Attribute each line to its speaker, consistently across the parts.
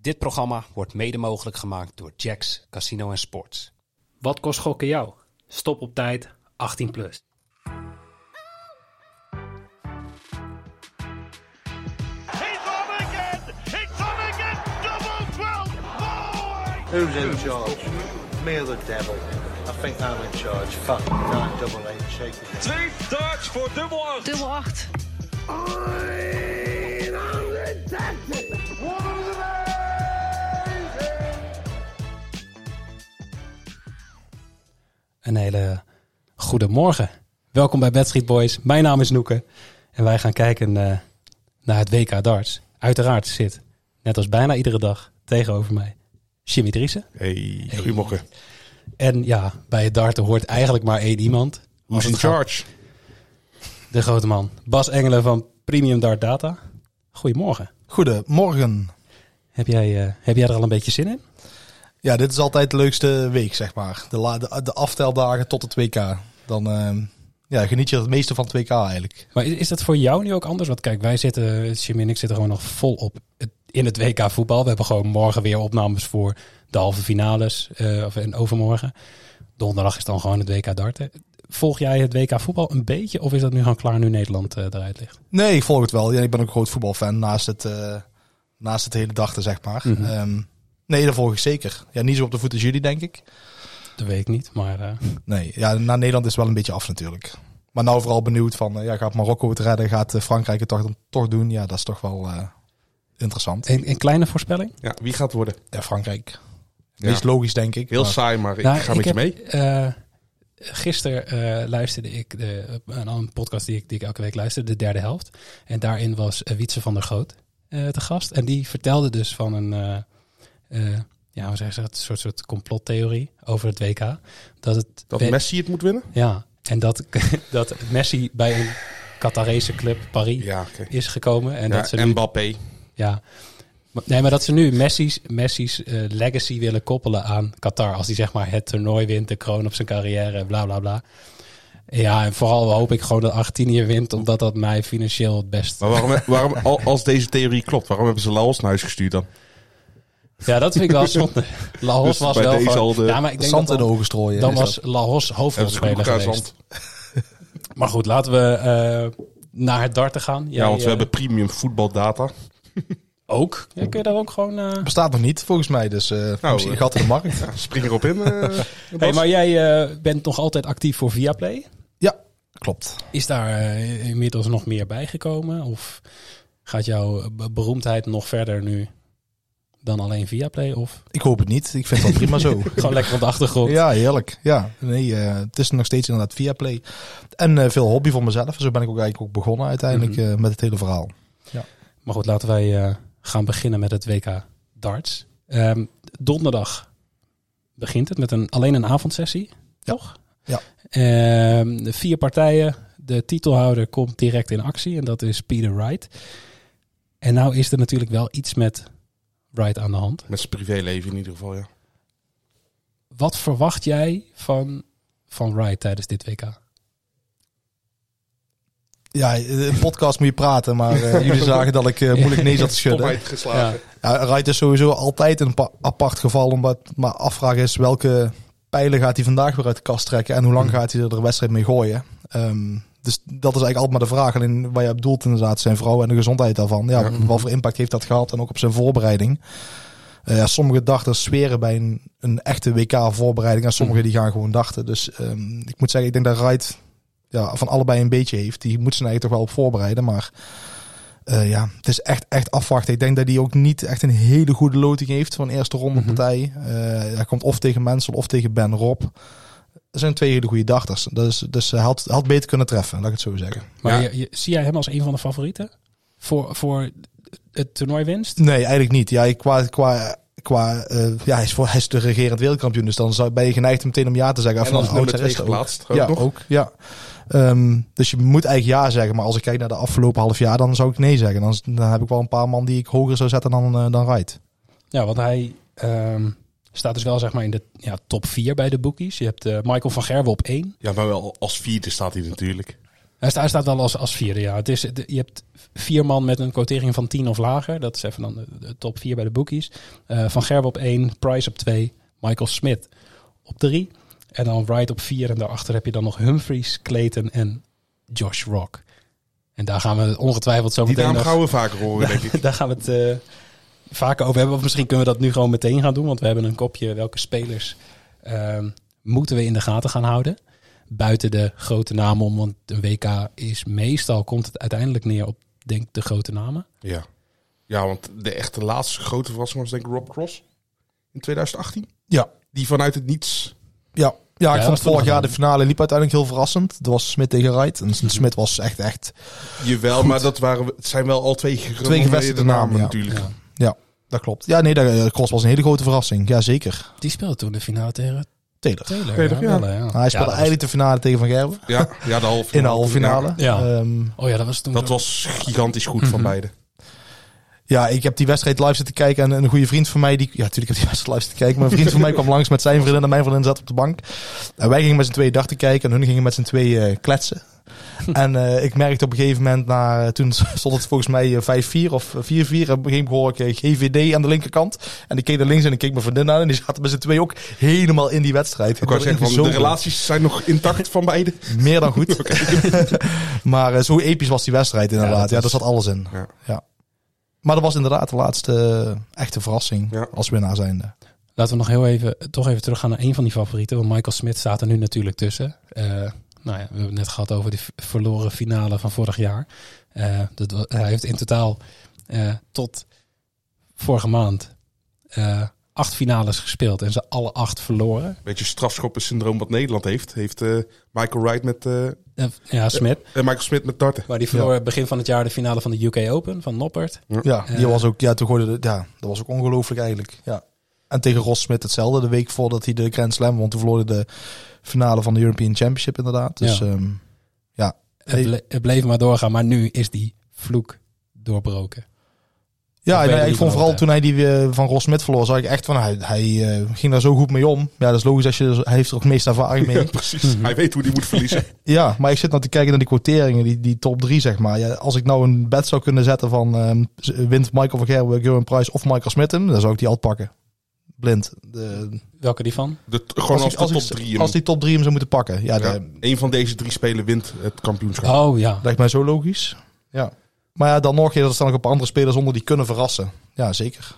Speaker 1: Dit programma wordt mede mogelijk gemaakt door Jacks Casino en Sports.
Speaker 2: Wat kost gokken jou? Stop op tijd 18 plus.
Speaker 3: He's on again! He's on again! Double 12! Oh!
Speaker 4: Who's in charge? Me or the devil? I think I'm in charge. Fuck, nine double eight, shake it.
Speaker 5: Twee darts voor dubbel acht.
Speaker 6: Dubbel 8.
Speaker 2: Een hele goede morgen. Welkom bij Bedstreet Boys. Mijn naam is Noeke. En wij gaan kijken eh, naar het WK darts. Uiteraard zit, net als bijna iedere dag, tegenover mij Jimmy Driessen.
Speaker 7: Hey, goedemorgen.
Speaker 2: En ja, bij het darten hoort eigenlijk maar één iemand.
Speaker 7: Who's in
Speaker 2: het gaat-
Speaker 7: charge?
Speaker 2: De grote man. Bas Engelen van Premium Dart Data. Goedemorgen.
Speaker 8: Goedemorgen.
Speaker 2: Heb jij, eh, heb jij er al een beetje zin in?
Speaker 8: Ja, dit is altijd de leukste week, zeg maar. De, la- de, de afteldagen tot het WK. Dan ehm, ja, geniet je het meeste van het WK eigenlijk.
Speaker 2: Maar is, is dat voor jou nu ook anders? Want kijk, wij zitten, Jimmy en ik zitten gewoon nog vol op het- in het WK voetbal. We hebben gewoon morgen weer opnames voor de halve finales. eh, of en overmorgen. Donderdag is dan gewoon het WK darten. Volg jij het WK voetbal een beetje? Of is dat nu gewoon klaar nu Nederland eh, eruit ligt?
Speaker 8: Nee, ik volg het wel. Ja, ik ben ook een groot voetbalfan naast het, eh, naast het hele dachten, zeg maar.
Speaker 2: Mhm.
Speaker 8: Ehm, nee, dat volg ik zeker. Ja, niet zo op de voet als jullie, denk ik.
Speaker 2: Dat weet ik niet. Maar eh,
Speaker 8: Nee, ja, naar Nederland is het wel een beetje af natuurlijk. Maar nou vooral benieuwd van, eh, ja, gaat Marokko het redden? Gaat eh, Frankrijk het toch, dan toch doen? Ja, dat is toch wel eh, interessant.
Speaker 2: een, een kleine voorspelling.
Speaker 7: Ja, wie gaat het worden?
Speaker 8: Ja, Frankrijk.
Speaker 7: Ja.
Speaker 8: Meest logisch, denk ik.
Speaker 7: Heel
Speaker 8: maar-
Speaker 7: saai, maar ik
Speaker 2: Nou,
Speaker 7: ga met je mee.
Speaker 2: heb, eh, gisteren eh, luisterde ik de, een, een podcast die ik, die ik elke week luister, de derde helft. En daarin was eh, Wietse van der Goot eh, te gast. En die vertelde dus van een, eh, eh, ja, hoe zeggen ze dat, een soort, soort complottheorie over het WK. Dat het
Speaker 7: Dat
Speaker 2: we-
Speaker 7: Messi het moet winnen?
Speaker 2: Ja, en dat, dat Messi bij een Qatarese club Paris
Speaker 7: Ja, oké.
Speaker 2: is gekomen. En
Speaker 7: Ja,
Speaker 2: dat ze
Speaker 7: en
Speaker 2: nu
Speaker 7: Mbappé.
Speaker 2: ja. Maar- Nee, maar dat ze nu Messi's, Messi's eh, legacy willen koppelen aan Qatar. Als hij zeg maar het toernooi wint, de kroon op zijn carrière, bla bla bla. Ja, en vooral hoop ik gewoon dat Argentinië wint, omdat dat mij financieel het best...
Speaker 7: Maar waarom, waarom, al- als deze theorie klopt, waarom hebben ze Laos naar huis gestuurd dan?
Speaker 2: Ja, dat vind ik wel zonde. Laos
Speaker 7: Dus
Speaker 2: was
Speaker 7: bij
Speaker 2: wel
Speaker 7: deze
Speaker 2: gewoon-
Speaker 7: al de-
Speaker 2: ja, maar ik denk
Speaker 8: Zand in
Speaker 2: dat
Speaker 8: de
Speaker 2: dan,
Speaker 8: ogen strooien.
Speaker 2: dan
Speaker 8: is dat.
Speaker 2: was Laos
Speaker 7: Hebben ze
Speaker 2: hoofdrolspeler
Speaker 7: Koeka
Speaker 2: geweest.
Speaker 7: zand?
Speaker 2: Maar goed, laten we eh, naar het darten gaan.
Speaker 7: Ja,
Speaker 2: Jij,
Speaker 7: want we
Speaker 2: eh,
Speaker 7: hebben premium voetbaldata.
Speaker 2: ook. Ja, kun je daar ook gewoon... eh,
Speaker 8: Bestaat nog niet, volgens mij. Dus eh misschien
Speaker 7: eh.
Speaker 8: gat in de markt.
Speaker 7: Ja, spring erop in. eh,
Speaker 2: Hey,
Speaker 7: Bas.
Speaker 2: maar jij eh, bent nog altijd actief voor Viaplay.
Speaker 8: ja, klopt.
Speaker 2: Is daar eh, inmiddels nog meer bijgekomen? Of gaat jouw be- beroemdheid nog verder nu dan alleen Viaplay? Of
Speaker 8: Ik hoop het niet. Ik vind het wel prima zo.
Speaker 2: gewoon lekker op de achtergrond?
Speaker 8: Ja, heerlijk. Ja, nee, eh, het is nog steeds inderdaad via Play. En eh, veel hobby voor mezelf. Zo ben ik ook eigenlijk ook begonnen uiteindelijk
Speaker 2: Mhm.
Speaker 8: eh, met het hele verhaal.
Speaker 2: Maar goed, laten wij eh, gaan beginnen met het WK darts. Ehm, donderdag begint het met een, alleen een avondsessie, toch?
Speaker 8: Ja.
Speaker 2: Ehm, de vier partijen. De titelhouder komt direct in actie en dat is Peter Wright. En nou is er natuurlijk wel iets met Wright aan de hand.
Speaker 7: Met zijn privéleven in ieder geval, ja.
Speaker 2: Wat verwacht jij van, van Wright tijdens dit WK?
Speaker 8: Ja, eh, in een podcast moet je praten, maar eh, jullie zagen dat ik eh, moeilijk nee zat te schudden.
Speaker 7: Stomheid geslagen.
Speaker 8: Ja, Wright is sowieso altijd een pa- apart geval, omdat het maar afvraag is welke pijlen gaat hij vandaag weer uit de kast trekken en hoe lang gaat hij er de wedstrijd mee gooien. Ehm, dus dat is eigenlijk altijd maar de vraag. Alleen waar je bedoelt inderdaad zijn vrouw en de gezondheid daarvan. Ja,
Speaker 7: Ja.
Speaker 8: Wat voor impact heeft dat gehad en ook op zijn voorbereiding. Eh, ja, sommige dachters zweren bij een, een echte WK-voorbereiding en sommige die gaan gewoon dachten. Dus ehm, ik moet zeggen, ik denk dat Wright ja, van allebei een beetje heeft. Die moet zijn eigen toch wel op voorbereiden, maar... Eh, ja, het is echt, echt afwachten. Ik denk dat hij ook niet echt een hele goede loting heeft van eerste ronde
Speaker 2: Mhm.
Speaker 8: partij. Eh, hij komt of tegen Mensel of tegen Ben Rob. Er zijn twee hele goede dachters. Dus, dus hij had, had beter kunnen treffen, laat ik het zo zeggen.
Speaker 2: Maar
Speaker 7: Ja.
Speaker 2: je, je- zie jij hem als een van de favorieten voor, voor het toernooiwinst?
Speaker 8: Nee, eigenlijk niet. Ja, ik- qua, qua, qua, eh, ja hij, is voor, hij is de regerend wereldkampioen. Dus dan zou, ben je geneigd meteen om ja te zeggen.
Speaker 7: En als
Speaker 8: oudsher
Speaker 7: nummer twee
Speaker 8: is het ook.
Speaker 7: geplaatst. ook
Speaker 8: ja,
Speaker 7: nog.
Speaker 8: ook. Ja. Ehm, dus je moet eigenlijk ja zeggen. Maar als ik kijk naar de afgelopen half jaar, dan zou ik nee zeggen. Dan, dan heb ik wel een paar man die ik hoger zou zetten dan, eh, dan Wright.
Speaker 2: Ja, want hij ehm, staat dus wel zeg maar in de ja, top 4 bij de bookies. Je hebt eh, Michael van Gerwen op 1.
Speaker 7: Ja, maar wel als vierde staat hij natuurlijk.
Speaker 2: Hij staat, hij staat wel als, als vierde, ja. Het is, de- je hebt vier man met een quotering van 10 of lager. Dat is even dan de, de top vier bij de bookies. Eh, van Gerben op één, Price op twee, Michael Smith op drie. En dan Wright op vier. En daarachter heb je dan nog Humphries, Clayton en Josh Rock. En daar gaan we ongetwijfeld zo
Speaker 7: Die
Speaker 2: meteen
Speaker 7: naam
Speaker 2: nog-
Speaker 7: gaan we vaker horen, denk ik.
Speaker 2: daar gaan we het eh, vaker over hebben. Of misschien kunnen we dat nu gewoon meteen gaan doen. Want we hebben een kopje welke spelers ehm, moeten we in de gaten gaan houden. Buiten de grote namen om. Want een WK is meestal, komt het uiteindelijk neer op, denk ik, de grote namen.
Speaker 7: Ja. ja, want de echte laatste grote verrassing was denk ik Rob Cross in 2018.
Speaker 8: Ja.
Speaker 7: Die vanuit het niets...
Speaker 8: Ja, ja ik
Speaker 2: dat
Speaker 8: vond
Speaker 2: was
Speaker 8: vorig
Speaker 2: nog
Speaker 8: jaar
Speaker 2: een-
Speaker 8: de finale liep uiteindelijk heel verrassend. Dat was Smit tegen Wright. En Smit was echt, echt...
Speaker 7: Jawel, maar dat waren, het zijn wel al twee gerenommeerde
Speaker 8: gevestigde namen, ja.
Speaker 7: natuurlijk.
Speaker 2: Ja.
Speaker 8: Ja, dat klopt. Ja, nee, dat, eh, Cross was een hele grote verrassing. Jazeker.
Speaker 2: Die speelde toen de finale tegen
Speaker 8: Taylor.
Speaker 2: Taylor.
Speaker 7: Taylor, ja.
Speaker 2: wel, hè, ja.
Speaker 8: Nou, Hij speelde
Speaker 2: Ja, dat was-
Speaker 8: eigenlijk de finale tegen Van Gerwen.
Speaker 7: Ja, ja, de halve
Speaker 8: In de halve finale.
Speaker 2: Ja.
Speaker 8: Ehm,
Speaker 2: Oh ja, dat was toen.
Speaker 7: Dat was gigantisch goed
Speaker 8: Mhm.
Speaker 7: van beide.
Speaker 8: Ja, ik heb die wedstrijd live zitten kijken en een goede vriend van mij, die, ja, natuurlijk heb ik die wedstrijd live zitten kijken, maar een vriend van mij kwam langs met zijn vriendin en mijn vriendin zat op de bank. En wij gingen met z'n tweeën dag te kijken en hun gingen met z'n tweeën eh, kletsen. En eh, ik merkte op een gegeven moment, na, eh, toen stond het volgens mij eh, 5-4 of 4-4, en op een gegeven moment hoor ik eh, GVD aan de linkerkant. En ik keek naar links en ik keek mijn vriendin aan en die zaten met z'n tweeën ook helemaal in die wedstrijd.
Speaker 7: Ik wou
Speaker 8: Dat was
Speaker 7: zeggen,
Speaker 8: echt
Speaker 7: van, de
Speaker 8: zo
Speaker 7: relaties zijn nog intact van beide.
Speaker 8: Meer dan goed. maar eh, zo episch was die wedstrijd inderdaad. Ja,
Speaker 2: dat
Speaker 8: daar
Speaker 2: was-
Speaker 8: zat alles in.
Speaker 7: Ja.
Speaker 8: Ja. Maar dat was inderdaad de laatste eh, echte verrassing
Speaker 7: Ja.
Speaker 8: als winnaar zijnde.
Speaker 2: Laten we nog heel even, toch even teruggaan naar een van die favorieten. Want Michael Smith staat er nu natuurlijk tussen. Eh, nou ja, we hebben het net gehad over de v- verloren finale van vorig jaar. Eh, dat, wa- hij heeft in totaal eh, tot vorige maand eh, acht finales gespeeld. En ze alle acht verloren.
Speaker 7: Beetje strafschoppensyndroom wat Nederland heeft. Heeft eh, Michael Wright met... eh, eh,
Speaker 2: Eh, ja, Smith.
Speaker 7: Michael Smit met darten.
Speaker 2: Maar die verloor begin van het jaar de finale van de UK Open van Noppert.
Speaker 8: Ja,
Speaker 2: Ja.
Speaker 8: die was ook, ja, toen gooide de, ja, dat was ook ongelooflijk eigenlijk. Ja. En tegen Ross Smit hetzelfde, de week voordat hij de Grand Slam won. Toen verloor hij de finale van de European Championship inderdaad. Dus
Speaker 2: Ja.
Speaker 8: ja, ja.
Speaker 2: Het, ble- het bleef maar doorgaan. Maar nu is die vloek doorbroken.
Speaker 8: ja
Speaker 2: ben je
Speaker 8: nee,
Speaker 2: er
Speaker 8: ik
Speaker 2: niet
Speaker 8: vond
Speaker 2: van
Speaker 8: vooral
Speaker 2: overtuigd?
Speaker 8: toen hij die eh, van Ross Smit verloor, zag ik echt van, hij, hij eh, ging daar zo goed mee om. Ja, dat is logisch, als je, hij heeft er ook meest ervaring mee.
Speaker 7: Ja, precies.
Speaker 8: Mhm.
Speaker 7: Hij weet hoe hij moet verliezen.
Speaker 8: Ja, maar ik zit nou te kijken naar die quoteringen, die, die top 3 zeg maar. Ja, als ik nou een bed zou kunnen zetten van ehm, z- wint Michael van Gerwen, Gerwin Price of Michael Smith hem, dan zou ik die al pakken. Blind. De,
Speaker 2: Welke die van?
Speaker 7: De, gewoon als,
Speaker 8: ik- als,
Speaker 7: de
Speaker 8: ik-
Speaker 7: top drie. hem-
Speaker 8: als die top 3 hem zou moeten pakken. Ja, Ah.
Speaker 7: ja,
Speaker 8: dat
Speaker 7: een van deze drie spelen wint het kampioenschap.
Speaker 2: Oh ja.
Speaker 8: lijkt mij zo logisch. Ja. Maar ja, dan nog, ja, er staan ook een paar andere spelers onder die kunnen verrassen. Ja, zeker.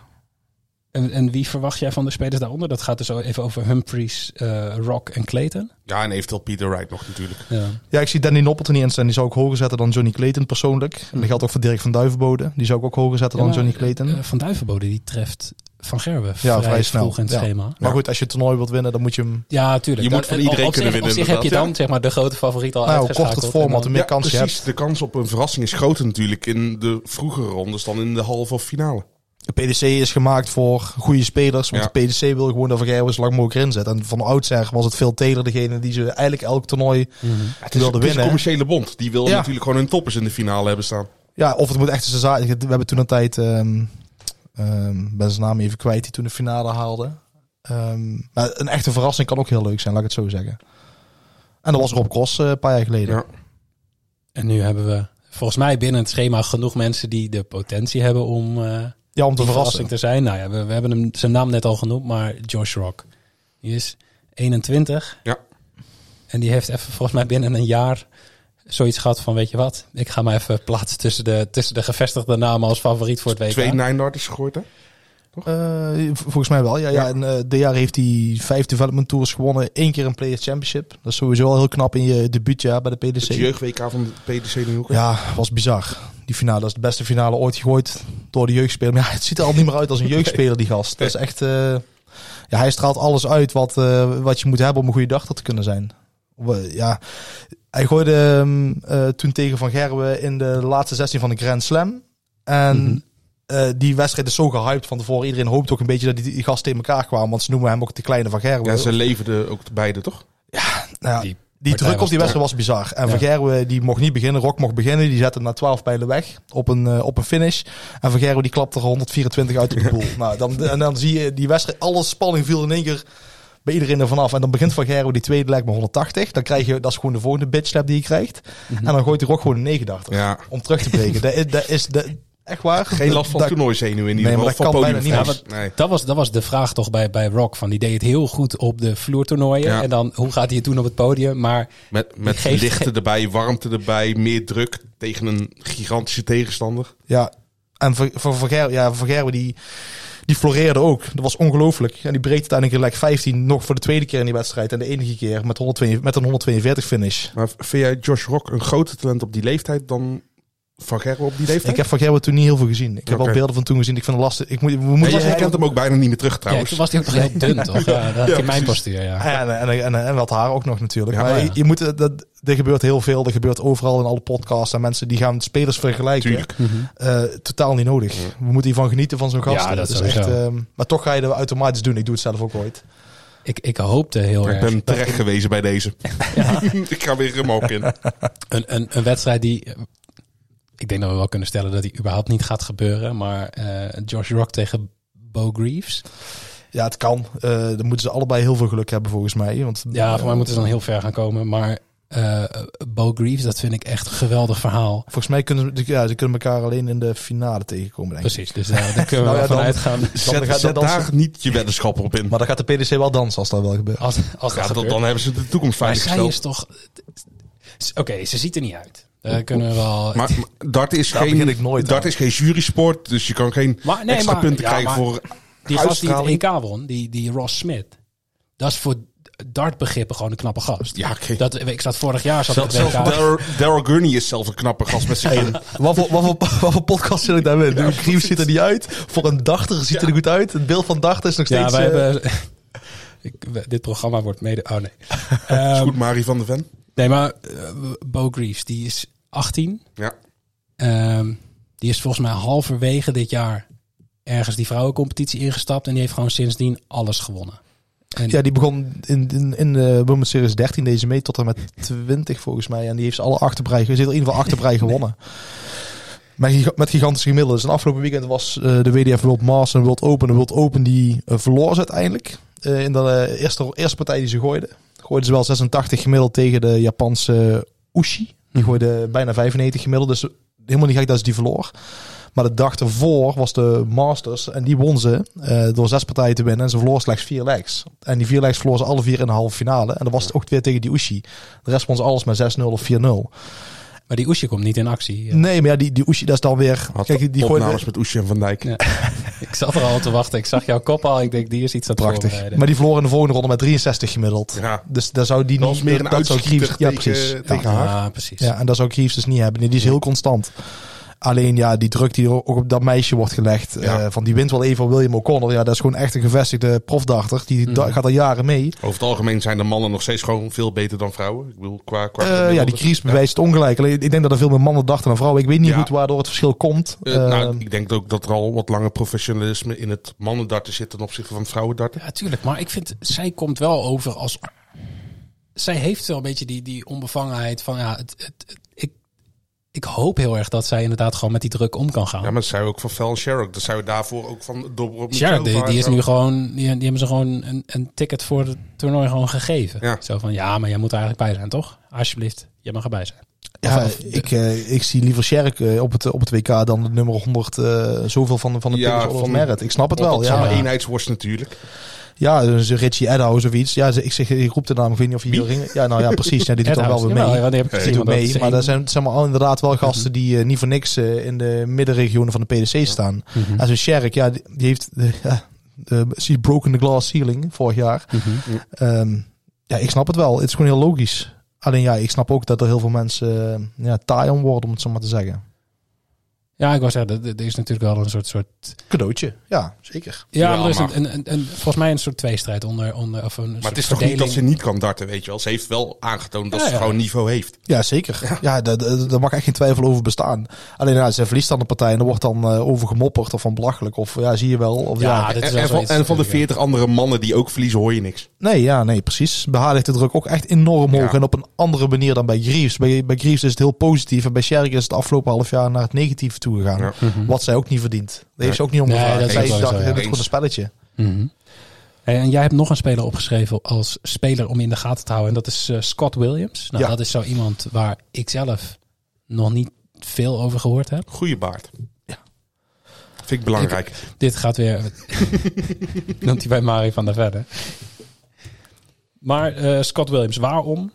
Speaker 2: En, en wie verwacht jij van de spelers daaronder? Dat gaat dus even over Humphries, eh, Rock en Clayton.
Speaker 7: Ja, en eventueel Peter Wright nog natuurlijk.
Speaker 2: Ja.
Speaker 8: Ja, ik zie Danny Noppert er niet in staan. Die zou ik hoger zetten dan Johnny Clayton persoonlijk. En dat geldt ook voor Dirk van Duivenbode. Die zou ik ook hoger zetten dan Johnny Clayton.
Speaker 2: Eh, van Duivenbode die treft Van Gerwen vrij,
Speaker 8: ja, vrij snel.
Speaker 2: vroeg in het
Speaker 8: Ja.
Speaker 2: schema.
Speaker 8: Maar goed, als je het toernooi wilt winnen, dan moet je hem
Speaker 2: Ja, tuurlijk.
Speaker 7: Je moet
Speaker 2: Dat-
Speaker 7: van
Speaker 2: eh,
Speaker 7: iedereen
Speaker 2: op zich-
Speaker 7: kunnen winnen,
Speaker 2: Op zich heb je
Speaker 7: inderdaad,
Speaker 2: dan zeg maar, de grote favoriet al
Speaker 8: Nou,
Speaker 2: uitgeschakeld.
Speaker 8: kocht het format
Speaker 2: En
Speaker 8: een
Speaker 2: dan-
Speaker 8: meer kansen je
Speaker 7: precies.
Speaker 8: hebt.
Speaker 7: De kans op een verrassing is groter natuurlijk in de vroegere rondes dan in de halve of finale.
Speaker 8: De PDC is gemaakt voor goede spelers. Want
Speaker 7: Ja.
Speaker 8: de PDC wil gewoon dat Van Gerwen zo lang mogelijk erin zet. En van oudsher was het veel Taylor degene die ze eigenlijk elk toernooi
Speaker 2: Mhm.
Speaker 7: het is,
Speaker 8: wilde
Speaker 7: het is een
Speaker 8: winnen.
Speaker 7: commerciële bond. Die wil
Speaker 8: Ja.
Speaker 7: natuurlijk gewoon hun toppers in de finale hebben staan.
Speaker 8: Ja, of het moet echt een zaak. We hebben toen een tijd, ehm ehm, ben zijn naam even kwijt, die toen de finale haalde. Ehm, maar een echte verrassing kan ook heel leuk zijn, laat ik het zo zeggen. En dat was Rob Cross eh, een paar jaar geleden.
Speaker 7: Ja.
Speaker 2: En nu hebben we volgens mij binnen het schema genoeg mensen die de potentie hebben om eh,
Speaker 8: Ja, om te
Speaker 2: die
Speaker 8: verrassen.
Speaker 2: verrassing te zijn. Nou ja, we, we hebben hem, zijn naam net al genoemd, maar Josh Rock. Die is 21.
Speaker 7: Ja.
Speaker 2: En die heeft even volgens mij binnen een jaar zoiets gehad van, weet je wat, ik ga maar even plaatsen tussen de, tussen de gevestigde namen als favoriet voor het WK.
Speaker 7: Twee nine darters gegooid, hè?
Speaker 8: Eh, v- volgens mij wel, ja. ja.
Speaker 7: Ja.
Speaker 8: En eh dit jaar heeft hij vijf development tours gewonnen. één keer een Players Championship. Dat is sowieso al heel knap in je debuutjaar bij de PDC.
Speaker 7: Het jeugd-WK van de PDC nu ook.
Speaker 8: Ja, was bizar. Die finale dat is de beste finale ooit gegooid door de jeugdspeler. Maar ja, het ziet er al niet meer uit als een jeugdspeler, die gast. Dat is echt... eh, ja, hij straalt alles uit wat, eh, wat je moet hebben om een goede dag te kunnen zijn. Op, eh, ja, hij gooide ehm, eh, toen tegen Van Gerwen in de laatste 16 van de Grand Slam. En eh, die wedstrijd is zo gehyped van tevoren. Iedereen hoopt ook een beetje dat die, die gasten in elkaar kwamen. Want ze noemen hem ook de kleine Van Gerwen.
Speaker 7: Ja, ze leverden ook beide, toch?
Speaker 8: Nou ja,
Speaker 2: Die
Speaker 8: die,
Speaker 2: partij
Speaker 8: druk op die
Speaker 2: was
Speaker 8: wedstrijd was bizar. En
Speaker 2: Ja.
Speaker 8: Van Gerwen die mocht niet beginnen. Rock mocht beginnen. Die zette hem na 12 pijlen weg op een, eh, op een finish. En Van Gerwen die klapte er 124 uit op de boel. nou, dan, en dan zie je die wedstrijd. Alle spanning viel in één keer bij iedereen er vanaf. En dan begint Van Gerro die tweede leg met 180. Dan krijg je, dat is gewoon de volgende bitch slap die je krijgt. En dan gooit hij ook gewoon een 9 achter.
Speaker 7: Ja.
Speaker 8: Om terug te breken. dat is, dat is dat- echt waar.
Speaker 7: Geen last van
Speaker 8: Dat-
Speaker 7: toernooizenuwen in ieder
Speaker 8: Nee, maar dat kan
Speaker 7: geval. van
Speaker 8: bijna
Speaker 7: podiumvrees.
Speaker 8: niemand.
Speaker 7: Nee.
Speaker 2: Dat was, dat was de vraag toch bij, bij Rock. Van die deed het heel goed op de vloertoernooien.
Speaker 7: Ja. Nou,
Speaker 2: En dan hoe gaat hij het doen op het podium? Maar
Speaker 7: Met, met
Speaker 2: Die geeft
Speaker 7: lichten
Speaker 2: geen-
Speaker 7: erbij, warmte erbij, meer druk tegen een gigantische tegenstander.
Speaker 8: Ja, en voor, voor Van Gerwen- ja, Van Gerwen die, die floreerde ook. Dat was ongelooflijk. En die breekt uiteindelijk in leg 15 nog voor de tweede keer in die wedstrijd. En de enige keer met, 142, met een 142 finish.
Speaker 7: Maar vind jij Josh Rock een groter talent op die leeftijd dan Van Gerwen op die leeftijd?
Speaker 8: Ik heb Van Gerwen toen niet heel veel gezien. Ik heb wel
Speaker 7: Oké.
Speaker 8: beelden van toen gezien. Ik vind het lastig. Ik moet, we moeten
Speaker 7: Nee, jij
Speaker 8: eigenlijk-
Speaker 7: kent hem ook bijna niet meer terug
Speaker 2: ja,
Speaker 7: trouwens.
Speaker 2: toen was hij ook nog heel dun, toch? Ja, dat had
Speaker 7: Ja,
Speaker 2: ik in mijn
Speaker 7: precies.
Speaker 2: postuur, ja.
Speaker 8: En, en, en, en wat haar ook nog natuurlijk.
Speaker 7: Ja,
Speaker 8: maar
Speaker 7: ja.
Speaker 8: Je, je moet, eh, dat, er gebeurt heel veel. Er gebeurt overal in alle podcasts. En mensen die gaan spelers vergelijken.
Speaker 7: Tuurlijk.
Speaker 8: Eh, totaal niet nodig. We moeten hiervan genieten van zo'n gast.
Speaker 2: Ja, dat
Speaker 8: is
Speaker 2: sowieso.
Speaker 8: echt, ehm, maar toch ga je dat automatisch doen. Ik doe het zelf ook ooit.
Speaker 2: Ik, ik hoopte heel
Speaker 7: Ik
Speaker 2: erg.
Speaker 7: ben terecht gewezen bij deze. ik ga weer hem ook in.
Speaker 2: Een, een, een wedstrijd die... eh, Ik denk dat we wel kunnen stellen dat die überhaupt niet gaat gebeuren. Maar eh Josh Rock tegen Bo Greaves.
Speaker 8: Ja, het kan. Eh, dan moeten ze allebei heel veel geluk hebben volgens mij. Want,
Speaker 2: Ja, voor mij moeten ze dan heel ver gaan komen. Maar eh Bo Greaves, dat vind ik echt een geweldig verhaal.
Speaker 8: Volgens mij kunnen ze, ja, ze kunnen elkaar alleen in de finale tegenkomen, denk ik.
Speaker 2: Precies, dus eh, daar kunnen we
Speaker 8: Nou ja,
Speaker 2: wel van
Speaker 8: dan-
Speaker 2: uitgaan.
Speaker 8: Dan
Speaker 7: Zet,
Speaker 8: gaat-
Speaker 7: zet
Speaker 8: dan-
Speaker 7: daar niet je weddenschappen op in.
Speaker 8: Maar dan gaat de PDC wel dansen als dat wel gebeurt.
Speaker 2: Als, als dat
Speaker 7: Ja, dat,
Speaker 2: gebeurt.
Speaker 7: dan hebben ze de toekomst
Speaker 2: maar zij
Speaker 7: veiliggesteld.
Speaker 2: is toch... s- Oké, ze ziet er niet uit. Daar kunnen we wel...
Speaker 7: Maar, maar dat is
Speaker 8: Daar begin
Speaker 7: geen,
Speaker 8: ik nooit
Speaker 7: dat
Speaker 8: aan.
Speaker 7: is geen jurysport, dus je kan geen
Speaker 2: Maar- nee,
Speaker 7: extra
Speaker 2: maar-
Speaker 7: punten
Speaker 2: ja,
Speaker 7: krijgen
Speaker 2: maar-
Speaker 7: voor
Speaker 2: die gast die het
Speaker 7: uitstraling.
Speaker 2: EK won, die, die Ross Smith. Dat is voor dartbegrippen gewoon een knappe gast.
Speaker 7: Ja, oké.
Speaker 2: dat, ik zat vorig jaar... Zat ik E het
Speaker 7: Zelf- Zelfs
Speaker 2: WK
Speaker 7: Daryl Daryl Gurney is zelf een knappe gast met zijn
Speaker 2: Ehm,
Speaker 8: Wat voor, wat, voor, wat voor podcast zit ik daar met? De Grief ziet er niet uit. Voor een dachter ziet er goed uit. Het beeld van dachter is nog
Speaker 2: Ja,
Speaker 8: steeds...
Speaker 2: wij
Speaker 8: eh,
Speaker 2: hebben... Ik, we- dit programma wordt mede... Oh nee. Ehm,
Speaker 7: Goed, Mari van der Ven.
Speaker 2: nee, maar eh, Bo Greaves, die is 18.
Speaker 7: Ja.
Speaker 2: Ehm, die is volgens mij halverwege dit jaar ergens die vrouwencompetitie ingestapt. En die heeft gewoon sindsdien alles gewonnen. En
Speaker 8: Ja, die begon in, in, in de Women's Series 13 deze mee tot en met 20 volgens mij. En die heeft ze alle achterbrei, ze heeft er in ieder geval achterbrei gewonnen. Met, giga- met gigantische gemiddelden. Dus een afgelopen weekend was eh, de WDF World Masters en World Open. De World Open die eh, verloor ze uiteindelijk. Eh, in de eh, eerste, eerste partij die ze gooiden. Gooiden ze wel 86 gemiddeld tegen de Japanse Ushi. Die gooide bijna 95 gemiddeld. Dus helemaal niet gek dat ze die verloor. Maar de dag ervoor was de Masters en die won ze eh, door zes partijen te winnen. En ze verloor slechts vier legs. En die vier legs verloor ze alle vier in de halve finale. En dat was het ook weer tegen die Ushi. De rest won ze alles met 6-0 of 4-0.
Speaker 2: Maar die Oesje komt niet in actie. Ja.
Speaker 8: Nee, maar ja, die, die Ushi, dat is dan weer...
Speaker 7: Had
Speaker 8: kijk, die- die gooide-
Speaker 7: opnames met Oesje en Van Dijk.
Speaker 2: Ja. Ik zat er al te wachten. Ik zag jouw kop al. Ik denk, die is iets aan het
Speaker 8: prachtig.
Speaker 2: voorbereiden.
Speaker 8: Maar die verloor in de volgende ronde met 63 gemiddeld.
Speaker 7: Ja.
Speaker 8: Dus daar zou die
Speaker 7: Dat
Speaker 8: niet...
Speaker 7: was meer een
Speaker 8: dat zou
Speaker 7: uitschieter
Speaker 8: Griefs- Ja,
Speaker 7: tegen-
Speaker 8: precies.
Speaker 7: tegen
Speaker 8: ja.
Speaker 7: haar.
Speaker 2: Ah, precies.
Speaker 8: Ja, en dat zou Griefs dus niet hebben. Nee, die is heel constant. Alleen ja, die druk die er ook op dat meisje wordt gelegd.
Speaker 7: Ja.
Speaker 8: eh, van die wint wel even van William O'Connell. Ja, dat is gewoon echt een gevestigde profdachter.
Speaker 7: Mhm.
Speaker 8: Die da- gaat al jaren mee.
Speaker 7: Over het algemeen zijn de mannen nog steeds gewoon veel beter dan vrouwen. Ik bedoel, qua, qua
Speaker 8: Eh, ja,
Speaker 7: gemiddelde.
Speaker 8: die Griefs bewijst het ongelijk. Alleen, ik denk dat er veel meer mannen dachten dan vrouwen. Ik weet niet
Speaker 7: Ja.
Speaker 8: goed waardoor het verschil komt.
Speaker 7: Eh,
Speaker 8: Eh,
Speaker 7: nou, ik denk ook dat er al wat langer professionalisme in het mannendarten zit ten opzichte van het vrouwendarten.
Speaker 2: Ja, tuurlijk. Maar ik vind, zij komt wel over als... Zij heeft wel een beetje die, die onbevangenheid van... Ja, het, het, het- ik, ik hoop heel erg dat zij inderdaad gewoon met die druk om kan gaan.
Speaker 7: Ja, maar dat zei ook van Fel en Sherrock. Dat zei daarvoor ook van Dobro op
Speaker 2: Sherlock, die,
Speaker 7: Mitropa en
Speaker 2: die is
Speaker 7: zo.
Speaker 2: nu gewoon... Die, die hebben ze gewoon een, een ticket voor het toernooi gewoon gegeven.
Speaker 7: Ja.
Speaker 2: Zo van, ja, maar jij moet er eigenlijk bij zijn, toch? Alsjeblieft, jij mag erbij zijn.
Speaker 8: ja,
Speaker 2: of-
Speaker 8: ik, eh, ik zie liever Sherk eh, op, het, op het WK dan de nummer 100 eh, zoveel van, van de
Speaker 7: Ja,
Speaker 8: ja, van
Speaker 7: van-
Speaker 8: Merit. Ik snap het
Speaker 7: Want
Speaker 8: wel.
Speaker 7: dat
Speaker 8: Ja,
Speaker 7: is allemaal
Speaker 8: ja.
Speaker 7: eenheidsworst natuurlijk.
Speaker 8: dus Richie Eddow of iets. Ja, ze- ik, zeg, ik roep de naam, ik weet niet of hij wil ringen. Ja, nou ja, precies. Ja, die doet dan wel
Speaker 2: Edhouse,
Speaker 8: weer
Speaker 2: jawel,
Speaker 7: nou,
Speaker 8: mee.
Speaker 2: ja, die heb ik
Speaker 8: Die
Speaker 2: gezien,
Speaker 8: doet
Speaker 2: want dat
Speaker 8: mee,
Speaker 2: is
Speaker 8: maar
Speaker 2: één-
Speaker 8: daar zijn, zijn maar al inderdaad wel gasten die eh, niet voor niks eh, in de middenregionen van de PDC staan.
Speaker 2: Mhm.
Speaker 8: En zo'n Sherrick, ja, die, die heeft de, ja, de, she broken the glass ceiling vorig jaar.
Speaker 2: Mhm.
Speaker 8: Ehm, ja, ik snap het wel. Het is gewoon heel logisch. Alleen ja, ik snap ook dat er heel veel mensen eh, ja, taai om worden, om het zo maar te zeggen.
Speaker 2: Ja, ik wou zeggen, er- er er is natuurlijk wel een soort... soort
Speaker 8: Cadeautje, ja, zeker.
Speaker 2: ja, maar er is
Speaker 7: maar-
Speaker 2: een, een, een, een- volgens mij een soort tweestrijd onder... onder of een
Speaker 7: Maar het is toch niet dat ze niet kan darten, weet je wel. Ze heeft wel aangetoond dat
Speaker 2: Ja,
Speaker 7: ze
Speaker 2: ja.
Speaker 7: gewoon niveau heeft.
Speaker 8: Ja, zeker. Ja, daar, daar- daar mag echt geen twijfel over bestaan. Alleen ja, ze verliest dan de partij en er wordt dan eh, over gemopperd of van belachelijk. Of ja, zie je wel. Of, ja,
Speaker 2: Ja, dit is
Speaker 7: En,
Speaker 2: wel
Speaker 7: en van,
Speaker 2: zoiets,
Speaker 7: en van de
Speaker 2: natuurlijk, ja.
Speaker 7: 40 andere mannen die ook verliezen, hoor je niks.
Speaker 8: Nee, ja, nee, precies. Bij haar ligt de druk ook echt enorm hoog.
Speaker 7: Ja.
Speaker 8: En op een andere manier dan bij Greaves. Bij, bij Greaves is het heel positief. En bij Sherrick is het afgelopen half jaar naar het negatieve toegegaan.
Speaker 7: Ja.
Speaker 8: Wat zij ook niet verdient. Daar heeft ze ook niet om
Speaker 2: Mhm. Nee,
Speaker 8: gevraagd.
Speaker 2: dat is
Speaker 8: zij
Speaker 2: ook
Speaker 8: dacht,
Speaker 2: sowieso, ja. Mhm.
Speaker 8: dit is gewoon een spelletje.
Speaker 2: Hey, Eh, en jij hebt nog een speler opgeschreven als speler om in de gaten te houden. En dat is eh, Scott Williams. Nou,
Speaker 8: Ja.
Speaker 2: dat is zo iemand waar ik zelf nog niet veel over gehoord heb.
Speaker 7: Goeie baard. Vind ik belangrijk.
Speaker 2: Dit gaat weer. Noemt hij bij Mari van der Verde. Maar eh, Scott Williams, waarom?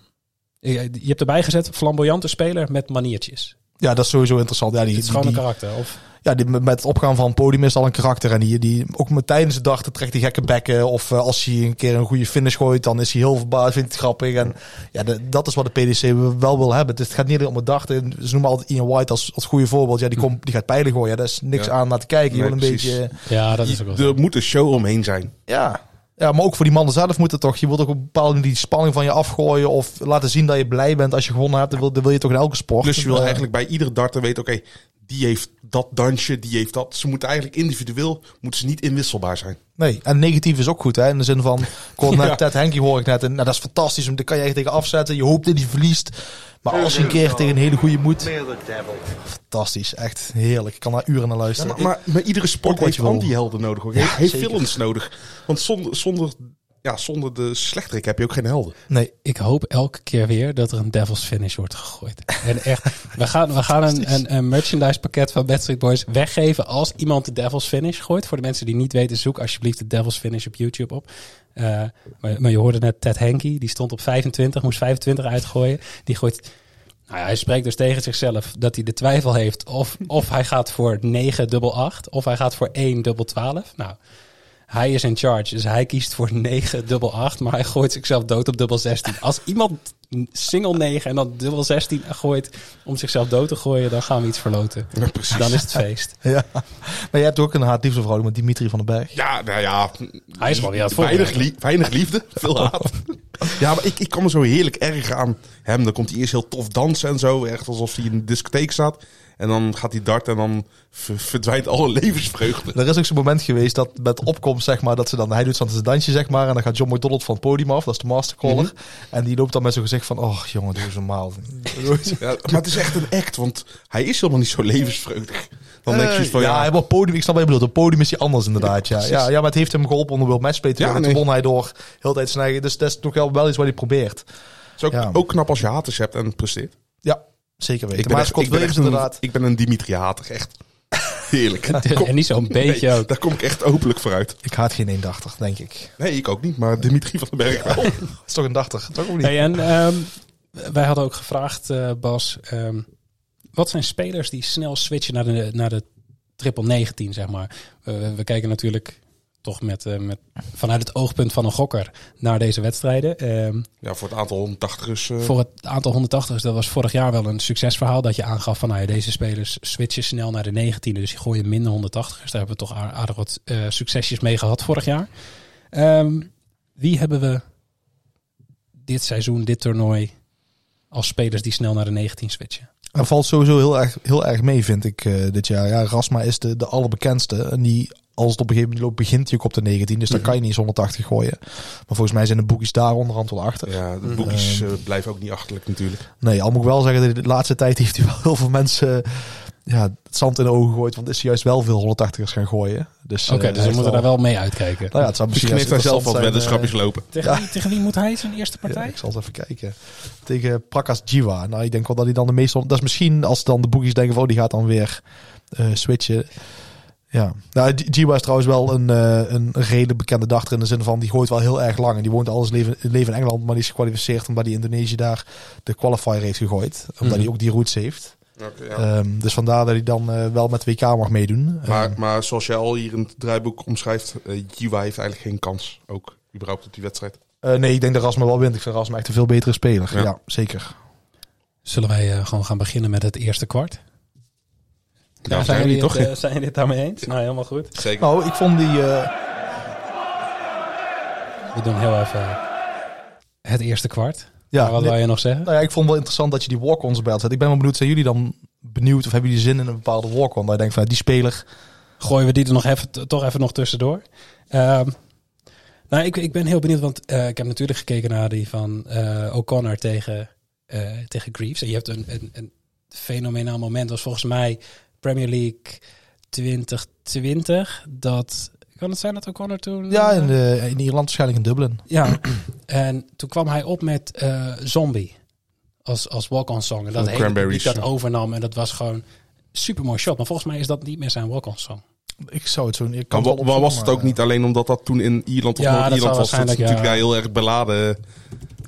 Speaker 2: Eh, Je hebt erbij gezet flamboyante speler met maniertjes.
Speaker 8: Ja, dat is sowieso interessant. Ja, die,
Speaker 2: Het is
Speaker 8: die-
Speaker 2: gewoon een
Speaker 8: die-
Speaker 2: karakter. Of
Speaker 8: ja, die, met het opgaan van het podium is al een karakter. En die, die ook met tijdens de dag dan trekt hij gekke bekken. Of eh, als hij een keer een goede finish gooit, dan is hij heel verbaasd, vindt hij het grappig. En ja, de- dat is wat de PDC wel wil hebben. Dus het gaat niet alleen om het dag. En Ze noemen altijd Ian White als, als goede voorbeeld. Ja, die, komt, die gaat pijlen gooien. Ja, daar is niks
Speaker 7: Hm. Ja.
Speaker 8: aan naar te kijken. Je
Speaker 7: Nee,
Speaker 8: wil een
Speaker 7: precies.
Speaker 8: beetje... eh,
Speaker 2: ja, dat is ook wel. zo.
Speaker 7: Er moet een show omheen zijn.
Speaker 8: Ja. Ja, maar ook voor die mannen zelf moet het toch. Je wilt ook op een bepaalde manier die spanning van je afgooien. Of laten zien dat je blij bent als je gewonnen hebt. Dat wil, dat wil je toch in elke sport.
Speaker 7: Plus je wil
Speaker 8: Eh,
Speaker 7: eigenlijk bij iedere darter weten, oké, die heeft dat dansje, die heeft dat. Ze moeten eigenlijk individueel, moeten ze niet inwisselbaar zijn.
Speaker 8: Nee, en negatief is ook goed. Hè? In de zin van, ik hoor net
Speaker 7: Ja.
Speaker 8: Ted Henke hoor ik net. En nou, dat is fantastisch. want Daar kan je echt tegen afzetten. Je hoopt dat hij verliest. Maar als je een keer tegen een hele goede moet.
Speaker 4: May the devil.
Speaker 8: Fantastisch, echt heerlijk. Ik kan daar uren naar luisteren.
Speaker 7: maar, maar, maar iedere sport
Speaker 8: Ook wat
Speaker 7: heeft
Speaker 8: je wil.
Speaker 7: anti-helden nodig. Hoor. heeft heeft
Speaker 8: zeker.
Speaker 7: villains nodig. Want zonder, zonder, ja, zonder de slechterik heb je ook geen helden.
Speaker 8: Nee,
Speaker 2: Ik hoop elke keer weer dat er een Devil's Finish wordt gegooid. En echt, we gaan, we gaan een, een, een merchandise pakket van Bad Street Boys weggeven als iemand de Devil's Finish gooit. Voor de mensen die niet weten, zoek alsjeblieft de Devil's Finish op YouTube op. Eh, maar, maar je hoorde net Ted Henke, die stond op 25, moest 25 uitgooien. Die gooit, nou ja, hij spreekt dus tegen zichzelf dat hij de twijfel heeft of, of hij gaat voor 9 dubbel 8 of hij gaat voor 1 dubbel 12. Nou, hij is in charge, dus hij kiest voor 9, dubbel 8, maar hij gooit zichzelf dood op dubbel 16. Als iemand single 9 en dan dubbel 16 gooit om zichzelf dood te gooien, dan gaan we iets verloten.
Speaker 7: precies.
Speaker 2: Dan is het feest.
Speaker 8: ja. Maar je hebt ook een haat verhouding met Dimitri van den Berg.
Speaker 7: Ja, nou ja.
Speaker 2: Hij is wel weer aan het
Speaker 7: Weinig,
Speaker 2: voorbereiden.
Speaker 7: lie- weinig liefde, veel haat. Ja, maar ik, ik kan me zo heerlijk erg aan hem. Dan komt hij eerst heel tof dansen en zo. Echt alsof hij in een discotheek staat. En dan gaat hij darten en dan ver- verdwijnt alle levensvreugde.
Speaker 8: Er is ook zo'n moment geweest dat met opkomst, zeg maar, dat ze dan, hij doet zo'n zijn dansje, zeg maar, en dan gaat John McDonald van het podium af, dat is de mastercaller.
Speaker 7: Mhm.
Speaker 8: En die loopt dan met zo'n gezicht van, oh jongen, doe eens normaal.
Speaker 7: Ja, maar het is echt een act, want hij is helemaal niet zo levensvreugdig. Dan denk je
Speaker 2: Eh,
Speaker 7: zoiets van,
Speaker 8: Eh, ja,
Speaker 7: ja,
Speaker 8: hij wil podium. Ik snap wat je bedoelt. Op podium is hij anders inderdaad. Ja, ja, ja, maar het heeft hem geholpen om de World Matchplay te
Speaker 7: Ja,
Speaker 8: winnen.
Speaker 7: nee.
Speaker 8: Toen won hij door heel de tijd snijden. Dus dat is toch wel, wel iets wat hij probeert.
Speaker 7: het is ook,
Speaker 8: ja.
Speaker 7: ook knap als je haters hebt en presteert.
Speaker 8: Ja, zeker weten.
Speaker 7: Ik ben,
Speaker 8: maar
Speaker 7: echt,
Speaker 8: Scott
Speaker 7: ik, ben
Speaker 8: Williams
Speaker 7: echt een,
Speaker 8: inderdaad.
Speaker 7: ik ben een Dimitri-hater, echt. Heerlijk.
Speaker 2: En niet zo'n beetje
Speaker 7: Nee,
Speaker 2: ook.
Speaker 7: Daar kom ik echt openlijk vooruit.
Speaker 8: Ik haat geen 180, denk ik.
Speaker 7: Nee, ik ook niet, maar Dimitri van den Berg wel.
Speaker 8: Dat is toch een 80? Toch ook niet?
Speaker 2: Hey, en ehm, wij hadden ook gevraagd, eh, Bas, ehm, wat zijn spelers die snel switchen naar de, naar de triple 19, zeg maar? Eh, we kijken natuurlijk toch met, eh, met, vanuit het oogpunt van een gokker naar deze wedstrijden. Ehm,
Speaker 7: Ja, voor het aantal 180ers. eh,
Speaker 2: Voor het aantal 180's, dat was vorig jaar wel een succesverhaal. Dat je aangaf van nou ja, deze spelers switchen snel naar de 19e. Dus die gooien minder 180's. Daar hebben we toch a- aardig wat eh, succesjes mee gehad vorig jaar. Ehm, wie hebben we dit seizoen, dit toernooi, als spelers die snel naar de 19 switchen?
Speaker 8: Hij valt sowieso heel erg, heel erg mee, vind ik, eh, dit jaar. Ja, Rasma is de, de allerbekendste. En die, als het op een gegeven moment loopt, begint hij ook op de 19. Dus dan kan je niet eens 180 gooien. Maar volgens mij zijn de boekjes daar onderhand wel achter.
Speaker 7: Ja, de boekjes eh, blijven ook niet achterlijk natuurlijk.
Speaker 8: Nee, al moet ik wel zeggen, dat de laatste tijd heeft hij wel heel veel mensen eh, ja, het zand in de ogen gegooid. Want is hij juist wel veel 180ers gaan gooien. Dus,
Speaker 2: Oké, dus we moeten daar wel mee uitkijken.
Speaker 8: Nou ja, het zou misschien
Speaker 7: Misschien heeft hij
Speaker 8: juist
Speaker 7: zelf wat
Speaker 8: interessant
Speaker 2: eh,
Speaker 7: weddenschapjes lopen.
Speaker 2: tegen, wie, tegen wie moet hij zijn eerste
Speaker 8: zijn, eh, ja,
Speaker 2: partij?
Speaker 8: ik zal eens even kijken. Tegen Prakas Jiwa. Nou, ik denk wel dat hij dan de meeste... Dat is misschien als dan de boekies denken van, oh, die gaat dan weer eh, switchen. Ja, nou, J- Jiwa is trouwens wel een, eh, een redelijk bekende dachter in de zin van, die gooit wel heel erg lang. En die woont al zijn leven, leven in Engeland, maar die is gekwalificeerd omdat hij Indonesië daar de qualifier heeft gegooid. Omdat
Speaker 2: Mhm.
Speaker 8: hij ook die routes heeft.
Speaker 2: Eh,
Speaker 8: Ehm, dus vandaar dat hij dan eh, wel met WK mag meedoen. Ehm,
Speaker 7: Maar, maar zoals jij al hier in het draaiboek omschrijft, eh Jiwa heeft eigenlijk geen kans. Ook überhaupt op die wedstrijd.
Speaker 8: Eh, nee, ik denk dat Rasma wel wint. Ik vind Rasma echt een veel betere speler.
Speaker 7: Ja.
Speaker 8: Ja, zeker.
Speaker 2: Zullen wij eh, gewoon gaan beginnen met het eerste kwart?
Speaker 7: Nou, zijn jullie toch?
Speaker 2: het, eh, zijn jullie het daarmee eens? Nou, helemaal goed.
Speaker 7: Zeker.
Speaker 8: Nou, ik vond die... eh,
Speaker 2: We doen heel even het eerste kwart.
Speaker 8: ja,
Speaker 2: maar wat
Speaker 8: nee,
Speaker 2: wil je nog zeggen?
Speaker 8: nou ja, ik vond wel interessant dat je die walk-ons erbij had. Ik ben wel benieuwd, zijn jullie dan benieuwd of hebben jullie zin in een bepaalde walk-on? Dat je denkt van, die speler...
Speaker 2: Gooien we die er nog even, toch even nog tussendoor. Ehm, nou, ik, ik ben heel benieuwd, want eh, ik heb natuurlijk gekeken naar die van eh, O'Connor tegen, eh, tegen Greaves. En je hebt een, een, een fenomenaal moment. was volgens mij Premier League 2020. Dat Kan het zijn dat O'Connor toen...
Speaker 8: Ja,
Speaker 2: eh,
Speaker 8: in, eh, in Ierland waarschijnlijk in Dublin.
Speaker 2: ja. en toen kwam hij op met eh, Zombie als, als walk-on song. En dat
Speaker 7: Van
Speaker 2: hele publiek
Speaker 7: Cranberries,
Speaker 2: dat
Speaker 7: ja.
Speaker 2: overnam en dat was gewoon super mooi shot. Maar volgens mij is dat niet meer zijn walk-on song.
Speaker 8: Ik zou het zo... Ik kan
Speaker 7: Maar,
Speaker 8: het
Speaker 7: wa-
Speaker 8: wel
Speaker 7: maar was
Speaker 8: opzoeken,
Speaker 7: het ook
Speaker 8: maar,
Speaker 7: niet alleen omdat dat toen in Ierland of
Speaker 2: eh, Ja, dat zou
Speaker 7: Noord-Ierland was? Dat is
Speaker 2: waarschijnlijk,
Speaker 7: natuurlijk
Speaker 2: ja.
Speaker 7: heel erg beladen eh,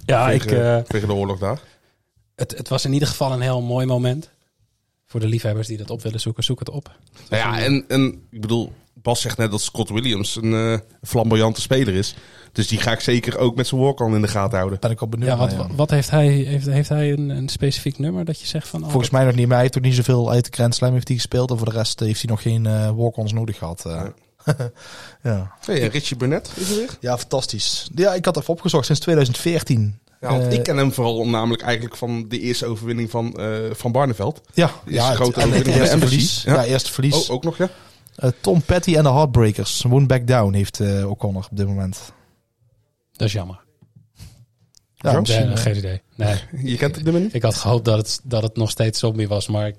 Speaker 2: Ja, ik,
Speaker 7: tegen,
Speaker 2: eh,
Speaker 7: tegen de oorlog daar.
Speaker 2: het, het was in ieder geval een heel mooi moment. Voor de liefhebbers die dat op willen zoeken, zoek het op.
Speaker 7: Nou ja, en, en ik bedoel, Bas zegt net dat Scott Williams een eh, flamboyante speler is. Dus die ga ik zeker ook met zijn walk-on in de gaten houden.
Speaker 8: eh, Ben ik al benieuwd.
Speaker 2: Ja, wat,
Speaker 8: naar,
Speaker 2: wat- wat heeft hij? Heeft, heeft hij een, een specifiek nummer dat je zegt van? oh,
Speaker 8: Volgens mij nog niet, maar hij heeft ook niet zoveel uit de Grand Slam heeft hij gespeeld. En voor de rest eh, heeft hij nog geen eh, walk-ons nodig gehad. eh. ja.
Speaker 7: Hey, eh, Richie Burnett is er weer.
Speaker 8: ja, fantastisch. Ja, ik had even opgezocht sinds 2014.
Speaker 7: Ja, want
Speaker 8: Eh,
Speaker 7: ik ken hem vooral namelijk eigenlijk van de eerste overwinning van, eh, van Barneveld.
Speaker 8: Ja,
Speaker 7: Is
Speaker 8: ja,
Speaker 7: groter
Speaker 8: en
Speaker 7: dan
Speaker 8: het
Speaker 7: de
Speaker 8: eerste
Speaker 7: Embassy.
Speaker 8: verlies.
Speaker 7: Ja.
Speaker 8: Ja, eerste verlies.
Speaker 7: Oh, ook nog, ja?
Speaker 8: Eh, Tom Petty en de Heartbreakers. Woon Back Down heeft eh O'Connor op dit moment.
Speaker 2: Dat is jammer.
Speaker 8: Ja,
Speaker 7: Zo?
Speaker 8: misschien,
Speaker 2: Nee,
Speaker 8: eh,
Speaker 2: geen idee. Nee,
Speaker 7: Je kent het nummer niet?
Speaker 2: ik had gehoopt dat het, dat het nog steeds zombie was, maar ik-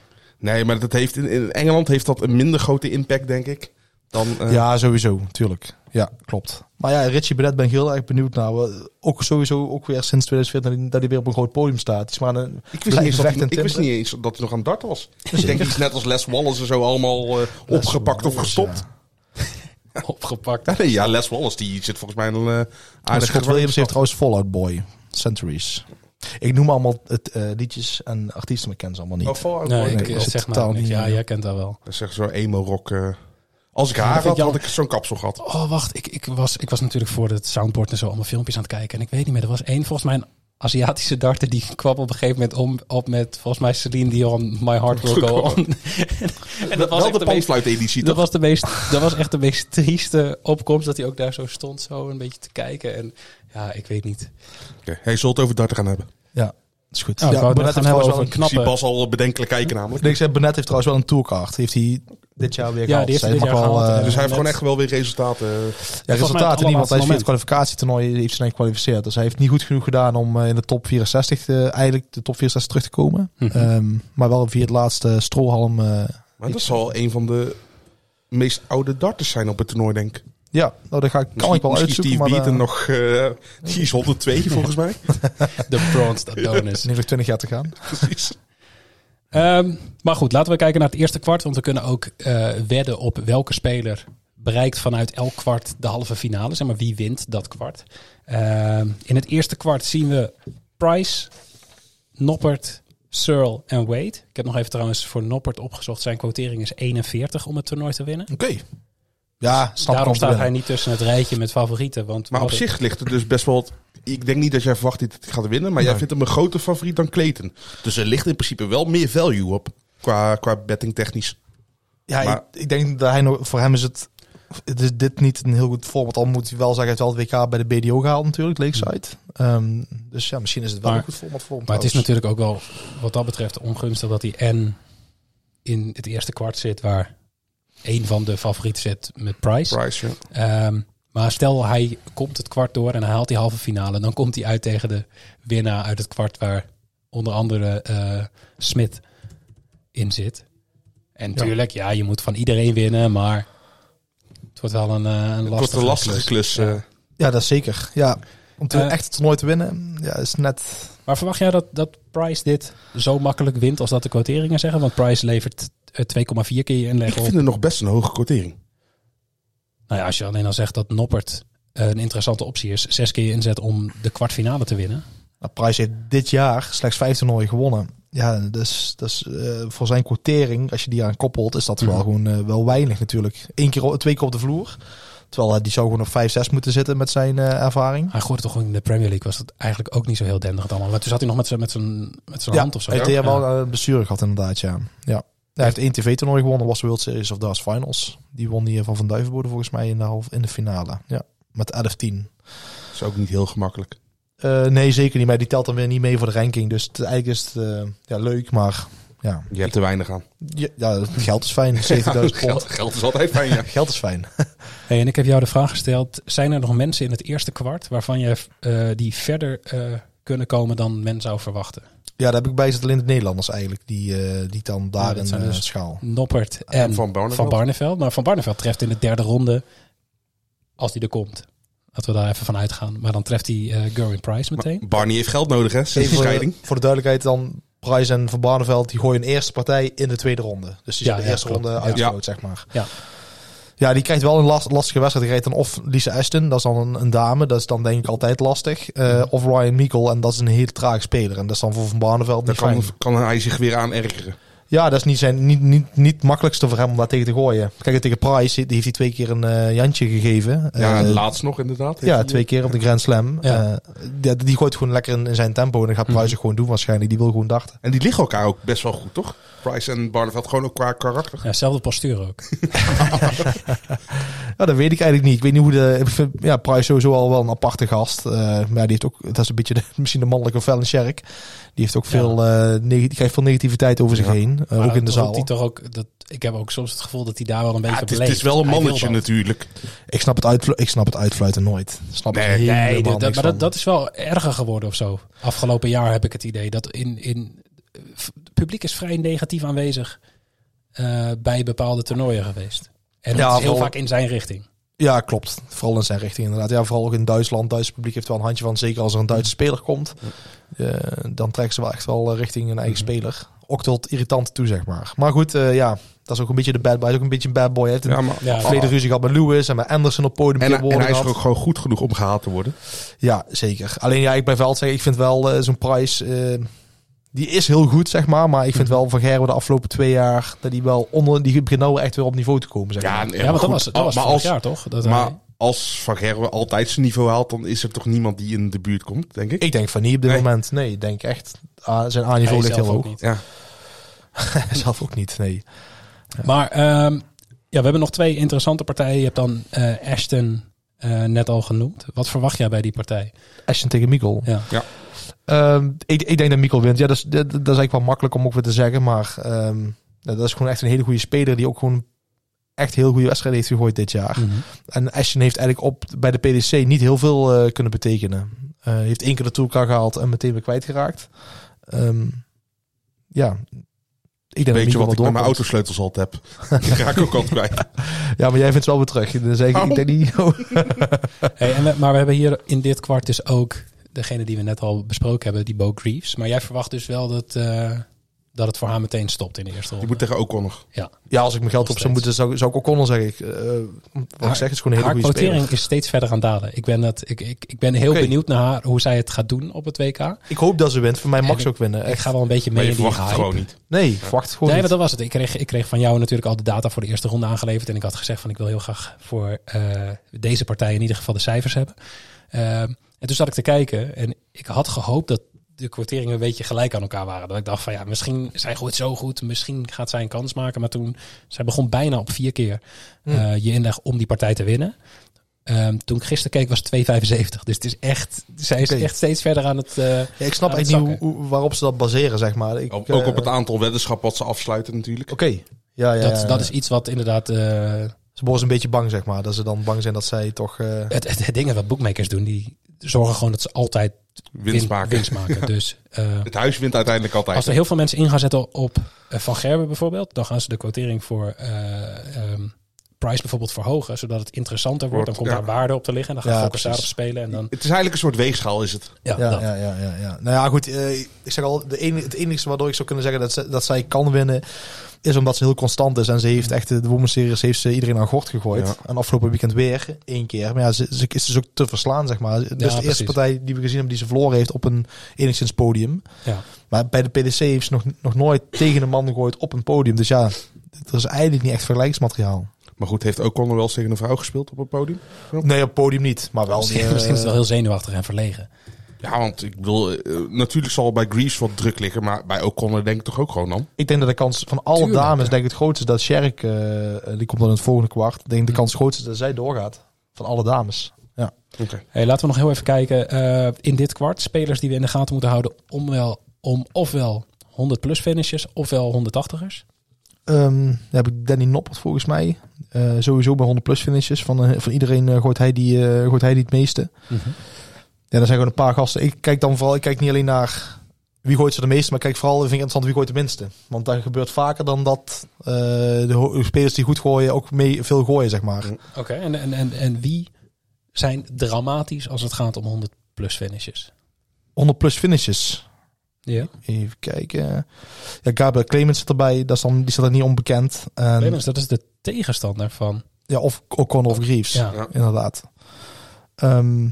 Speaker 7: Nee, maar dat heeft, in- in Engeland heeft dat een minder grote impact, denk ik. Dan, eh,
Speaker 8: ja, sowieso, tuurlijk. Ja, klopt. Maar ja, Richie Bennett ben ik heel erg benieuwd naar. Wa- Ook sowieso, ook weer sinds 2014 dat hij weer op een groot podium staat. Het is maar een
Speaker 7: Ik wist, niet eens dat,
Speaker 8: vechten
Speaker 7: ik wist niet eens dat hij nog aan het darten was. ik denk, die is net als Les Wallace en zo allemaal eh, opgepakt of gestopt.
Speaker 2: opgepakt.
Speaker 7: Ja, nee, ja, Les Wallace die zit volgens mij in een eh,
Speaker 8: En
Speaker 7: aardig
Speaker 8: Scott Williams heeft trouwens Fallout Boy, Centuries. Ik noem allemaal het, eh, liedjes en artiesten, maar ik ken ze allemaal niet.
Speaker 7: Oh, Fallout
Speaker 2: Nee,
Speaker 7: Boy,
Speaker 2: ik,
Speaker 7: oké.
Speaker 8: is het
Speaker 2: zeg maar.
Speaker 8: totaal
Speaker 2: niks.
Speaker 8: niet,
Speaker 2: ja,
Speaker 8: ja.
Speaker 2: jij kent dat wel.
Speaker 7: Dat is echt zo'n emo-rock. eh. Als ik haar
Speaker 2: vind
Speaker 7: had,
Speaker 2: ik
Speaker 7: had
Speaker 2: jammer.
Speaker 7: ik zo'n kapsel gehad.
Speaker 2: Oh, wacht. Ik, ik, was, ik was natuurlijk voor het soundboard en zo allemaal filmpjes aan het kijken. En ik weet niet meer. Er was één, volgens mij, een Aziatische darter die kwam op een gegeven moment om, op met, volgens mij, Celine Dion, My Heart Will
Speaker 8: Oh
Speaker 2: Go On. en dat was
Speaker 7: Wel
Speaker 2: echt
Speaker 7: de
Speaker 2: de meest...
Speaker 7: panfluit-editie,
Speaker 2: Dat
Speaker 7: toch?
Speaker 2: was, de meest, dat was echt de meest trieste opkomst, dat hij ook daar zo stond, zo een beetje te kijken. En ja, Oh, ik weet niet.
Speaker 7: Oké, Hij zult het over darten gaan hebben.
Speaker 8: Ja, dat is goed.
Speaker 2: Nou,
Speaker 8: ja,
Speaker 2: ik wou het
Speaker 8: Bennett
Speaker 2: net gaan hebben
Speaker 8: heeft trouwens wel
Speaker 2: over
Speaker 8: een,
Speaker 2: een
Speaker 7: Ik zie
Speaker 2: knappe...
Speaker 7: Bas al eh, bedenkelijk kijken namelijk.
Speaker 8: nee, ik zei, Bennett heeft trouwens wel een tourkaart. Heeft hij dit jaar weer
Speaker 2: die
Speaker 8: gehad.
Speaker 2: heeft hij
Speaker 8: Zij
Speaker 2: dit
Speaker 8: mag
Speaker 2: jaar
Speaker 8: wel,
Speaker 2: gehad.
Speaker 8: eh,
Speaker 7: Dus hij heeft
Speaker 2: net-
Speaker 7: gewoon echt wel weer resultaten. eh.
Speaker 8: Ja,
Speaker 2: Volgens mij
Speaker 8: resultaten
Speaker 2: het
Speaker 8: niet, want hij is via
Speaker 2: allerlaatste
Speaker 8: het kwalificatietoernooi heeft zich gekwalificeerd. Dus hij heeft niet goed genoeg gedaan om eh, in de top 64, eh, eigenlijk de top 64 terug te komen.
Speaker 2: Mhm.
Speaker 8: Ehm, maar wel via het laatste strohalm. eh,
Speaker 7: Maar dat zal een van de meest oude darters zijn op het toernooi, denk ik.
Speaker 8: ja, nou, daar ga ik, kan ik wel
Speaker 7: Misschien
Speaker 8: uitzoeken.
Speaker 7: Steve
Speaker 8: maar,
Speaker 7: Beaton
Speaker 8: eh,
Speaker 7: nog... eh, die is 102 volgens mij.
Speaker 2: De Bronze Adonis.
Speaker 8: nu nog 20 jaar te gaan.
Speaker 7: Precies.
Speaker 2: Ehm, maar goed, laten we kijken naar het eerste kwart. Want we kunnen ook eh, wedden op welke speler bereikt vanuit elk kwart de halve finale. Zeg maar wie wint dat kwart. Ehm, in het eerste kwart zien we Price, Noppert, Searle en Wade. Ik heb nog even trouwens voor Noppert opgezocht. Zijn quotering is 41 om het toernooi te winnen.
Speaker 8: Oké. Ja, snap ik
Speaker 2: Dus Daarom
Speaker 8: wel
Speaker 2: staat hij
Speaker 8: binnen.
Speaker 2: niet tussen het rijtje met favorieten. Want we
Speaker 7: Maar op
Speaker 2: hadden-
Speaker 7: zich ligt het dus best wel... wat- Ik denk niet dat jij verwacht dat hij gaat winnen, maar jij vindt hem een groter favoriet dan Clayton. Dus er ligt in principe wel meer value op, qua, qua betting technisch.
Speaker 8: Ja,
Speaker 7: Maar-
Speaker 8: ik, ik denk dat hij nog, voor hem is het, het is dit niet een heel goed voorbeeld. Al moet hij wel zeggen, hij heeft wel het WK bij de BDO gehaald natuurlijk, Lakeside. Ehm, dus ja, misschien is het wel
Speaker 2: Maar-
Speaker 8: een goed voorbeeld voor hem.
Speaker 2: Maar het is
Speaker 8: trouwens.
Speaker 2: natuurlijk ook wel wat dat betreft ongunstig dat hij en in het eerste kwart zit waar een van de favorieten zit met Price.
Speaker 7: Price, ja.
Speaker 2: Ehm, maar stel hij komt het kwart door en hij haalt die halve finale, dan komt hij uit tegen de winnaar uit het kwart waar onder andere eh Smit in zit. En tuurlijk, ja, je moet van iedereen winnen, maar het wordt wel een, eh, een
Speaker 7: Het wordt
Speaker 2: lastige,
Speaker 7: een lastige
Speaker 2: klus.
Speaker 7: klus. eh.
Speaker 8: Ja, dat is zeker. Ja, om te,
Speaker 2: Eh,
Speaker 8: echt het toernooi te winnen, ja, is net...
Speaker 2: Maar verwacht jij dat, dat Price dit zo makkelijk wint als dat de quoteringen zeggen? Want Price levert eh, 2,4 keer je
Speaker 7: ik
Speaker 2: inleg op.
Speaker 7: vind het nog best een hoge quotering.
Speaker 2: Nou ja, als je alleen al zegt dat Noppert eh, een interessante optie is. Zes keer je inzet om de kwartfinale te winnen.
Speaker 8: Nou, Price heeft dit jaar slechts vijf toernooien gewonnen. Ja, dus, dus eh, voor zijn quotering, als je die aan koppelt, is dat wel
Speaker 2: Mhm.
Speaker 8: gewoon eh, wel weinig natuurlijk. Eén keer, o- twee keer op de vloer. Terwijl eh, die zou gewoon op 5, 6 moeten zitten met zijn eh, ervaring.
Speaker 2: Hij gooide toch gewoon in de Premier League. Was dat eigenlijk ook niet zo heel denderend allemaal. Maar toen zat hij nog met zijn met zijn- met zijn
Speaker 8: ja,
Speaker 2: hand of zo.
Speaker 8: Hij heeft dit
Speaker 2: Ja.
Speaker 8: jaar wel eh, een blessure gehad inderdaad, ja. ja. Hij heeft één tv-toernooi gewonnen, was de World Series of Dars Finals. Die won die eh, van Van Duivenbode volgens mij in de, half, in de finale. Ja, met 11-10.
Speaker 7: Dat is ook niet heel gemakkelijk.
Speaker 8: Eh, nee, zeker niet. Maar die telt dan weer niet mee voor de ranking. Dus het, eigenlijk is het eh, ja, leuk, maar ja.
Speaker 7: Je hebt er weinig aan.
Speaker 8: Ja, ja, het geld is fijn. 70.000 pond.
Speaker 7: Geld, geld is altijd fijn, ja.
Speaker 8: Geld is fijn.
Speaker 2: Hey, en ik heb jou de vraag gesteld. Zijn er nog mensen in het eerste kwart waarvan jij eh, die verder eh, kunnen komen dan men zou verwachten.
Speaker 8: Ja, daar heb ik bij zitten alleen de Nederlanders eigenlijk. Die, eh, die dan daar
Speaker 2: dat
Speaker 8: in
Speaker 2: zijn
Speaker 8: eh,
Speaker 2: dus-
Speaker 8: schaal.
Speaker 2: Noppert en
Speaker 7: Van
Speaker 2: Van
Speaker 7: Barneveld.
Speaker 2: Barneveld. Maar Van Barneveld treft in de derde ronde, als die er komt. Laten we daar even van uitgaan. Maar dan treft hij eh Gerwin Price meteen.
Speaker 7: Barney heeft geld nodig, hè? Sinds
Speaker 8: Even eh,
Speaker 7: de
Speaker 8: Dus voor
Speaker 7: scheiding.
Speaker 8: de, voor de duidelijkheid dan. Price en Van Barneveld die gooien een eerste partij in de tweede ronde. Dus die
Speaker 2: Ja,
Speaker 8: zijn de
Speaker 2: ja,
Speaker 8: eerste
Speaker 2: klopt.
Speaker 8: ronde
Speaker 2: Ja.
Speaker 8: uitgenodigd, zeg maar.
Speaker 2: Ja.
Speaker 8: Ja, die krijgt wel een last, lastige wedstrijd. Die krijgt dan of Lisa Ashton, dat is dan een, een dame. Dat is dan denk ik altijd lastig. Eh, Of Ryan Meikle, en dat is een heel traag speler. En dat is dan voor Van Barneveld
Speaker 7: Dan
Speaker 8: niet fijn.
Speaker 7: kan, kan hij zich weer aan ergeren.
Speaker 8: Ja, dat is niet, zijn, niet, niet, niet het makkelijkste voor hem om daar tegen te gooien. Kijk, tegen Price die heeft hij twee keer een eh, Jantje gegeven.
Speaker 7: Ja,
Speaker 8: Eh,
Speaker 7: laatst nog inderdaad.
Speaker 8: ja, twee keer op de Grand Slam.
Speaker 2: Ja. Mhm.
Speaker 8: Eh, die, die gooit gewoon lekker in, in zijn tempo. En dat gaat Price ook gewoon doen waarschijnlijk. Die wil gewoon darten.
Speaker 7: En die liggen elkaar ook best wel goed, toch? Price en Barneveld gewoon ook qua karakter.
Speaker 2: Ja, Hetzelfde postuur ook.
Speaker 8: Ja, dat weet ik eigenlijk niet. Ik weet niet hoe de... Ik vind, ja, Price sowieso al wel een aparte gast. Eh, maar die heeft ook... Dat is een beetje de, misschien de mannelijke Fallon Sherk. Die heeft ook veel... eh, neg- die krijgt veel negativiteit over zich heen. eh, ook
Speaker 2: Maar
Speaker 8: in de
Speaker 2: roept
Speaker 8: zaal.
Speaker 2: hij toch ook, dat, ik heb ook soms het gevoel dat hij daar wel een beetje
Speaker 7: Ja,
Speaker 2: op
Speaker 7: het, is, het
Speaker 2: leeft.
Speaker 7: is wel een
Speaker 2: Hij wil
Speaker 7: mannetje
Speaker 2: dat.
Speaker 7: natuurlijk.
Speaker 8: Ik snap, het uitflu- ik snap het uitfluiten nooit. Snap
Speaker 7: Nee,
Speaker 8: ik
Speaker 7: nee,
Speaker 8: helemaal
Speaker 2: Nee, dat-
Speaker 8: niks
Speaker 2: maar dat,
Speaker 8: van.
Speaker 2: dat is wel erger geworden of zo. Afgelopen jaar heb ik het idee dat in, in het publiek is vrij negatief aanwezig eh, bij bepaalde toernooien geweest. En dat
Speaker 8: Ja,
Speaker 2: is heel
Speaker 8: vooral-
Speaker 2: vaak in zijn richting.
Speaker 8: Ja, klopt. Vooral in zijn richting inderdaad. Ja, vooral ook in Duitsland. Duits publiek heeft wel een handje van. Zeker als er een Duitse
Speaker 7: Mm.
Speaker 8: speler komt. eh, dan trekken ze wel echt wel eh, richting hun eigen
Speaker 7: Mm.
Speaker 8: speler. Ook tot irritant toe, zeg maar. Maar goed, eh, ja. Dat is ook een beetje de bad boy. Hij is ook een beetje een bad boy. Hij heeft een
Speaker 7: Ja, maar...
Speaker 2: Ja,
Speaker 8: verleden ruzie gehad met Lewis en met Anderson op podium.
Speaker 7: En,
Speaker 8: keer
Speaker 7: en
Speaker 8: woorden
Speaker 7: hij is er
Speaker 8: gehad.
Speaker 7: ook gewoon goed genoeg om gehaald te worden.
Speaker 8: Ja, zeker. Alleen ja, ik blijf wel altijd zeggen. Ik vind wel eh, zo'n prijs... eh, die is heel goed, zeg maar. Maar ik
Speaker 7: Mm.
Speaker 8: vind wel van Gerwe de afgelopen twee jaar... dat die wel onder... die begint nou echt weer op niveau te komen, zeg maar.
Speaker 7: en-
Speaker 2: Ja, want
Speaker 7: goed,
Speaker 2: dat was, dat was
Speaker 7: maar
Speaker 2: vorig
Speaker 7: als,
Speaker 2: jaar toch? Dat eh,
Speaker 7: maar
Speaker 2: hij-
Speaker 7: als Van Gerwen altijd zijn niveau haalt, dan is er toch niemand die in de buurt komt, denk ik.
Speaker 8: Ik denk van niet op dit
Speaker 7: Nee.
Speaker 8: moment. Nee, ik denk echt. ah, zijn A-niveau
Speaker 2: hij
Speaker 8: ligt
Speaker 2: zelf
Speaker 8: heel
Speaker 2: ook
Speaker 8: hoog.
Speaker 2: niet.
Speaker 7: Ja.
Speaker 8: zelf ook niet, nee.
Speaker 2: Maar ehm, ja, we hebben nog twee interessante partijen. Je hebt dan eh, Ashton eh, net al genoemd. Wat verwacht jij bij die partij?
Speaker 8: Ashton tegen Mikkel.
Speaker 2: Ja.
Speaker 8: Ehm, ik, ik denk dat Mikkel wint. Ja, dat is, dat, dat is eigenlijk wel makkelijk om ook weer te zeggen. Maar ehm, dat is gewoon echt een hele goede speler. Die ook gewoon echt heel goede wedstrijden heeft gegooid dit jaar.
Speaker 2: Mhm.
Speaker 8: En Ashton heeft eigenlijk op, bij de PDC niet heel veel eh, kunnen betekenen. Eh, heeft één keer de toolkar gehaald en meteen weer kwijtgeraakt. Ehm ja, ik denk
Speaker 7: Weet je
Speaker 8: dat Mikkel
Speaker 7: wat ik met
Speaker 8: wel doorkomt.
Speaker 7: mijn autosleutels altijd heb? Die raak ik ook altijd kwijt.
Speaker 8: Ja, maar jij vindt ze wel weer terug. Dus ik, ik denk niet...
Speaker 2: Hey, en we- maar we hebben hier in dit kwart dus ook degene die we net al besproken hebben, die Bo Greaves. Maar jij verwacht dus wel dat, eh, dat het voor haar meteen stopt in de eerste
Speaker 7: Die
Speaker 2: ronde.
Speaker 7: moet tegen Ocon nog.
Speaker 8: Ja, als ik mijn geld
Speaker 2: Nog
Speaker 8: op zou
Speaker 2: steeds.
Speaker 8: moeten, zou, zou ik ook O'Connell zeg ik. eh, wat ik zeg, het is gewoon een
Speaker 2: haar
Speaker 8: hele goede speler.
Speaker 2: quotering is steeds verder gaan dalen. Ik ben, dat, ik, ik, ik ben heel
Speaker 8: Oké.
Speaker 2: benieuwd naar haar, hoe zij het gaat doen op het WK.
Speaker 8: Ik hoop dat ze wint. Voor mij
Speaker 2: En
Speaker 8: mag ze ook winnen.
Speaker 2: Ik
Speaker 8: Echt.
Speaker 2: ga wel een beetje mee
Speaker 7: Maar je
Speaker 2: in die
Speaker 7: verwacht het
Speaker 2: hype.
Speaker 7: gewoon niet.
Speaker 8: Nee, wacht gewoon
Speaker 2: nee, maar
Speaker 8: niet.
Speaker 2: dat was het. Ik kreeg, ik kreeg van jou natuurlijk al de data voor de eerste ronde aangeleverd. En ik had gezegd van ik wil heel graag voor eh, deze partij in ieder geval de cijfers hebben. Ehm, en toen zat ik te kijken en ik had gehoopt dat de kwarteringen een beetje gelijk aan elkaar waren. Dat ik dacht van ja, misschien zij gooit zo goed, misschien gaat zij een kans maken. Maar toen, zij begon bijna op vier keer
Speaker 8: Hmm.
Speaker 2: eh, je inleg om die partij te winnen. Ehm, toen ik gisteren keek was het 2,75. Dus het is echt, zij is
Speaker 8: Oké.
Speaker 2: echt steeds verder aan het... eh,
Speaker 8: Ja, ik snap
Speaker 2: aan
Speaker 8: echt
Speaker 2: het
Speaker 8: niet
Speaker 2: zakken.
Speaker 8: hoe- hoe- waarop ze dat baseren, zeg maar. Ik,
Speaker 7: Ook
Speaker 8: eh,
Speaker 7: op het aantal weddenschappen wat ze afsluiten natuurlijk.
Speaker 8: Oké. Ja, ja,
Speaker 2: dat,
Speaker 8: ja.
Speaker 2: dat is iets wat inderdaad... eh,
Speaker 8: Ze was een beetje bang, zeg maar. Dat ze dan bang zijn dat zij toch... eh,
Speaker 2: het, het, het ding is wat boekmakers doen, die zorgen gewoon dat ze altijd win-
Speaker 7: Winst maken.
Speaker 2: winst maken. Dus eh,
Speaker 7: Het huis wint uiteindelijk altijd.
Speaker 2: als er heel veel mensen in gaan zetten op eh, Van Gerben bijvoorbeeld, dan gaan ze de quotering voor eh, ehm, Price bijvoorbeeld verhogen, zodat het interessanter wordt. Dan
Speaker 7: Wordt,
Speaker 2: komt
Speaker 7: ja.
Speaker 2: daar waarde op te liggen. Dan gaan
Speaker 8: Ja,
Speaker 2: focussen daarop
Speaker 8: precies.
Speaker 2: spelen. En dan,
Speaker 7: Het is eigenlijk een soort weegschaal is het.
Speaker 2: ja,
Speaker 8: ja,
Speaker 2: dat.
Speaker 8: ja, ja, ja, ja. Nou ja, goed. eh, ik zeg al, de enige, het enige waardoor ik zou kunnen zeggen dat, ze, dat zij kan winnen... is omdat ze heel constant is. En ze heeft echt eh, de Women's Series heeft ze iedereen aan gort gegooid.
Speaker 7: Ja.
Speaker 8: En afgelopen weekend weer één keer. Maar ja, ze, ze is dus ook te verslaan, zeg maar. Dus de eerste
Speaker 2: precies.
Speaker 8: partij die we gezien hebben die ze verloren heeft op een enigszins podium.
Speaker 2: Ja.
Speaker 8: Maar bij de PDC heeft ze nog, nog nooit tegen een man gegooid op een podium. Dus ja, er is eigenlijk niet echt vergelijksmateriaal.
Speaker 7: Maar goed, heeft Ocon wel eens tegen een vrouw gespeeld op het podium?
Speaker 8: Nee, op podium niet. Maar wel...
Speaker 2: Misschien,
Speaker 8: eh,
Speaker 2: misschien is het wel heel zenuwachtig en verlegen.
Speaker 7: Ja, want ik bedoel, eh, natuurlijk zal bij Greaves wat druk liggen, maar bij O'Connor denk ik toch ook gewoon dan.
Speaker 8: Ik denk dat de kans van alle
Speaker 2: Tuurlijk,
Speaker 8: dames, denk ik het grootste, dat Sherk, eh, eh, die komt dan in het volgende kwart. Ik denk de kans grootste dat zij doorgaat. Van alle dames. Ja.
Speaker 2: Hey, laten we nog heel even kijken eh, in dit kwart. Spelers die we in de gaten moeten houden om, wel, om ofwel 100 plus finishes ofwel 180ers.
Speaker 8: Ehm, daar heb ik Danny Noppert volgens mij. Eh, sowieso bij 100 plus finishes. Van, eh, van iedereen eh, gooit, hij die, eh, gooit hij die het meeste. Ja, er zijn gewoon een paar gasten. Ik kijk dan vooral, ik kijk niet alleen naar wie gooit ze de meeste, maar ik kijk vooral, vind ik interessant wie gooit de minste. Want dan gebeurt vaker dan dat eh, de ho- spelers die goed gooien ook mee veel gooien, zeg maar.
Speaker 2: Oké, en, en, en, en wie zijn dramatisch als het gaat om 100 plus finishes?
Speaker 8: 100 plus finishes.
Speaker 2: Ja.
Speaker 8: Even kijken. Ja, Gabriel Clemens zit erbij. Dat is dan, die staat er niet onbekend. En,
Speaker 2: Clemens, dat is de tegenstander van.
Speaker 8: Ja, of O'Connor of Greaves.
Speaker 2: Ja.
Speaker 7: Ja.
Speaker 8: Inderdaad. Ehm,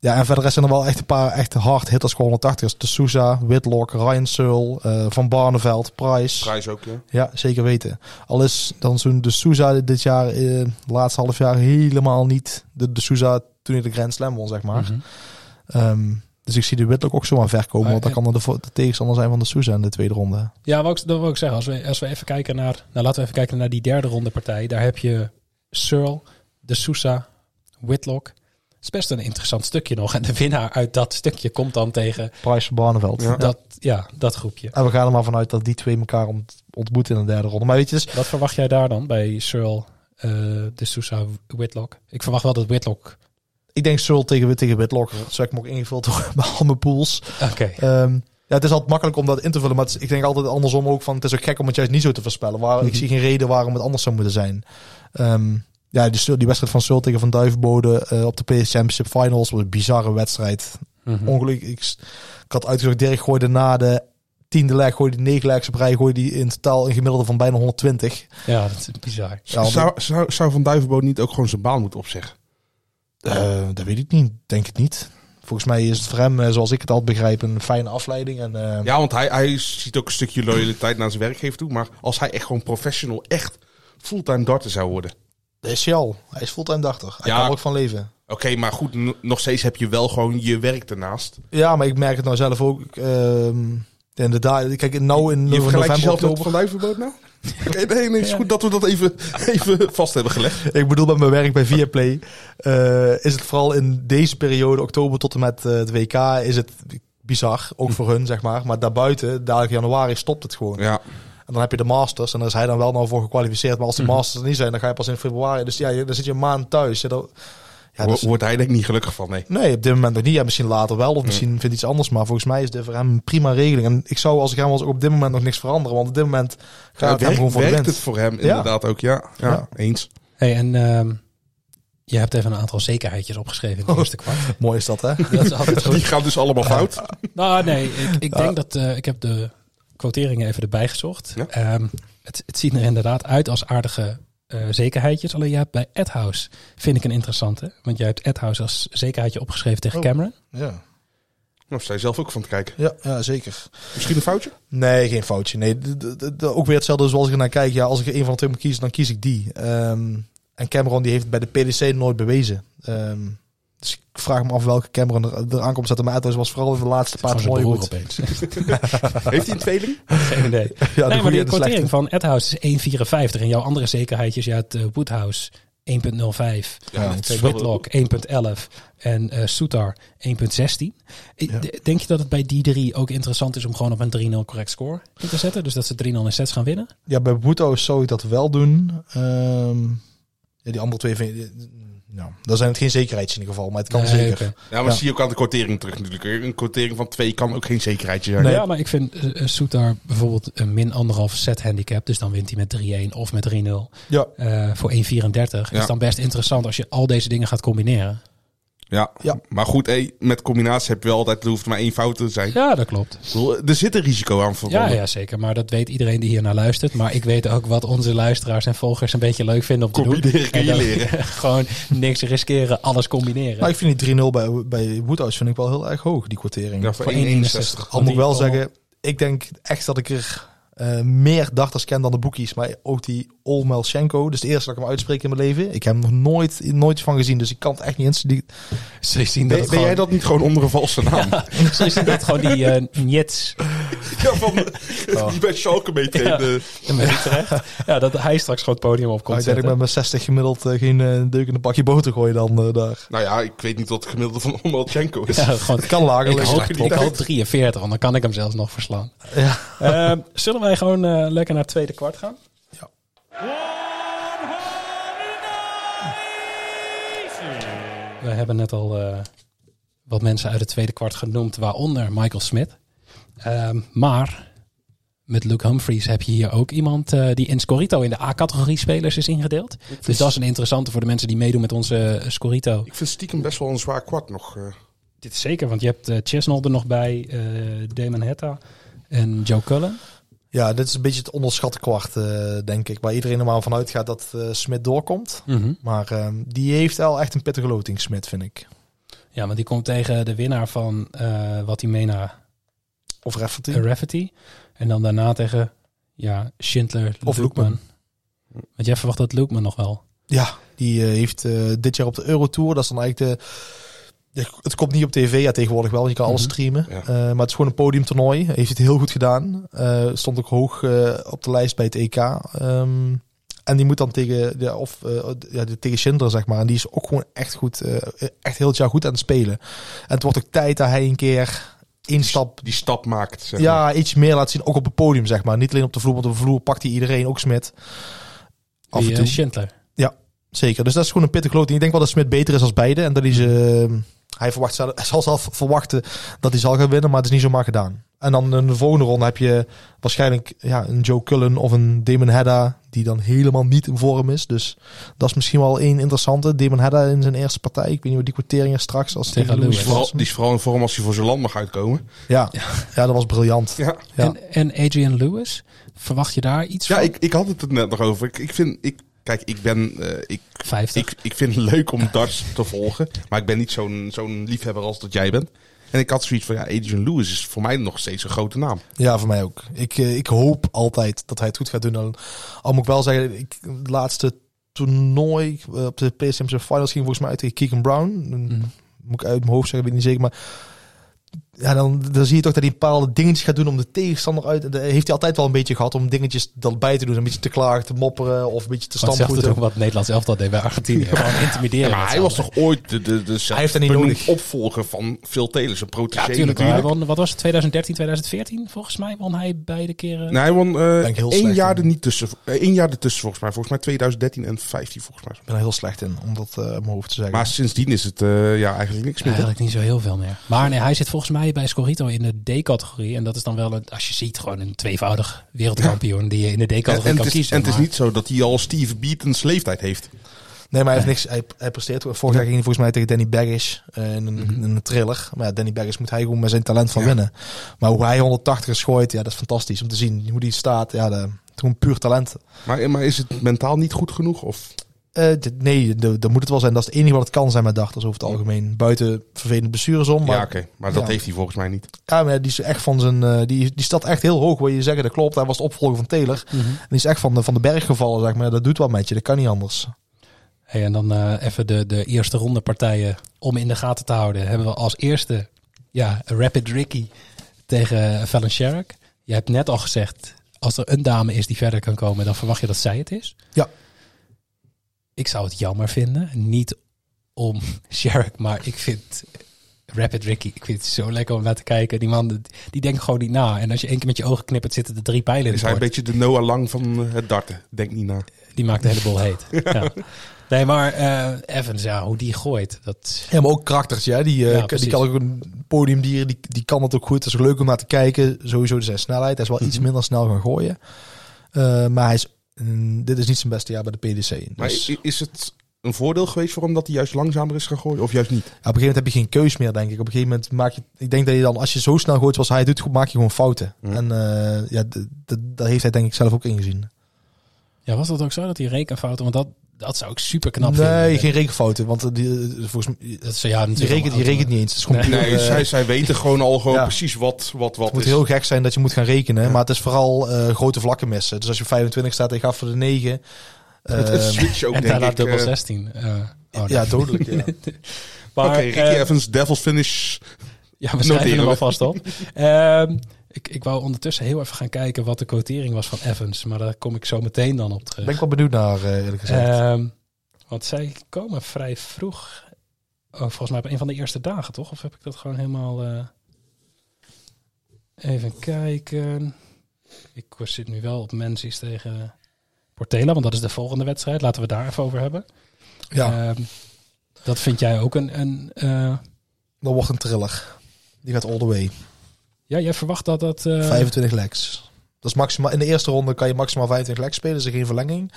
Speaker 8: ja, en verder zijn er wel echt een paar echt hard hitters, gewoon 180ers. De Souza, Whitlock, Ryan Searle, eh, Van Barneveld, Price.
Speaker 7: Prijs ook, ja.
Speaker 8: Ja, zeker weten. Al is dan zo'n de Souza dit jaar, eh, de laatste half jaar, helemaal niet de, de Souza toen hij de Grand Slam won, zeg maar.
Speaker 2: Mhm.
Speaker 8: Ehm, dus ik zie de Whitlock ook zomaar ver komen,
Speaker 2: Maar,
Speaker 8: want dan
Speaker 2: eh,
Speaker 8: kan er de, vo- de tegenstander zijn van de Souza in de tweede ronde.
Speaker 2: Ja, wou ik, dat wil ik zeggen. Als we, als we even kijken naar. Nou, laten we even kijken naar die derde ronde partij. Daar heb je Searle, De Sousa, Whitlock. Het is best een interessant stukje nog. En de winnaar uit dat stukje komt dan tegen
Speaker 8: Price van Barneveld.
Speaker 7: Ja.
Speaker 2: dat, ja, dat groepje.
Speaker 8: En we gaan er maar vanuit dat die twee elkaar ont- ontmoeten in de derde ronde. Maar weet je, dus
Speaker 2: Wat verwacht jij daar dan bij Searle, eh, De Sousa, Whitlock? Ik verwacht wel dat Whitlock.
Speaker 8: ik denk Searle tegen, tegen Whitlock. Zo heb ik hem ook ingevuld door bij al mijn pools.
Speaker 2: Oké.
Speaker 8: Ehm, ja, het is altijd makkelijk om dat in te vullen, maar het is- ik denk altijd andersom ook van het is ook gek om het juist niet zo te voorspellen. Waar, Ik
Speaker 2: Mhm.
Speaker 8: zie geen reden waarom het anders zou moeten zijn. Ehm, ja, die, Searle- die wedstrijd van Searle tegen Van Duivenbode eh, op de PS Championship Finals was een bizarre wedstrijd.
Speaker 2: Mhm.
Speaker 8: Ongelukkig, ik, s- ik had uitgezocht, Dirk gooide na de tiende leg, gooide die negen legs op rij, gooide die in totaal een gemiddelde van bijna 120.
Speaker 2: Ja, dat is bizar.
Speaker 8: Ja, want
Speaker 7: zou, zou, zou Van Duivenboot niet ook gewoon zijn baan moeten opzeggen?
Speaker 8: Eh, dat weet ik niet. Denk het niet. Volgens mij is het voor hem, eh, zoals ik het al begrijp, een fijne afleiding. En, eh,
Speaker 7: Ja, want hij, hij ziet ook een stukje loyaliteit naar zijn werkgever toe. Maar als hij echt gewoon professional, echt fulltime darter zou worden.
Speaker 8: Dat is hij al. Hij is fulltime dachter. Hij
Speaker 7: Ja.
Speaker 8: kan er ook van leven.
Speaker 7: Oké, maar goed, n- nog steeds heb je wel gewoon je werk ernaast.
Speaker 8: Ja, maar ik merk het nou zelf ook. ehm in de da- Kijk, nou in
Speaker 7: Je vergelijkt
Speaker 8: november,
Speaker 7: jezelf met
Speaker 8: oktober.
Speaker 7: Van Duivenboot nou? Oké, nee, nee, het is goed dat we dat even, even vast hebben gelegd.
Speaker 8: Ik bedoel, bij mijn werk bij Viaplay eh is het vooral in deze periode, oktober tot en met eh, het WK, is het bizar.
Speaker 7: Hm.
Speaker 8: Ook voor hun, zeg maar. Maar daarbuiten, dadelijk januari, stopt het gewoon.
Speaker 7: Ja,
Speaker 8: En dan heb je de Masters. En daar is hij dan wel nou voor gekwalificeerd. Maar als die Masters er niet zijn, dan ga je pas in februari. Dus ja, je- dan zit je een maand thuis. Ja, dat- ja,
Speaker 7: Wo-
Speaker 8: dus-
Speaker 7: wordt hij denk ik niet gelukkig van, nee.
Speaker 8: nee, op dit moment nog niet. Ja, misschien later wel. Of misschien vindt hij iets anders. Maar volgens mij is dit voor hem een prima regeling. En ik zou als ik hem was ook op dit moment nog niks veranderen. Want op dit moment gaat het hem
Speaker 7: werkt
Speaker 8: gewoon voor de
Speaker 7: werkt
Speaker 8: wind.
Speaker 7: het voor hem inderdaad ook, ja. Ja,
Speaker 8: Ja.
Speaker 7: eens.
Speaker 2: Hey, en ehm, je hebt even een aantal zekerheidjes opgeschreven in het
Speaker 8: Oh.
Speaker 2: eerste kwart.
Speaker 8: Mooi is dat, hè?
Speaker 2: Dat is altijd
Speaker 7: Die
Speaker 2: goed.
Speaker 7: gaan dus allemaal fout.
Speaker 2: Nou, nee, ik, ik denk dat eh, ik heb de quoteringen even erbij gezocht.
Speaker 7: Ja.
Speaker 2: Ehm, het, het ziet er inderdaad uit als aardige eh, zekerheidjes. Alleen jij hebt bij Adhouse, vind ik een interessante. Want jij hebt Adhouse als zekerheidje opgeschreven tegen
Speaker 8: Oh.
Speaker 2: Cameron.
Speaker 8: Ja,
Speaker 7: Nou, sta je zelf ook van te kijken.
Speaker 8: ja, ja zeker.
Speaker 7: Misschien een foutje?
Speaker 8: Nee, geen foutje. Nee, d- d- d- d- ook weer hetzelfde zoals ik ernaar kijk. Ja, als ik er een van de twee moet kiezen, dan kies ik die. Ehm, en Cameron die heeft het bij de PDC nooit bewezen. Ehm, dus ik vraag me af welke Cameron er, er aankomt zetten. Maar het was vooral in de laatste paar
Speaker 2: Van zijn
Speaker 8: toernooien
Speaker 2: broer opeens.
Speaker 8: goed.
Speaker 7: Heeft hij een tweeling?
Speaker 2: Geen idee.
Speaker 8: Ja, de
Speaker 2: nee, maar
Speaker 8: goede
Speaker 2: de
Speaker 8: en de
Speaker 2: quotering
Speaker 8: slechte.
Speaker 2: van Adhouse is 1,54. En jouw andere zekerheidjes, je hebt eh, Woodhouse 1,05.
Speaker 7: Ja,
Speaker 2: Het is Whitlock 1.11 en eh Soutar 1.16. Ik-
Speaker 8: Ja.
Speaker 2: d- Denk je dat het bij die drie ook interessant is om gewoon op een 3-0 correct score in te zetten? Dus dat ze 3-0 in sets gaan winnen?
Speaker 8: Ja, bij Boeto zou ik dat wel doen. Ehm, ja, die andere twee vind ik... Nou, daar zijn het geen zekerheidjes in ieder geval, maar het kan
Speaker 2: Nee,
Speaker 8: zeker.
Speaker 2: oké.
Speaker 7: Ja, maar
Speaker 8: Ja.
Speaker 7: zie je ook aan de quotering terug natuurlijk. Een quotering van twee kan ook geen zekerheidje zijn.
Speaker 2: Nou Ja, maar ik vind eh, eh, Soutar bijvoorbeeld een min anderhalf set handicap. Dus dan wint hij met 3-1 of met 3-0
Speaker 8: Ja,
Speaker 2: eh, voor 1,34.
Speaker 7: Ja.
Speaker 2: Is dan best interessant als je al deze dingen gaat combineren.
Speaker 7: Ja,
Speaker 8: Ja.
Speaker 7: maar goed, hé, met combinatie heb je wel altijd, er hoeft maar één fout te zijn.
Speaker 2: Ja, dat klopt.
Speaker 7: Ik bedoel, Er zit een risico aan
Speaker 2: Ja,
Speaker 7: verbonden.
Speaker 2: ja, zeker. Maar dat weet iedereen die hier naar luistert. Maar ik weet ook wat onze luisteraars en volgers een beetje leuk vinden om te doen.
Speaker 7: Combineren kun je
Speaker 2: En dat-
Speaker 7: leren.
Speaker 2: gewoon niks riskeren, alles combineren.
Speaker 8: Nou, ik vind die 3-0 bij, bij Woodhouse vind ik wel heel erg hoog, die quotering.
Speaker 7: Ja, voor
Speaker 2: Voor
Speaker 7: 1,61.
Speaker 2: 1,61.
Speaker 8: Al moet ik wel
Speaker 2: Die-
Speaker 8: zeggen, ik denk echt dat ik er eh, meer dachters ken dan de boekies. Maar ook die Olmelchenko, dus de eerste dat ik hem uitspreek in mijn leven. Ik heb hem nog nooit, nooit iets van gezien, dus ik kan het echt niet instuderen.
Speaker 2: Ze zien dat
Speaker 7: Ben,
Speaker 2: het
Speaker 7: ben jij
Speaker 2: gewoon...
Speaker 7: dat niet gewoon onder een valse naam? Ja,
Speaker 2: Ze zien dat gewoon die eh Njets
Speaker 7: van, die bij Schalke eh, meetrainde.
Speaker 2: in Utrecht. Ja, dat hij straks gewoon het podium op komt
Speaker 8: Ik denk Oh, dat ik met mijn 60 gemiddeld eh, geen eh, deuk in een pakje boter gooi dan eh, daar.
Speaker 7: Nou ja, ik weet niet wat het gemiddelde van Omelchenko is.
Speaker 2: Ja, gewoon,
Speaker 8: Het kan lager
Speaker 2: ik,
Speaker 8: liggen.
Speaker 2: hoop,
Speaker 7: slecht op.
Speaker 2: ik hoop 43, want dan kan ik hem zelfs nog verslaan.
Speaker 8: Ja.
Speaker 2: Ehm, zullen wij gewoon eh, lekker naar het tweede kwart gaan? We hebben net al eh, wat mensen uit het tweede kwart genoemd, waaronder Michael Smith. Ehm, maar met Luke Humphries heb je hier ook iemand eh, die in Scorito in de A-categorie spelers is ingedeeld. Dus dat is een interessante voor de mensen die meedoen met onze eh, Scorito.
Speaker 7: Ik vind stiekem best wel een zwaar kwart nog. eh.
Speaker 2: Dit is zeker, want je hebt eh, Chesnall er nog bij, eh Damon Hetta en Joe Cullen.
Speaker 8: Ja, dit is een beetje het onderschatte kwart, eh, denk ik. Waar iedereen normaal van uitgaat dat eh Smit doorkomt.
Speaker 2: Mhm.
Speaker 8: Maar ehm, die heeft wel echt een pittige loting, Smit, vind ik.
Speaker 2: Ja, want die komt tegen de winnaar van eh wat hij mee naar
Speaker 8: Of Rafferty.
Speaker 2: Rafferty. En dan daarna tegen ja, Schindler
Speaker 8: Of
Speaker 2: Loekman. Want jij verwacht dat Loekman nog wel.
Speaker 8: Ja, die eh, heeft eh, dit jaar op de Eurotour. Dat is dan eigenlijk de. de- Het komt niet op tv, ja tegenwoordig wel, want je kan alles
Speaker 2: Mhm.
Speaker 8: streamen.
Speaker 7: Ja.
Speaker 8: Eh, maar het is gewoon een podiumtoernooi. Hij Heeft het heel goed gedaan. Eh, stond ook hoog eh, op de lijst bij het EK. Ehm, en die moet dan tegen, ja, of, eh, ja, de- tegen Schindler, zeg maar. En die is ook gewoon echt goed, eh, echt heel het jaar goed aan het spelen. En het wordt ook tijd dat hij een keer één stap
Speaker 7: Die stap maakt. Zeg maar.
Speaker 8: ja, iets meer laat zien, ook op het podium, zeg maar. Niet alleen op de vloer, want op de vloer pakt hij iedereen, ook Smit. Af
Speaker 2: Die,
Speaker 8: en
Speaker 2: eh,
Speaker 8: toe.
Speaker 2: Schindler.
Speaker 8: Zeker, dus dat is gewoon een pittig loting. Ik denk wel dat Smit beter is als beide. En dat hij ze... eh, Hij verwacht, zelf- hij zal zelf verwachten dat hij zal gaan winnen, maar het is niet zomaar gedaan. En dan in de volgende ronde heb je waarschijnlijk ja, een Joe Cullen of een Damon Hedda... die dan helemaal niet in vorm is. Dus dat is misschien wel één interessante. Damon Hedda in zijn eerste partij. Ik weet niet wat die quotering is straks. Als
Speaker 2: Tegen
Speaker 8: tegen Lewis
Speaker 2: Lewis.
Speaker 7: Vooral,
Speaker 8: was.
Speaker 7: die is vooral in vorm als hij voor zijn land mag uitkomen.
Speaker 8: Ja. ja, dat was briljant.
Speaker 7: Ja,
Speaker 8: Ja.
Speaker 2: En, en Adrian Lewis, verwacht je daar iets
Speaker 7: ja
Speaker 2: van?
Speaker 7: ik, ik had het er net nog over. Ik, ik vind... Ik, kijk, ik ben... eh, ik,
Speaker 2: 50.
Speaker 7: ik, ik vind het leuk om darts te volgen. Maar ik ben niet zo'n zo'n liefhebber als dat jij bent. En ik had zoiets van... Ja, Adrian Lewis is voor mij nog steeds een grote naam.
Speaker 8: Ja, voor mij ook. Ik, eh, ik hoop altijd dat hij het goed gaat doen. Al, al moet ik wel zeggen, ik, het laatste toernooi eh, op de PSMC Finals ging volgens mij uit tegen Keegan Brown. Dan
Speaker 2: Mhm.
Speaker 8: Moet ik uit mijn hoofd zeggen, weet ik niet zeker. Maar ja, dan, dan zie je toch dat hij bepaalde dingetjes gaat doen om de tegenstander uit. Dat heeft hij altijd wel een beetje gehad om dingetjes dat bij te doen. Een beetje te klagen, te mopperen of een beetje te
Speaker 2: Want hetzelfde
Speaker 8: stampvoeten.
Speaker 2: doen wat Nederlands elftal deed bij Argentinië. Gewoon intimideren.
Speaker 7: Ja, maar
Speaker 2: met
Speaker 7: hij
Speaker 2: z'n
Speaker 7: was
Speaker 2: allen.
Speaker 7: toch ooit de, de, de
Speaker 8: Hij heeft dat niet
Speaker 7: zelfbenoemd
Speaker 8: nodig.
Speaker 7: opvolger van Phil Taylor, zijn protégé
Speaker 2: Ja, tuurlijk. maar Hij
Speaker 7: natuurlijk.
Speaker 2: won, wat was het? 2013, 2014 volgens mij won hij beide keren.
Speaker 7: Nee, hij won eh,
Speaker 8: Ben ik heel
Speaker 7: één
Speaker 8: slecht in.
Speaker 7: jaar er niet tussen. eh, één jaar ertussen volgens mij. Volgens mij 2013 en 15 volgens mij.
Speaker 8: Ik ben er heel slecht in om dat eh uit mijn hoofd te zeggen.
Speaker 7: Maar sindsdien is het eh, ja, eigenlijk niks meer.
Speaker 2: Eigenlijk niet zo heel veel meer. Maar nee, hij zit volgens mij bij Scorito in de D-categorie. En dat is dan wel, een, als je ziet, gewoon een tweevoudig wereldkampioen die je in de
Speaker 7: en,
Speaker 2: D-categorie
Speaker 7: en
Speaker 2: kan
Speaker 7: het is,
Speaker 2: kiezen.
Speaker 7: en het is
Speaker 2: maar-
Speaker 7: niet zo dat hij al Steve Beaton's leeftijd heeft.
Speaker 8: Nee, maar hij, heeft niks, hij, hij presteert. ook. Vorig jaar ging hij volgens mij tegen Danny Baggish eh, in, een, in een thriller. Maar ja, Danny Baggish moet hij gewoon met zijn talent van winnen. Maar hoe hij 180 is gooit, ja, dat is fantastisch om te zien. Hoe die staat, ja, dat- gewoon puur talent.
Speaker 7: Maar, maar is het mentaal niet goed genoeg? Of?
Speaker 8: Eh, dit- nee, de- dat moet het wel zijn. Dat is het enige wat het kan zijn met dachters over het algemeen. Buiten vervelende blessures om. Maar,
Speaker 7: ja, oké. Maar dat
Speaker 8: ja.
Speaker 7: heeft hij volgens mij niet.
Speaker 8: ja, maar die, is echt van zijn, eh, die, die staat echt heel hoog. Wil je zeggen, dat klopt. Hij was de opvolger van Taylor.
Speaker 2: Mhm.
Speaker 8: En die is echt van de, van de berg gevallen, zeg maar. Dat doet wat met je. Dat kan niet anders.
Speaker 2: Hey, en dan eh, even de, de eerste ronde partijen om in de gaten te houden. Hebben we als eerste ja, Rapid Ricky tegen Fallon Sherrick. Je hebt net al gezegd, als er een dame is die verder kan komen, dan verwacht je dat zij het is.
Speaker 8: Ja.
Speaker 2: Ik zou het jammer vinden. Niet om Sherrick, maar ik vind Rapid Ricky, ik vind het zo lekker om naar te kijken. Die man, die denkt gewoon niet na. En als je één keer met je ogen knippert, zitten er drie pijlen in
Speaker 7: Is
Speaker 2: het
Speaker 7: hij een
Speaker 2: bord.
Speaker 7: beetje de Noah Lang van eh, het darten? Denk niet na.
Speaker 2: Die maakt de hele bol heet. ja. Nee, maar eh, Evans, ja, hoe die gooit, dat...
Speaker 8: Ja, maar ook karakters, ja. Die, eh,
Speaker 2: Ja,
Speaker 8: k- die
Speaker 2: precies.
Speaker 8: kan ook een podiumdier, die, die kan het ook goed. Het is ook leuk om naar te kijken. Sowieso zijn snelheid. Hij is wel
Speaker 2: Mhm.
Speaker 8: iets minder snel gaan gooien. Eh, maar hij is, mm, dit is niet zijn beste jaar bij de PDC.
Speaker 7: Maar
Speaker 8: Dus,
Speaker 7: i- is het een voordeel geweest voor hem dat hij juist langzamer is gaan gooien? Of juist niet?
Speaker 8: op een gegeven moment heb je geen keus meer, denk ik. Op een gegeven moment maak je... Ik denk dat je dan, als je zo snel gooit zoals hij doet, goed, maak je gewoon fouten.
Speaker 7: Mhm.
Speaker 8: En eh, ja, d- d- dat heeft hij denk ik zelf ook ingezien.
Speaker 2: Ja, was dat ook zo dat die rekenfouten? Want dat, dat zou ik super knap vinden.
Speaker 8: nee, geen rekenfouten. Want eh, die, eh, volgens mij...
Speaker 2: Dat ze, ja,
Speaker 8: Die
Speaker 2: natuurlijk
Speaker 8: rekent, die
Speaker 2: allemaal
Speaker 8: rekent niet eens. Het is gewoon
Speaker 2: Nee.
Speaker 8: puur,
Speaker 7: Nee,
Speaker 8: eh,
Speaker 7: zij, zij weten gewoon al gewoon
Speaker 8: Ja.
Speaker 7: precies wat wat, wat
Speaker 8: Het moet
Speaker 7: is.
Speaker 8: heel gek zijn dat je moet gaan rekenen. Maar het is vooral eh, grote vlakken missen. Dus als je op 25 staat en je gaat voor de 9.
Speaker 7: Het
Speaker 8: Eh,
Speaker 7: is switch ook,
Speaker 2: En
Speaker 7: denk
Speaker 2: daarna
Speaker 7: ik.
Speaker 2: dubbel
Speaker 7: eh,
Speaker 2: 16. eh, oh,
Speaker 8: ja,
Speaker 2: nee.
Speaker 8: dodelijk. Ja.
Speaker 2: Maar,
Speaker 7: Oké, Ricky
Speaker 2: eh,
Speaker 7: Evans, Devil's Finish.
Speaker 2: Ja, we schrijven
Speaker 7: Noteren
Speaker 2: hem
Speaker 7: we.
Speaker 2: alvast op. Ehm, ik, ik wou ondertussen heel even gaan kijken wat de quotering was van Evans. Maar daar kom ik zo meteen dan op terug.
Speaker 8: ben ik wel benieuwd naar, eh, eerlijk gezegd.
Speaker 2: Ehm, want zij komen vrij vroeg. Oh, volgens mij op een van de eerste dagen, toch? Of heb ik dat gewoon helemaal... eh, Even kijken. Ik zit nu wel op Menzies tegen Portela, want dat is de volgende wedstrijd. Laten we het daar even over hebben.
Speaker 8: ja.
Speaker 2: Ehm, dat vind jij ook een, een eh,
Speaker 8: Dat wordt een thriller. Die gaat all the way.
Speaker 2: Ja, jij verwacht dat dat... eh,
Speaker 8: 25 legs. Dat is maximaal, in de eerste ronde kan je maximaal 25 legs spelen. Dus er is geen verlenging.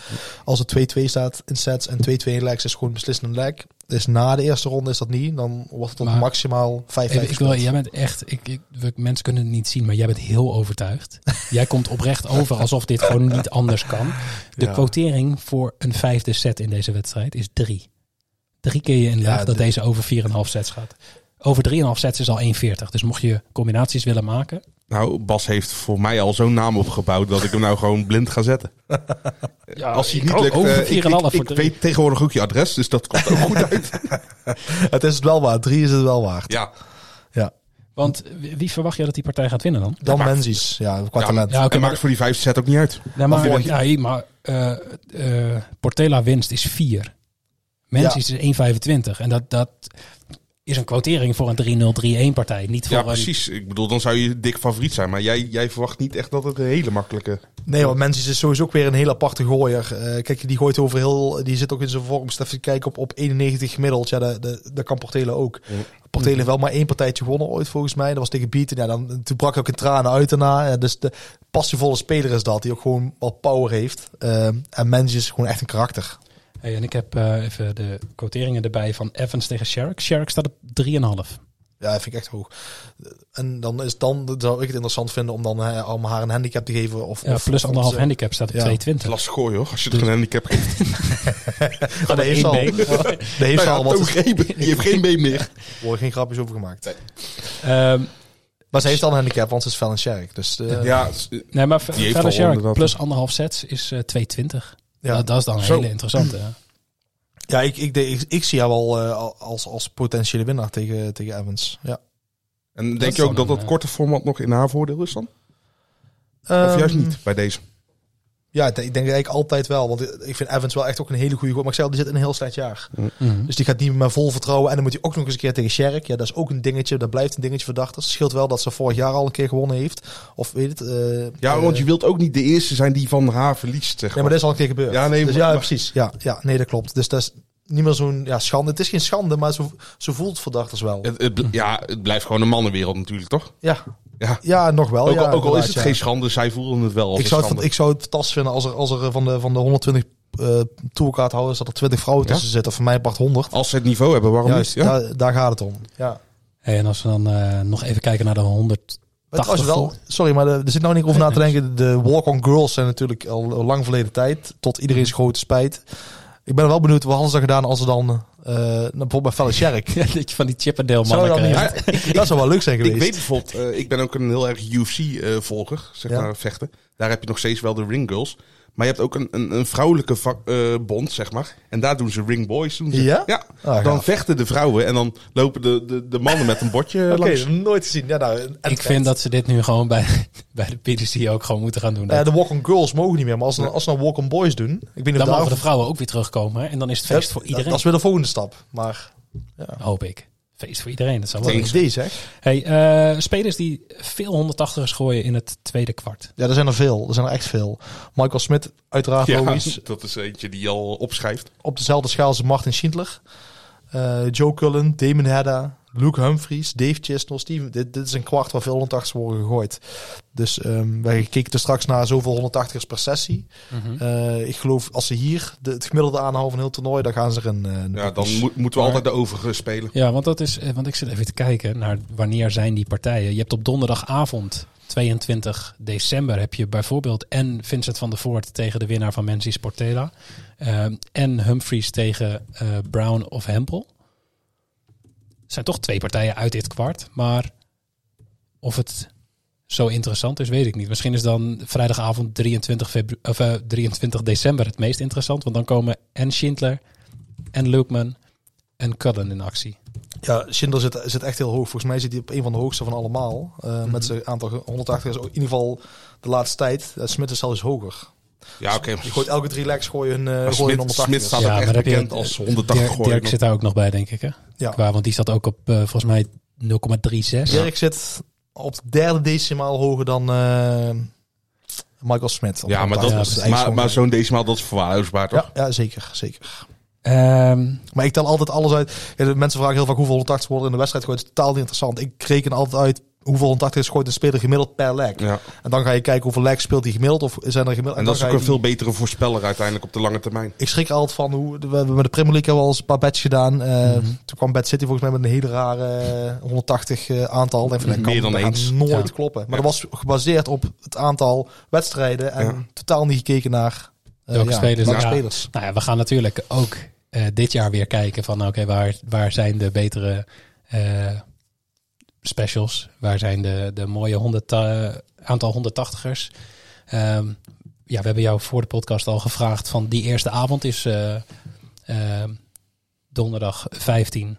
Speaker 8: Als het 2-2 staat in sets en 2-2 in legs is gewoon beslissend een leg. Dus na de eerste ronde is dat niet. Dan wordt het tot
Speaker 2: Maar-
Speaker 8: maximaal 5
Speaker 2: Even,
Speaker 8: legs.
Speaker 2: ik wil, jij bent echt, ik, ik- we- mensen kunnen het niet zien, maar jij bent heel overtuigd. Jij komt oprecht over alsof dit gewoon niet anders kan. De
Speaker 7: Ja.
Speaker 2: quotering voor een vijfde set in deze wedstrijd is drie. Drie keer je in leg
Speaker 8: Ja,
Speaker 2: dat
Speaker 8: de-
Speaker 2: deze over 4,5 sets gaat. Over 3,5 sets is al 1,40. Dus mocht je combinaties willen maken.
Speaker 7: Nou, Bas heeft voor mij al zo'n naam opgebouwd dat ik hem nou gewoon blind ga zetten. Als hij
Speaker 2: ik
Speaker 7: niet
Speaker 2: ook.
Speaker 7: lukt,
Speaker 2: Over
Speaker 7: eh,
Speaker 2: 4,5
Speaker 7: ik, ik,
Speaker 2: voor
Speaker 7: ik
Speaker 2: drie.
Speaker 7: weet tegenwoordig ook je adres, dus dat komt ook goed uit.
Speaker 8: Het is het wel waard. 3 is het wel waard.
Speaker 7: Ja,
Speaker 2: Want wie wie verwacht jij dat die partij gaat winnen dan?
Speaker 8: Dan
Speaker 7: maar-
Speaker 8: Menzies. Ja, qua
Speaker 7: Ja,
Speaker 8: talent.
Speaker 2: Ja, oké,
Speaker 7: en
Speaker 2: maar,
Speaker 7: maakt voor die vijfde set ook niet uit.
Speaker 2: nee, maar,
Speaker 8: voor-
Speaker 2: nee, maar eh, eh, Portela winst is 4. Menzies is 1,25. En dat, dat is een quotering voor een 3-0-3-1 partij. Niet voor
Speaker 7: Ja,
Speaker 2: een
Speaker 7: precies. Ik bedoel, dan zou je dik favoriet zijn. Maar jij, jij verwacht niet echt dat het een hele makkelijke...
Speaker 8: Nee, want Menzies is sowieso ook weer een heel aparte gooier. Eh, kijk, die gooit over heel... Die zit ook in zijn vorm. Stel even kijken op, op 91 gemiddeld. Ja, dat- dat dat kan Portelen ook. Portelen heeft wel maar één partijtje gewonnen ooit volgens mij. Dat was tegen Beaton. Ja, dan, toen brak ik ook in tranen uit daarna. Ja, dus de passievolle speler is dat. Die ook gewoon wel power heeft. Ehm, en Menzies is gewoon echt een karakter.
Speaker 2: Hey, en ik heb eh, even de quoteringen erbij van Evans tegen Sherrick. Sherrick staat op 3,5.
Speaker 8: Ja, dat vind ik echt hoog. En dan, is dan dan zou ik het interessant vinden om dan hè, om haar een handicap te geven. Of,
Speaker 2: Ja,
Speaker 8: of-
Speaker 2: Eh, plus
Speaker 8: of
Speaker 2: anderhalf
Speaker 8: ze-
Speaker 2: handicap staat op
Speaker 8: eh, Ja.
Speaker 2: 2,20.
Speaker 7: Lastig gooien, hoor. Als je het
Speaker 2: Dus-
Speaker 7: geen handicap geeft.
Speaker 8: Ja, dat heeft ze al.
Speaker 2: Eén been.
Speaker 8: Dat heeft ze al.
Speaker 7: Nou ja,
Speaker 8: want
Speaker 7: toon
Speaker 8: Er
Speaker 7: geen been. Je hebt geen been meer.
Speaker 8: worden geen grapjes over gemaakt.
Speaker 2: Ehm,
Speaker 8: Maar ze heeft al een handicap, want ze is fel en sherk. Dus eh, ja.
Speaker 7: Ja,
Speaker 2: nee, maar
Speaker 7: Die heeft
Speaker 2: verder
Speaker 7: al
Speaker 2: Sherrick
Speaker 7: inderdaad.
Speaker 2: plus anderhalf sets is eh 2,20. Ja. Dat, dat is dan een
Speaker 7: Zo.
Speaker 2: hele interessante. hè.
Speaker 8: ik, ik, denk- ik, ik zie haar wel eh, al- als, als potentiële winnaar tegen, tegen Evans. Ja.
Speaker 7: en denk
Speaker 2: Dat
Speaker 7: je ook
Speaker 2: zou
Speaker 7: dat
Speaker 2: dan,
Speaker 7: dat
Speaker 2: eh,
Speaker 7: korte format nog in haar voordeel is dan? Of juist
Speaker 8: Ehm,
Speaker 7: niet bij deze?
Speaker 8: Ja, ik denk ik denk eigenlijk altijd wel. Want ik vind Evans wel echt ook een hele goede goal. Maar ik zei al, die zit in een heel slecht jaar.
Speaker 2: Mhm.
Speaker 8: Dus die gaat niet meer vol vertrouwen. En dan moet hij ook nog eens een keer tegen Sherrick. Ja, dat is ook een dingetje. Dat blijft een dingetje voor dachters. Het scheelt wel dat ze vorig jaar al een keer gewonnen heeft. Of weet het. eh,
Speaker 7: Ja,
Speaker 8: eh,
Speaker 7: want je wilt ook niet de eerste zijn die van haar verliest, zeg
Speaker 8: Nee,
Speaker 7: maar.
Speaker 8: maar dat is al een keer gebeurd.
Speaker 7: Ja, nee,
Speaker 8: dus,
Speaker 7: maar-
Speaker 8: ja
Speaker 7: maar-
Speaker 8: precies. Ja, ja, nee, dat klopt. Dus dat is niet meer zo'n ja, schande. Het is geen schande, maar zo, zo voelt het voor dachters wel.
Speaker 7: Het, het bl- ja, het blijft gewoon een mannenwereld natuurlijk, toch?
Speaker 8: Ja,
Speaker 7: Oh Ja.
Speaker 8: ja nog wel.
Speaker 7: Ook,
Speaker 8: ja,
Speaker 7: al- ook al is
Speaker 8: inderdaad,
Speaker 7: het
Speaker 8: ja.
Speaker 7: geen schande, zij voelen het wel als
Speaker 8: ik
Speaker 7: een
Speaker 8: zou, het, van-
Speaker 7: schande.
Speaker 8: ik zou het fantastisch vinden als er, als er van de, van de 120 eh tourkaarthouders dat er 20 vrouwen
Speaker 7: Ja?
Speaker 8: tussen zitten. Voor mij part 100.
Speaker 7: Als ze het niveau hebben, waarom
Speaker 8: Juist,
Speaker 7: niet? Ja.
Speaker 8: daar, daar gaat het om. Ja.
Speaker 2: Hey, en als we dan eh, nog even kijken naar de 100.
Speaker 8: Maar
Speaker 2: 80
Speaker 8: trouwens wel,
Speaker 2: voor.
Speaker 8: sorry, maar er er zit nou niet over
Speaker 2: Nee,
Speaker 8: na te denken. De walk-on girls zijn natuurlijk al al lang verleden tijd. Tot iedereen's grote spijt. Ik ben wel benieuwd, wat hadden ze dan gedaan als ze dan... eh bijvoorbeeld bij Felle Sherk.
Speaker 2: dat je van die Chippendale
Speaker 8: Zou
Speaker 2: mannen
Speaker 8: dat niet-
Speaker 2: krijgt.
Speaker 8: dat zou wel leuk zijn geweest.
Speaker 7: Ik weet bijvoorbeeld, eh, ik ben ook een heel erg UFC-volger, zeg
Speaker 8: Ja.
Speaker 7: maar, vechten. Daar heb je nog steeds wel de ringgirls. Maar je hebt ook een, een, een vrouwelijke vak- eh, bond, zeg maar. En daar doen ze ringboys. Doen ze.
Speaker 8: Ja? Ah,
Speaker 7: dan
Speaker 8: gaaf.
Speaker 7: vechten de vrouwen en dan lopen de, de, de mannen met een bordje
Speaker 8: Oké,
Speaker 7: langs.
Speaker 8: dat heb ik nooit gezien. Ja, nou, en
Speaker 2: Ik vind dat ze dit nu gewoon bij, bij de PDC ook gewoon moeten gaan doen.
Speaker 8: Eh, de walk-on girls mogen niet meer, maar als ze als ze nou walk-on boys doen... Ik weet niet
Speaker 2: dan
Speaker 8: of
Speaker 2: mogen de
Speaker 8: daar-
Speaker 2: vrouwen ook weer terugkomen. hè. En dan is het
Speaker 8: Dat-
Speaker 2: feest voor iedereen.
Speaker 8: Dat is weer de volgende stap. Maar
Speaker 2: Hoop ik. Feest voor iedereen. Dat zou wel
Speaker 7: Thanks.
Speaker 8: deze, zeg.
Speaker 2: Hey, eh, spelers die veel 180ers gooien in het tweede kwart.
Speaker 8: Ja, er zijn er veel. Er zijn er echt veel. Michael Smit, uiteraard
Speaker 7: Ja,
Speaker 8: logisch.
Speaker 7: dat is eentje die je al opschrijft.
Speaker 8: Op dezelfde schaal als Martin Schindler. Eh, Joe Cullen, Damon Hedda, Luke Humphries, Dave Chisnell, Steven. Dit, dit is een kwart waar veel 180's worden gegooid. Dus ehm, wij keken er straks naar zoveel 180's per sessie.
Speaker 7: Mhm.
Speaker 8: Eh, ik geloof als ze hier de, het gemiddelde aanhouden van heel toernooi, dan gaan ze erin. eh,
Speaker 7: Ja, dan
Speaker 8: dus-
Speaker 7: moet- moeten we altijd de overige spelen.
Speaker 2: Ja, want, dat is, eh, want ik zit even te kijken naar wanneer zijn die partijen. Je hebt op donderdagavond 22 december heb je bijvoorbeeld en Vincent van der Voort tegen de winnaar van Menzies Portela. Ehm, en Humphries tegen eh, Brown of Hempel. Het zijn toch twee partijen uit dit kwart. Maar of het zo interessant is, weet ik niet. Misschien is dan vrijdagavond 23, febru- of, eh, 23 december het meest interessant. Want dan komen en Schindler en Leukman en Cullen in actie.
Speaker 8: Ja, Schindler zit, zit echt heel hoog. Volgens mij zit hij op een van de hoogste van allemaal. Eh,
Speaker 7: Mhm.
Speaker 8: Met zijn aantal 180 is ook in ieder geval de laatste tijd. Uh, Smit is zelfs hoger.
Speaker 7: Ja, oké. maar
Speaker 8: Je gooit elke drie legs, gooi je een, eh, gooi je een
Speaker 7: Smit,
Speaker 8: 180.
Speaker 7: Smit staat
Speaker 2: Ja,
Speaker 7: ook
Speaker 2: maar
Speaker 7: echt
Speaker 2: heb je-
Speaker 7: bekend als 180
Speaker 2: Dirk,
Speaker 7: gooien.
Speaker 2: Dirk zit daar ook nog bij, denk ik. Hè?
Speaker 8: Ja.
Speaker 2: Qua, want die zat ook op eh, volgens mij 0,36.
Speaker 8: Dirk zit op de derde decimaal hoger dan eh, Michael Smit.
Speaker 7: Ja, maar, dat,
Speaker 2: Ja,
Speaker 8: is
Speaker 2: precies.
Speaker 7: maar, maar zo'n decimaal, dat is verwaarloosbaar, toch?
Speaker 8: Ja, ja, zeker, zeker.
Speaker 2: Ehm,
Speaker 8: Maar ik tel altijd alles uit. Ja, de mensen vragen heel vaak hoeveel 180 worden in de wedstrijd gegooid. Dat is totaal niet interessant. Ik reken altijd uit hoeveel 180 is gegooid een speler gemiddeld per leg.
Speaker 7: Ja.
Speaker 8: En dan ga je kijken hoeveel legs speelt hij gemiddeld of zijn er gemiddeld.
Speaker 7: En dat is
Speaker 8: dan
Speaker 7: ook
Speaker 8: ga
Speaker 7: een
Speaker 8: je
Speaker 7: veel betere voorspeller uiteindelijk op de lange termijn.
Speaker 8: ik schrik altijd van hoe. We hebben met de Premier League al eens een paar bets gedaan. Eh,
Speaker 7: Mhm.
Speaker 8: Toen kwam Bad City volgens mij met een hele rare eh, 180 eh, aantal. Denk van, dat
Speaker 7: Meer
Speaker 8: kan
Speaker 7: dan
Speaker 8: gaat
Speaker 7: eens.
Speaker 8: nooit
Speaker 2: Ja.
Speaker 8: kloppen. Maar
Speaker 7: Ja.
Speaker 8: dat was gebaseerd op het aantal wedstrijden en
Speaker 7: Ja.
Speaker 8: totaal niet gekeken naar eh,
Speaker 2: Welke
Speaker 8: ja,
Speaker 2: spelers,
Speaker 8: welke
Speaker 2: ja.
Speaker 8: spelers.
Speaker 2: nou ja, we gaan natuurlijk ook eh, dit jaar weer kijken van oké, waar, waar zijn de betere eh, specials? Waar zijn de, de mooie 100, eh, aantal 180ers? Ehm, ja, we hebben jou voor de podcast al gevraagd van die eerste avond is eh, ehm, donderdag 15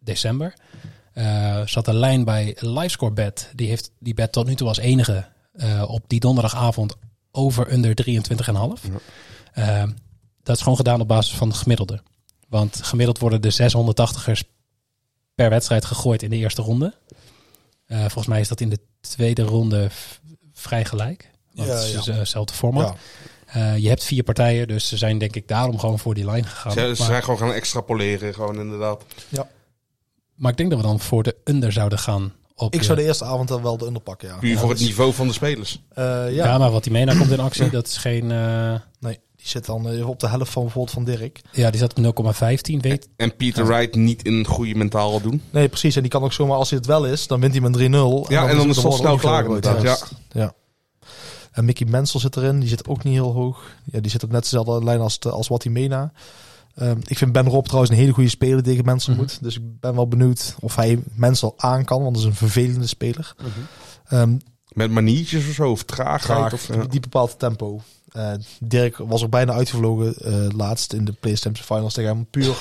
Speaker 2: december. Eh, zat een lijn bij LiveScoreBet. Die heeft die bet tot nu toe als enige eh, op die donderdagavond over under 23,5. Eh, dat is gewoon gedaan op basis van het gemiddelde. Want gemiddeld worden de 680ers per wedstrijd gegooid in de eerste ronde. Eh, volgens mij is dat in de tweede ronde v- vrij gelijk. Want
Speaker 8: Ja,
Speaker 2: het is
Speaker 8: ja.
Speaker 2: dus, eh, hetzelfde format.
Speaker 8: Ja.
Speaker 2: Eh, je hebt vier partijen, dus ze zijn denk ik daarom gewoon voor die lijn gegaan.
Speaker 7: Ze, ze
Speaker 2: Maar-
Speaker 7: zijn gewoon gaan extrapoleren, gewoon inderdaad.
Speaker 2: Maar ik denk dat we dan voor de under zouden gaan. Op
Speaker 8: Ik
Speaker 2: de-
Speaker 8: zou de eerste avond dan wel de onderpakken. Ja.
Speaker 7: Puur
Speaker 8: Ja,
Speaker 7: voor
Speaker 8: dat
Speaker 7: het
Speaker 8: is-
Speaker 7: niveau van de spelers.
Speaker 8: Eh,
Speaker 2: ja.
Speaker 8: ja.
Speaker 2: maar wat die mee nou komt in actie, dat is geen... eh,
Speaker 8: Nee, die zit dan eh, op de helft van bijvoorbeeld van Dirk.
Speaker 2: ja, die zat op 0,15, weet
Speaker 7: En Peter Wright niet in goede mentaal doen.
Speaker 8: Nee, precies. En die kan ook zomaar, als hij het wel is, dan wint hij met 3-0.
Speaker 7: Ja, en dan is het al
Speaker 8: al
Speaker 7: snel klaar inderdaad. Ja.
Speaker 8: ja. En Mickey Mensel zit erin. Die zit ook niet heel hoog. Ja, die zit op net dezelfde lijn als, de- als Watty Mena. Ehm, ik vind Ben Rob trouwens een hele goede speler tegen Mensel
Speaker 2: Mhm.
Speaker 8: moet. Dus ik ben wel benieuwd of hij Mensel aan kan. Want dat is een vervelende speler. Ehm,
Speaker 7: Met maniertjes of zo, of traagheid.
Speaker 8: graag.
Speaker 7: Of,
Speaker 8: Die-
Speaker 7: ja.
Speaker 8: Die bepaalt het tempo. Eh, Dirk was er bijna uitgevlogen eh, laatst in de PlayStation Finals tegen hem. Puur.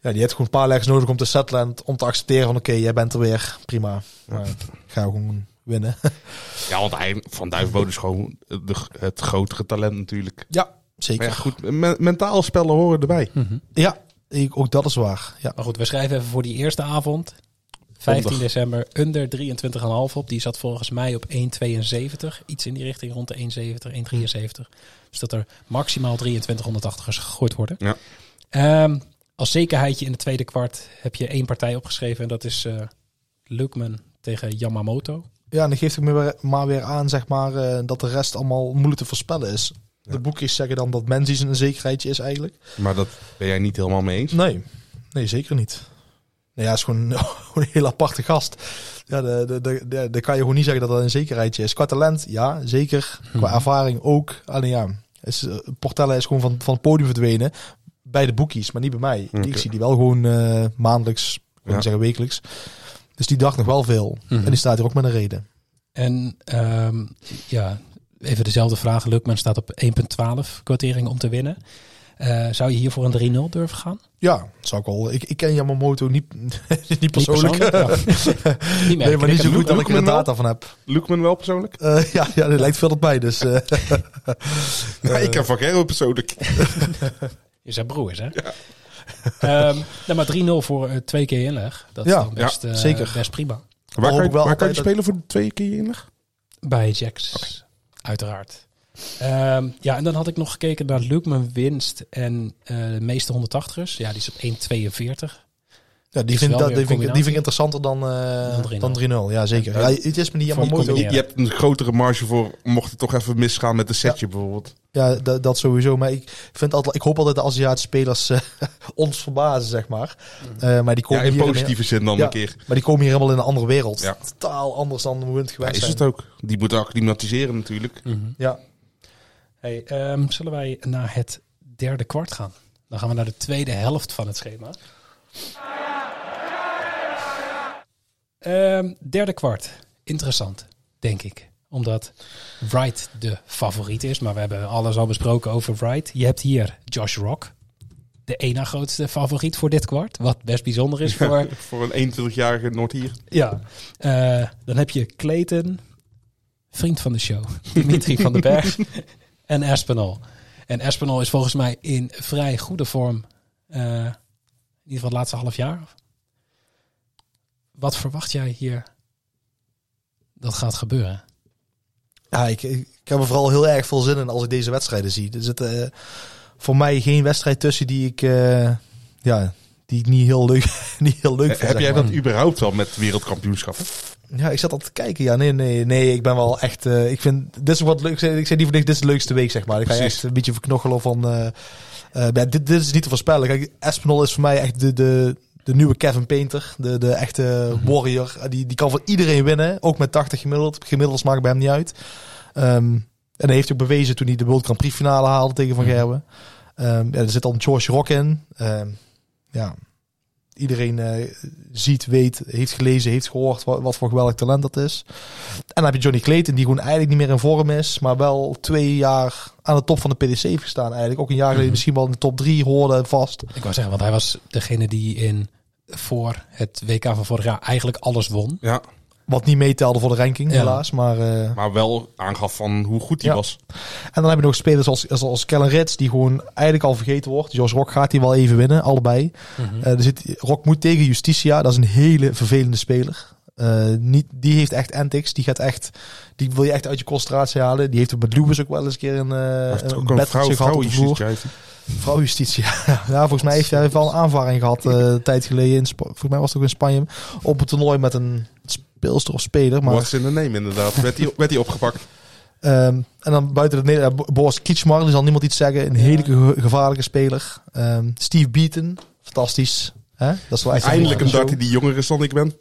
Speaker 8: Ja, die heeft gewoon een paar legs nodig om te settelen en om te accepteren van oké, jij bent er weer. Prima. Maar ga gewoon winnen.
Speaker 7: Ja, want hij, Van Duivenbode is gewoon de- het grotere talent natuurlijk.
Speaker 8: Ja,
Speaker 7: Maar ja,
Speaker 8: zeker.
Speaker 7: goed, me- mentaal spellen horen erbij.
Speaker 2: Mhm.
Speaker 8: Ja, ik, ook dat is waar. Ja.
Speaker 2: Maar goed, we schrijven even voor die eerste avond. 15
Speaker 7: Zondag.
Speaker 2: december, under 23,5 op. Die zat volgens mij op 1,72. Iets in die richting, rond de 1,70, 1,73. Dus dat er maximaal 2380ers gegooid worden.
Speaker 7: Ja.
Speaker 2: Ehm, als zekerheidje in het tweede kwart heb je één partij opgeschreven. En dat is eh Lukman tegen Yamamoto.
Speaker 8: Ja, en dan geeft het me weer- maar weer aan zeg maar, eh, dat de rest allemaal moeilijk te voorspellen is. De boekjes zeggen dan dat Menzies een zekerheidje is eigenlijk.
Speaker 7: Maar dat ben jij niet helemaal mee eens.
Speaker 8: Nee, nee zeker niet. Nou ja, is gewoon een heel aparte gast. Ja, de, de, de, de, de kan je gewoon niet zeggen dat dat een zekerheidje is. Qua talent, ja, zeker. Qua
Speaker 7: Hm.
Speaker 8: ervaring ook. Alleen ja, is, eh, Portella is gewoon van, van het podium verdwenen. Bij de boekies, maar niet bij mij. Die- Ik
Speaker 7: Oké.
Speaker 8: zie die wel gewoon eh, maandelijks, ik wil
Speaker 7: Ja. Hm.
Speaker 8: zeggen wekelijks. Dus die dacht nog wel veel.
Speaker 7: Mhm.
Speaker 8: En die staat hier ook met een reden.
Speaker 2: En ehm, ja, even dezelfde vraag. Lukman staat op 1,12 quotering om te winnen. Eh, zou je hier voor een 3-0 durven gaan?
Speaker 8: Ja, zou ik al. Ik, ik ken Yamamoto niet, niet
Speaker 2: Niet
Speaker 8: persoonlijk.
Speaker 2: ja. Niet meer.
Speaker 8: nee, maar niet zo goed dat ik er
Speaker 7: Doe ik hem wel?
Speaker 8: data van heb.
Speaker 7: Lukman wel persoonlijk?
Speaker 8: Eh, ja, ja, er lijkt veel op mij. Dus eh,
Speaker 7: Nee, ik ken Van Gerwen persoonlijk.
Speaker 2: Je zijn broers, hè? Ehm, nou, maar 3-0 voor eh, twee keer inleg. Dat
Speaker 8: Ja,
Speaker 2: is dan best, eh,
Speaker 8: zeker.
Speaker 2: best prima.
Speaker 7: Waar kan je,
Speaker 8: ook wel
Speaker 7: waar kan
Speaker 8: altijd
Speaker 7: je spelen voor de twee keer inleg?
Speaker 2: Bij Jacks, uiteraard. Ehm, ja, en dan had ik nog gekeken naar Luke, mijn winst en eh, de meeste 180ers. Ja, die is op 1,42.
Speaker 8: ja, die,
Speaker 2: Is
Speaker 8: vind,
Speaker 2: wel
Speaker 8: dat,
Speaker 2: weer
Speaker 8: die, vind, ik- die vind
Speaker 2: combinatie.
Speaker 8: ik interessanter dan, eh,
Speaker 2: Dan
Speaker 8: dan 3-0. Ja, zeker.
Speaker 7: Ja,
Speaker 8: Ja, het is
Speaker 2: voor
Speaker 8: me die
Speaker 2: je
Speaker 8: Yamamoto.
Speaker 2: combinatie.
Speaker 7: Je hebt een grotere marge voor, mocht het toch even misgaan met een setje bijvoorbeeld.
Speaker 8: Ja, dat, dat sowieso. Maar ik, vind altijd, ik hoop altijd dat de Aziatische spelers eh, ons verbazen, zeg maar.
Speaker 2: Mhm.
Speaker 8: Eh, maar, die
Speaker 7: Ja,
Speaker 8: komen
Speaker 7: in
Speaker 8: hier in-
Speaker 7: positieve zin dan
Speaker 8: Ja.
Speaker 7: een keer.
Speaker 8: maar die komen hier helemaal in een andere wereld.
Speaker 7: Ja.
Speaker 8: Totaal anders dan hoe we het
Speaker 7: Ja,
Speaker 8: gewend
Speaker 7: is
Speaker 8: zijn.
Speaker 7: het ook. Die moeten acclimatiseren natuurlijk.
Speaker 8: Ja.
Speaker 2: Hey, ehm, zullen wij naar het derde kwart gaan? Dan gaan we naar de tweede helft van het schema. Ehm, derde kwart. Interessant, denk ik. Omdat Wright de favoriet is. Maar we hebben alles al besproken over Wright. Je hebt hier Josh Rock. De ena grootste favoriet voor dit kwart. Wat best bijzonder is voor...
Speaker 7: Voor een 21-jarige Noordier.
Speaker 2: ja. Eh, dan heb je Clayton. Vriend van de show. Dimitri van den Berg. En Espinal. En Espinal is volgens mij in vrij goede vorm. eh, in ieder geval het laatste half jaar. Wat verwacht jij hier dat gaat gebeuren?
Speaker 8: Ja, ik, ik heb er vooral heel erg veel zin in als ik deze wedstrijden zie. Er zitten eh, voor mij geen wedstrijd tussen die ik, eh, ja, die ik niet heel leuk, niet heel leuk vind.
Speaker 7: Eh, Heb
Speaker 8: zeg
Speaker 7: jij
Speaker 8: maar.
Speaker 7: dat überhaupt wel met wereldkampioenschap?
Speaker 8: Ja, ik zat al te kijken. Ja, nee, nee, nee. Ik ben wel echt. eh, ik vind. Dit is wat leuk. Ik zei niet voor niks, dit is de leukste week, zeg maar. Ik ga je
Speaker 7: Precies.
Speaker 8: echt een beetje verknoggelen van. eh, eh, ja, dit, dit is niet te voorspellen. Kijk, Espinol is voor mij echt de, de, de nieuwe Kevin Painter. De, de echte
Speaker 7: Mhm.
Speaker 8: warrior. Eh, Die, die kan voor iedereen winnen. Ook met 80 gemiddeld. Gemiddels maken bij hem niet uit. Ehm, en hij heeft ook bewezen toen hij de World Grand Prix finale haalde tegen Van Gerwen. Ehm, ja, er zit al een George Rock in. Ehm, ja, iedereen eh, ziet, weet, heeft gelezen, heeft gehoord wat, wat voor geweldig talent dat is. En dan heb je Johnny Clayton, die gewoon eigenlijk niet meer in vorm is, maar wel twee jaar aan de top van de PDC heeft gestaan eigenlijk. Ook een jaar geleden misschien wel in de top drie hoorde vast.
Speaker 2: Ik wou zeggen, want hij was degene die in voor het WK van vorig jaar eigenlijk alles won.
Speaker 7: Ja,
Speaker 8: Wat niet meetelde voor de ranking
Speaker 2: Ja.
Speaker 8: helaas, maar... eh,
Speaker 7: maar wel aangaf van hoe goed hij
Speaker 8: Ja.
Speaker 7: was.
Speaker 8: En dan heb je nog spelers als, als, als Kellen Ritz, die gewoon eigenlijk al vergeten wordt. Josh Rock gaat die wel even winnen, allebei. Eh, er zit, Rock moet tegen Justitia, dat is een hele vervelende speler. Eh, niet, die heeft echt antics, die gaat echt, die wil je echt uit je concentratie halen. Die heeft het met Lewis ook wel eens een keer een,
Speaker 7: Hij heeft
Speaker 8: eh een
Speaker 7: ook een vrouw,
Speaker 8: battletje gehad
Speaker 7: vrouw
Speaker 8: op de vloer.
Speaker 7: heeft hij.
Speaker 8: Vrouw Justitia. ja, Nou, volgens mij heeft hij wel een aanvaring gehad eh, een tijd geleden. In Spa- volgens mij was het ook in Spanje op een toernooi met een speelster of speler. Maar
Speaker 7: What's in the name inderdaad. werd, hij, werd hij opgepakt.
Speaker 8: Ehm, en dan buiten het Nederland, eh, Bo- Boris Kietschmar, die zal niemand iets zeggen. Een hele ge- gevaarlijke speler. Ehm, Steve Beaton, fantastisch. hè? Dat is wel echt
Speaker 7: Eindelijk een
Speaker 8: een
Speaker 7: dag die die jonger is dan ik ben.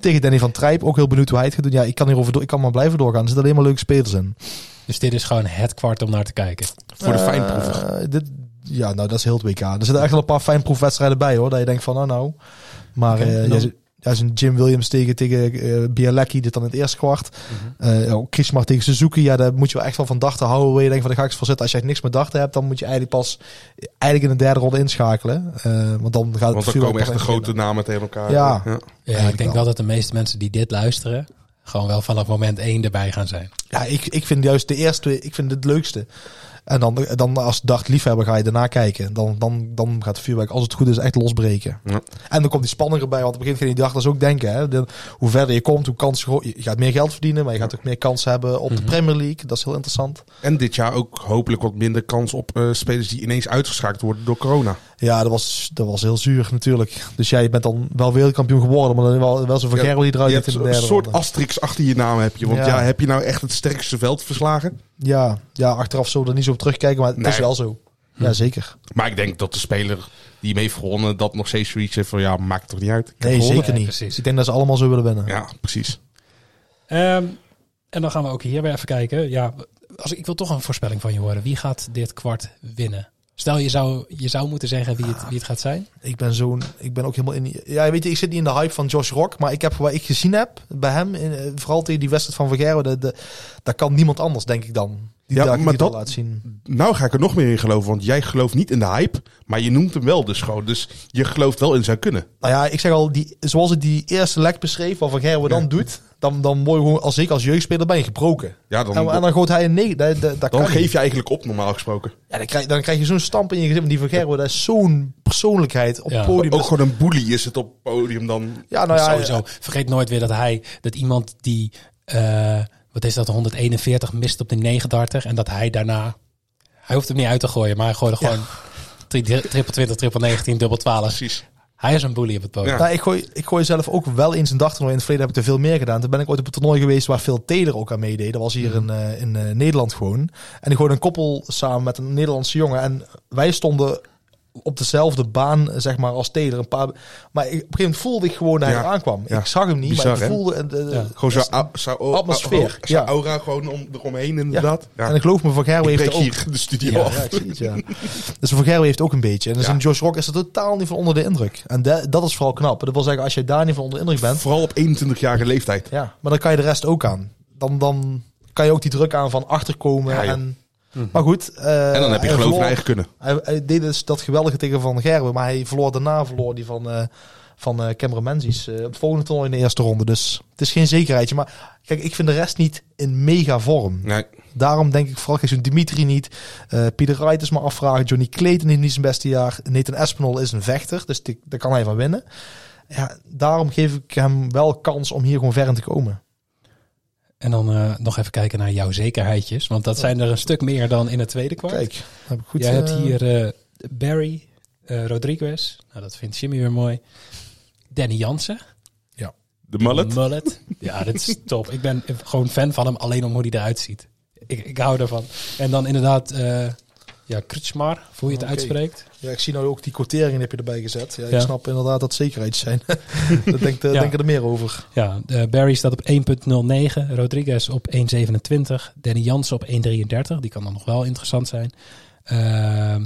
Speaker 8: Tegen Danny van Trijp, ook heel benieuwd hoe hij het gaat doen. Ja, ik kan, hierover door, ik kan maar blijven doorgaan. Er zitten alleen maar leuke spelers in.
Speaker 2: Dus dit is gewoon het kwart om naar te kijken.
Speaker 7: Voor de
Speaker 8: Eh,
Speaker 7: fijnproever.
Speaker 8: dit, ja, nou, dat is heel het WK. Er zitten echt wel een paar fijnproefwedstrijden bij, hoor. Dat je denkt van, nou, nou. Maar eh
Speaker 2: en
Speaker 8: ja,
Speaker 2: dan?
Speaker 8: ze- ja, zo'n Jim Williams tegen, tegen eh, Bialecki, dit dan in het eerste kwart. Eh ja, ook Krishmar tegen Suzuki, ja, daar moet je wel echt wel van dachten houden. Waar je denkt van, daar ga ik eens voor zitten. Als je echt niks met dachten hebt, dan moet je eigenlijk pas eh, eigenlijk in de derde ronde inschakelen. Eh, want dan gaat het
Speaker 7: Want dan
Speaker 8: vuurwerk
Speaker 7: komen echt de
Speaker 8: nog
Speaker 7: grote
Speaker 8: beginnen.
Speaker 7: namen tegen elkaar.
Speaker 8: Ja.
Speaker 2: Ja,
Speaker 8: Eigenlijk
Speaker 2: ik denk
Speaker 8: wel.
Speaker 2: wel dat de meeste mensen die dit luisteren, gewoon wel vanaf moment één erbij gaan zijn.
Speaker 8: Ja, ik, ik vind juist de eerste, ik vind het leukste. En dan, dan als dagliefhebber ga je daarna kijken. Dan, dan, dan gaat het vuurwerk, als het goed is, echt losbreken.
Speaker 7: Ja.
Speaker 8: En dan komt die spanning erbij, want op het begin ging die dag dat is ook denken. Hè. De- hoe verder je komt, hoe kans, gro- je gaat meer geld verdienen, maar je gaat ook meer kans hebben op de
Speaker 7: Mhm.
Speaker 8: Premier League. Dat is heel interessant.
Speaker 7: En dit jaar ook hopelijk wat minder kans op eh, spelers die ineens uitgeschakeld worden door corona.
Speaker 8: Ja, dat was, dat was heel zuur natuurlijk. Dus jij bent dan wel wereldkampioen geworden, maar dan wel, wel zo'n
Speaker 7: Ja,
Speaker 8: vergerrel die eruit
Speaker 7: Je
Speaker 8: zit
Speaker 7: hebt
Speaker 8: in de
Speaker 7: een
Speaker 8: derde
Speaker 7: soort
Speaker 8: ronde.
Speaker 7: asterix achter je naam heb je. Want
Speaker 8: Ja.
Speaker 7: ja. heb je nou echt het sterkste veld verslagen?
Speaker 8: Ja, ja, achteraf zullen we er niet zo op terugkijken, maar het is
Speaker 7: Nee. Mhm.
Speaker 8: wel zo. Ja, zeker.
Speaker 7: Maar ik denk dat de speler die hem heeft gewonnen, dat nog steeds zoiets heeft van ja, maakt toch niet uit. Ik heb
Speaker 8: Nee,
Speaker 7: gewonnen.
Speaker 8: zeker
Speaker 2: Nee,
Speaker 8: niet.
Speaker 2: precies.
Speaker 8: Ik denk dat ze allemaal zo willen winnen.
Speaker 7: Ja, precies.
Speaker 2: Ehm, en dan gaan we ook hier weer even kijken. Ja, als, ik wil toch een voorspelling van je horen. Wie gaat dit kwart winnen? Stel, je zou, je zou moeten zeggen wie het, wie het gaat zijn.
Speaker 8: Ik ben zo'n, ik ben ook helemaal in. die- Ja, weet je, ik zit niet in de hype van Josh Rock, maar ik heb wat ik gezien heb bij hem, in, eh, vooral tegen die wedstrijd van Vergero, de, de, daar kan niemand anders, denk ik dan. Die
Speaker 7: Ja,
Speaker 8: daar, die
Speaker 7: maar
Speaker 8: dat
Speaker 7: dat-
Speaker 8: laat zien.
Speaker 7: Nou ga ik er nog meer in geloven, want jij gelooft niet in de hype, maar je noemt hem wel dus gewoon. Dus je gelooft wel in zijn kunnen.
Speaker 8: Nou ja, ik zeg al, die, zoals ik die eerste lek beschreef, wat Vergero dan doet, dan, dan word je gewoon, als ik als jeugdspeler ben je gebroken.
Speaker 7: Ja, dan,
Speaker 8: en, en
Speaker 7: dan,
Speaker 8: dan gooit hij een nee, dat, dat, dat Nou, kan niet.
Speaker 7: geef je eigenlijk op normaal gesproken.
Speaker 8: Ja, dan, krijg, dan krijg je zo'n stamp in je gezicht. want Die Vergero, dat is zo'n persoonlijkheid op
Speaker 2: Ja.
Speaker 8: het podium.
Speaker 7: Ook gewoon een bully is het op het podium dan.
Speaker 8: ja, nou ja,
Speaker 2: Sowieso. Vergeet nooit weer dat hij, dat iemand die, eh, wat is dat, 141 mist op de 39. En dat hij daarna, hij hoeft hem niet uit te gooien, maar hij gooide gewoon tri- tri- triple 20, triple 19, dubbel 12.
Speaker 7: Precies.
Speaker 2: Hij is een bully op het podium.
Speaker 7: Ja.
Speaker 8: Nou, ik, gooi, ik gooi zelf ook wel eens een dagtoernooi. In het verleden heb ik er veel meer gedaan. Toen ben ik ooit op een toernooi geweest waar veel Taylor ook aan meedeed. Dat was hier in,
Speaker 7: Mhm.
Speaker 8: eh, in eh, Nederland gewoon. En ik gooide een koppel samen met een Nederlandse jongen. En wij stonden op dezelfde baan, zeg maar, als Taylor. Een paar... Maar ik, op een gegeven moment voelde ik gewoon dat hij
Speaker 7: Ja.
Speaker 8: eraan kwam.
Speaker 7: Ja.
Speaker 8: Ik zag hem niet, maar
Speaker 7: Bizar,
Speaker 8: ik
Speaker 7: hè?
Speaker 8: voelde... en, eh,
Speaker 2: Ja.
Speaker 7: Gewoon zo'n au- zo'n au-
Speaker 8: Atmosfeer,
Speaker 7: au- zo'n
Speaker 8: ja.
Speaker 7: aura gewoon om, eromheen inderdaad. Ja.
Speaker 8: En ik geloof me, Van Gerwen
Speaker 7: Ik
Speaker 8: heeft
Speaker 7: breek
Speaker 8: er ook...
Speaker 7: hier de studio
Speaker 8: Ja,
Speaker 7: af.
Speaker 8: ja, ik zie het, ja. Dus Van Gerwen heeft ook een beetje. En dus
Speaker 7: Ja.
Speaker 8: in Josh Rock is er totaal niet van onder de indruk. En dat- dat is vooral knap. Dat wil zeggen, als jij daar niet van onder de indruk bent...
Speaker 7: Vooral op 21-jarige leeftijd.
Speaker 8: Ja, maar dan kan je de rest ook aan. Dan, dan kan je ook die druk aan van achterkomen.
Speaker 7: Ja, joh. Mhm.
Speaker 8: en, Maar goed. eh,
Speaker 7: En dan heb je
Speaker 8: hij
Speaker 7: geloof in
Speaker 8: verloor-
Speaker 7: eigen kunnen.
Speaker 8: Hij, hij deed dus dat geweldige tegen Van Gerwen. Maar hij verloor daarna verloor die van, eh, van eh, Cameron Menzies. eh, op het volgende toernooi in de eerste ronde. Dus het is geen zekerheidje. Maar kijk, ik vind de rest niet in mega vorm.
Speaker 7: Nee.
Speaker 8: Daarom denk ik vooral, kijk, zo'n Dimitri niet. eh, Pieter Wright is maar afvragen. Johnny Clayton heeft niet zijn beste jaar. Nathan Espinol is een vechter, dus die- daar kan hij van winnen. Ja, daarom geef ik hem wel kans om hier gewoon ver in te komen.
Speaker 2: En dan eh, nog even kijken naar jouw zekerheidjes. Want dat zijn er een stuk meer dan in het tweede kwart.
Speaker 8: Kijk, dan heb ik goed.
Speaker 2: Jij hebt
Speaker 8: eh,
Speaker 2: hier eh, Barry, eh, Rodriguez. Nou, dat vindt Jimmy weer mooi. Danny Jansen.
Speaker 7: De mullet.
Speaker 2: Ja, dit is top. Ik ben gewoon fan van hem, alleen om hoe hij eruit ziet. Ik, ik hou ervan. En dan inderdaad, eh ja, Krutschmar, hoe je het
Speaker 8: Ah, Oké.
Speaker 2: uitspreekt.
Speaker 8: Ja, ik zie nou ook die quotering heb je erbij gezet. Ja, ik
Speaker 2: Ja.
Speaker 8: snap inderdaad dat zekerheid zijn. Daar denkt, eh,
Speaker 2: Ja.
Speaker 8: denken er meer over.
Speaker 2: Ja, eh, Barry staat op 1.09, Rodriguez op 1.27, Danny Jansen op 1.33, die kan dan nog wel interessant zijn. Ehm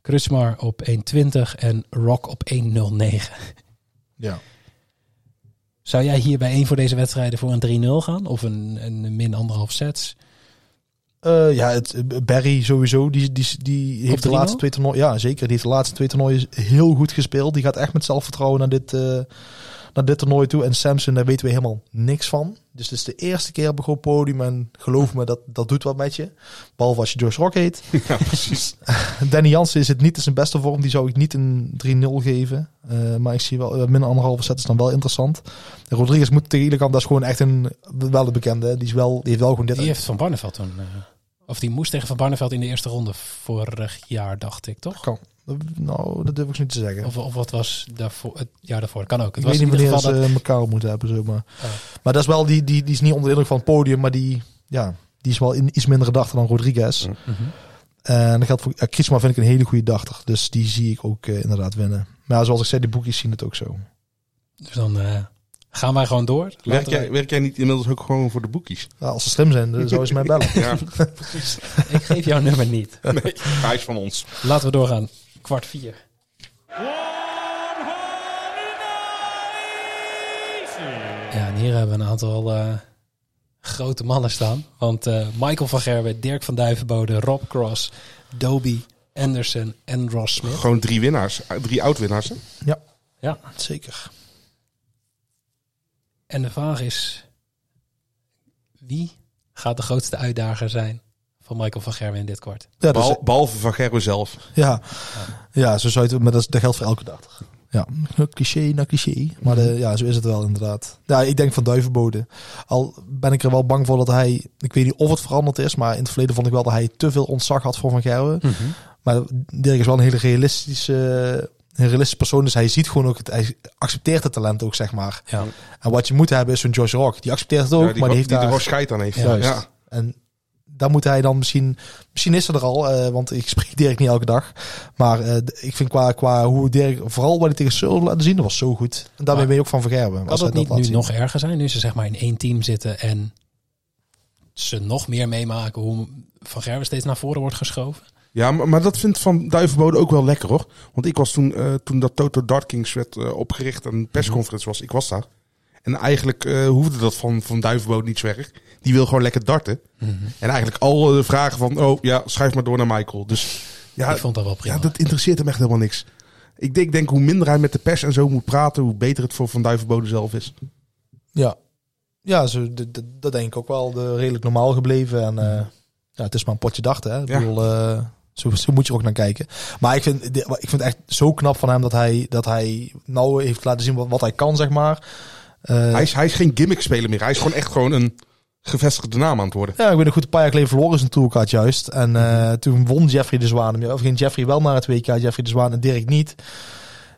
Speaker 2: Krusmar op 1.20 en Rock op 1.09.
Speaker 8: Ja.
Speaker 2: Zou jij hier bij één voor deze wedstrijden voor een 3-0 gaan? Of een, een min anderhalf sets?
Speaker 8: Eh, ja, het, eh, Barry sowieso, die, die, die heeft de
Speaker 2: 3-0?
Speaker 8: laatste twee toernooien... Ja, zeker. Die heeft de laatste twee toernooien heel goed gespeeld. Die gaat echt met zelfvertrouwen naar dit, eh, naar dit toernooi toe. En Samson, daar weten we helemaal niks van. Dus dit is de eerste keer op een groot podium. En geloof me, dat, dat doet wat met je. Behalve als je Josh Rock heet.
Speaker 7: Ja, precies.
Speaker 8: Danny Jansen is het niet in zijn beste vorm. Die zou ik niet een 3-0 geven. Eh, maar ik zie wel, eh, min anderhalve set is dan wel interessant. Rodriguez moet tegen iedere kant, dat is gewoon echt een, wel een bekende. hè. Die, is wel, die heeft wel gewoon dit.
Speaker 2: Die heeft Van Barneveld toen... eh, of die moest tegen Van Barneveld in de eerste ronde vorig jaar, dacht ik, toch?
Speaker 8: Kan. Nou, dat durf ik niet te zeggen.
Speaker 2: Of, of wat was daarvoor, het jaar daarvoor? Kan ook.
Speaker 8: ik
Speaker 2: Het was
Speaker 8: weet
Speaker 2: in
Speaker 8: niet
Speaker 2: ieder
Speaker 8: wanneer
Speaker 2: geval
Speaker 8: ze
Speaker 2: dat- Oh.
Speaker 8: elkaar moeten hebben. Zo, maar. maar dat is wel, die, die, die is niet onder de indruk van het podium. Maar die, ja, die is wel in, iets minder gedachte dan Rodriguez.
Speaker 2: Mhm.
Speaker 8: En dat geldt voor uh, vind ik een hele goede dachter. Dus die zie ik ook eh, inderdaad winnen. Maar ja, zoals ik zei, de boekjes zien het ook zo.
Speaker 2: Dus dan eh, gaan wij gewoon door. Laten
Speaker 7: Werk
Speaker 2: wij-
Speaker 7: jij, werk jij niet inmiddels ook gewoon voor de boekies?
Speaker 8: Ja, als ze slim zijn, dan zouden ze mij bellen.
Speaker 7: Ja,
Speaker 2: Ik geef jouw nummer niet.
Speaker 7: nee, hij is van ons.
Speaker 2: Laten we doorgaan. Kwart vier. Ja, en hier hebben we een aantal eh, grote mannen staan. Want eh, Michael van Gerwen, Dirk van Duivenbode, Rob Cross, Dobie, Anderson en Ross Smith.
Speaker 7: Gewoon drie winnaars. eh, Drie oud-winnaars. hè?
Speaker 8: Ja,
Speaker 2: Ja.
Speaker 8: zeker.
Speaker 2: En de vraag is, wie gaat de grootste uitdager zijn van Michael van Gerwen in dit kwart?
Speaker 8: Ja, dus, dat is-
Speaker 7: Behal- Behalve van Gerro zelf.
Speaker 8: ja. ja zo zou je het, maar dat, is, dat geldt voor elke dag. Ja, cliché na cliché. Maar de, ja, zo is het wel inderdaad. Ja, ik denk van duivenboden. Al ben ik er wel bang voor dat hij... Ik weet niet of het veranderd is, maar in het verleden vond ik wel dat hij te veel ontzag had voor Van Gerwen.
Speaker 7: Mhm.
Speaker 8: Maar Dirk is wel een hele realistische, een realistische persoon. Dus hij ziet gewoon ook... Het, hij accepteert het talent ook, zeg maar.
Speaker 2: Ja.
Speaker 8: En wat je moet hebben is zo'n Josh Rock. Die accepteert het ook,
Speaker 7: Ja, die
Speaker 8: maar die heeft
Speaker 7: die er
Speaker 8: daar...
Speaker 7: wel scheid aan heeft.
Speaker 8: Juist.
Speaker 7: Ja.
Speaker 8: En daar moet hij dan misschien... Misschien is ze er al, eh, want ik spreek Dirk niet elke dag. Maar eh, d- ik vind qua, qua hoe Dirk... Vooral wat hij tegen Seul laat zien, dat was zo goed. En daarmee
Speaker 2: Maar
Speaker 8: ben je ook van vergerben.
Speaker 2: Kan dat niet nu nog erger zijn? Nu ze zeg maar in één team zitten en ze nog meer meemaken hoe Van Gerwen steeds naar voren wordt geschoven?
Speaker 7: Ja, maar, maar dat vindt Van Duivenbode ook wel lekker hoor. Want ik was toen, eh, toen dat Toto Dart Kings werd eh, opgericht en een persconferentie was, ik was daar. En eigenlijk eh, hoefde dat van, van Duivenbode niet zo erg. Die wil gewoon lekker darten. En eigenlijk al de vragen van, oh ja, schuif maar door naar Michael. Dus ja,
Speaker 2: ik vond dat wel prima.
Speaker 7: ja, dat interesseert hem echt helemaal niks. Ik denk, ik denk hoe minder hij met de pers en zo moet praten, hoe beter het voor Van Duivenbode zelf is.
Speaker 8: Ja, ja zo, d- d- dat denk ik ook wel. De, redelijk normaal gebleven. En eh, ja, het is maar een potje dachten. Hè? Ik
Speaker 7: Ja.
Speaker 8: bedoel, eh, zo, zo moet je er ook naar kijken. Maar ik vind, di- ik vind het echt zo knap van hem dat hij, dat hij nou heeft laten zien wat, wat hij kan, zeg maar. Eh,
Speaker 7: Hij is, hij is geen gimmick speler meer. Hij is gewoon echt gewoon een gevestigde naam aan het worden.
Speaker 8: Ja, ik ben een goed een paar jaar geleden verloren zijn tourcard juist. En eh,
Speaker 7: Mhm.
Speaker 8: toen won Jeffrey de Zwaan hem. Ja, Of ging Jeffrey wel naar het WK, Jeffrey de Zwaan en Dirk niet.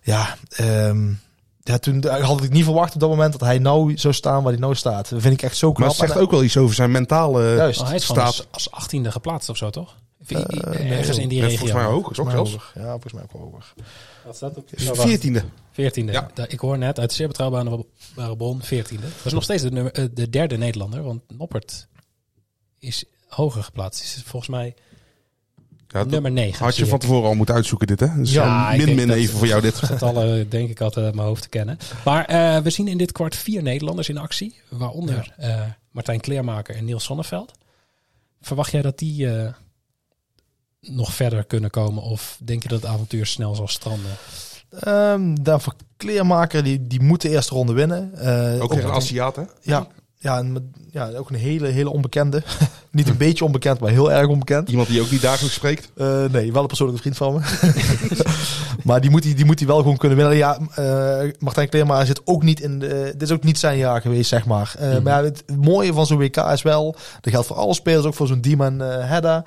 Speaker 8: Ja, ehm, ja, toen had ik niet verwacht op dat moment dat hij nou zou staan waar hij nou staat. Dat vind ik echt zo knap.
Speaker 7: Maar het zegt ook wel iets over zijn mentale eh,
Speaker 8: Juist.
Speaker 2: Oh, hij is gewoon
Speaker 7: staat. Eh,
Speaker 2: als, als achttiende geplaatst of zo, toch? Of i- i-
Speaker 8: nee,
Speaker 2: Ergens in die
Speaker 7: Ja,
Speaker 2: regio.
Speaker 7: volgens mij hoger, toch
Speaker 8: Volgens mij
Speaker 7: zelfs?
Speaker 8: hoger. Ja, volgens mij ook wel hoger.
Speaker 2: Wat staat op?
Speaker 7: Veertiende.
Speaker 2: Veertiende.
Speaker 7: Ja.
Speaker 2: Da- Ik hoor net uit zeer betrouwbare bron veertiende. Dat is nog steeds de, nummer, eh, de derde Nederlander, want Noppert is hoger geplaatst. Is volgens mij
Speaker 7: Ja, dat
Speaker 2: nummer negen. Dus
Speaker 7: had
Speaker 2: zie
Speaker 7: je
Speaker 2: ik.
Speaker 7: van tevoren al moeten uitzoeken dit, hè? Dus
Speaker 2: Ja,
Speaker 7: ja,
Speaker 2: ik
Speaker 7: min
Speaker 2: denk
Speaker 7: min
Speaker 2: dat-
Speaker 7: even voor jou dit.
Speaker 2: getallen denk ik altijd uit mijn hoofd te kennen. Maar eh, we zien in dit kwart vier Nederlanders in actie. Waaronder eh, Martijn Kleermaker en Niels Sonneveld. Verwacht jij dat die eh, nog verder kunnen komen? Of denk je dat het avontuur snel zal stranden?
Speaker 8: Ehm daarvoor kleermaker, die, die moet de eerste ronde winnen. Eh,
Speaker 7: Ook tegen een Aziat, hè?
Speaker 8: Ja, ja, en met- ja, ook een hele, hele onbekende. Niet een beetje onbekend, maar heel erg onbekend.
Speaker 7: Iemand die je ook niet dagelijks spreekt.
Speaker 8: Eh, nee, wel een persoonlijke vriend van me. maar die moet hij die, moet die wel gewoon kunnen winnen. Ja, eh Martijn Kleerma zit ook niet in. De, dit is ook niet zijn jaar geweest, zeg maar. Eh,
Speaker 7: Mhm.
Speaker 8: Maar ja, het mooie van zo'n WK is wel. Dat geldt voor alle spelers, ook voor zo'n Dieman eh Hedda.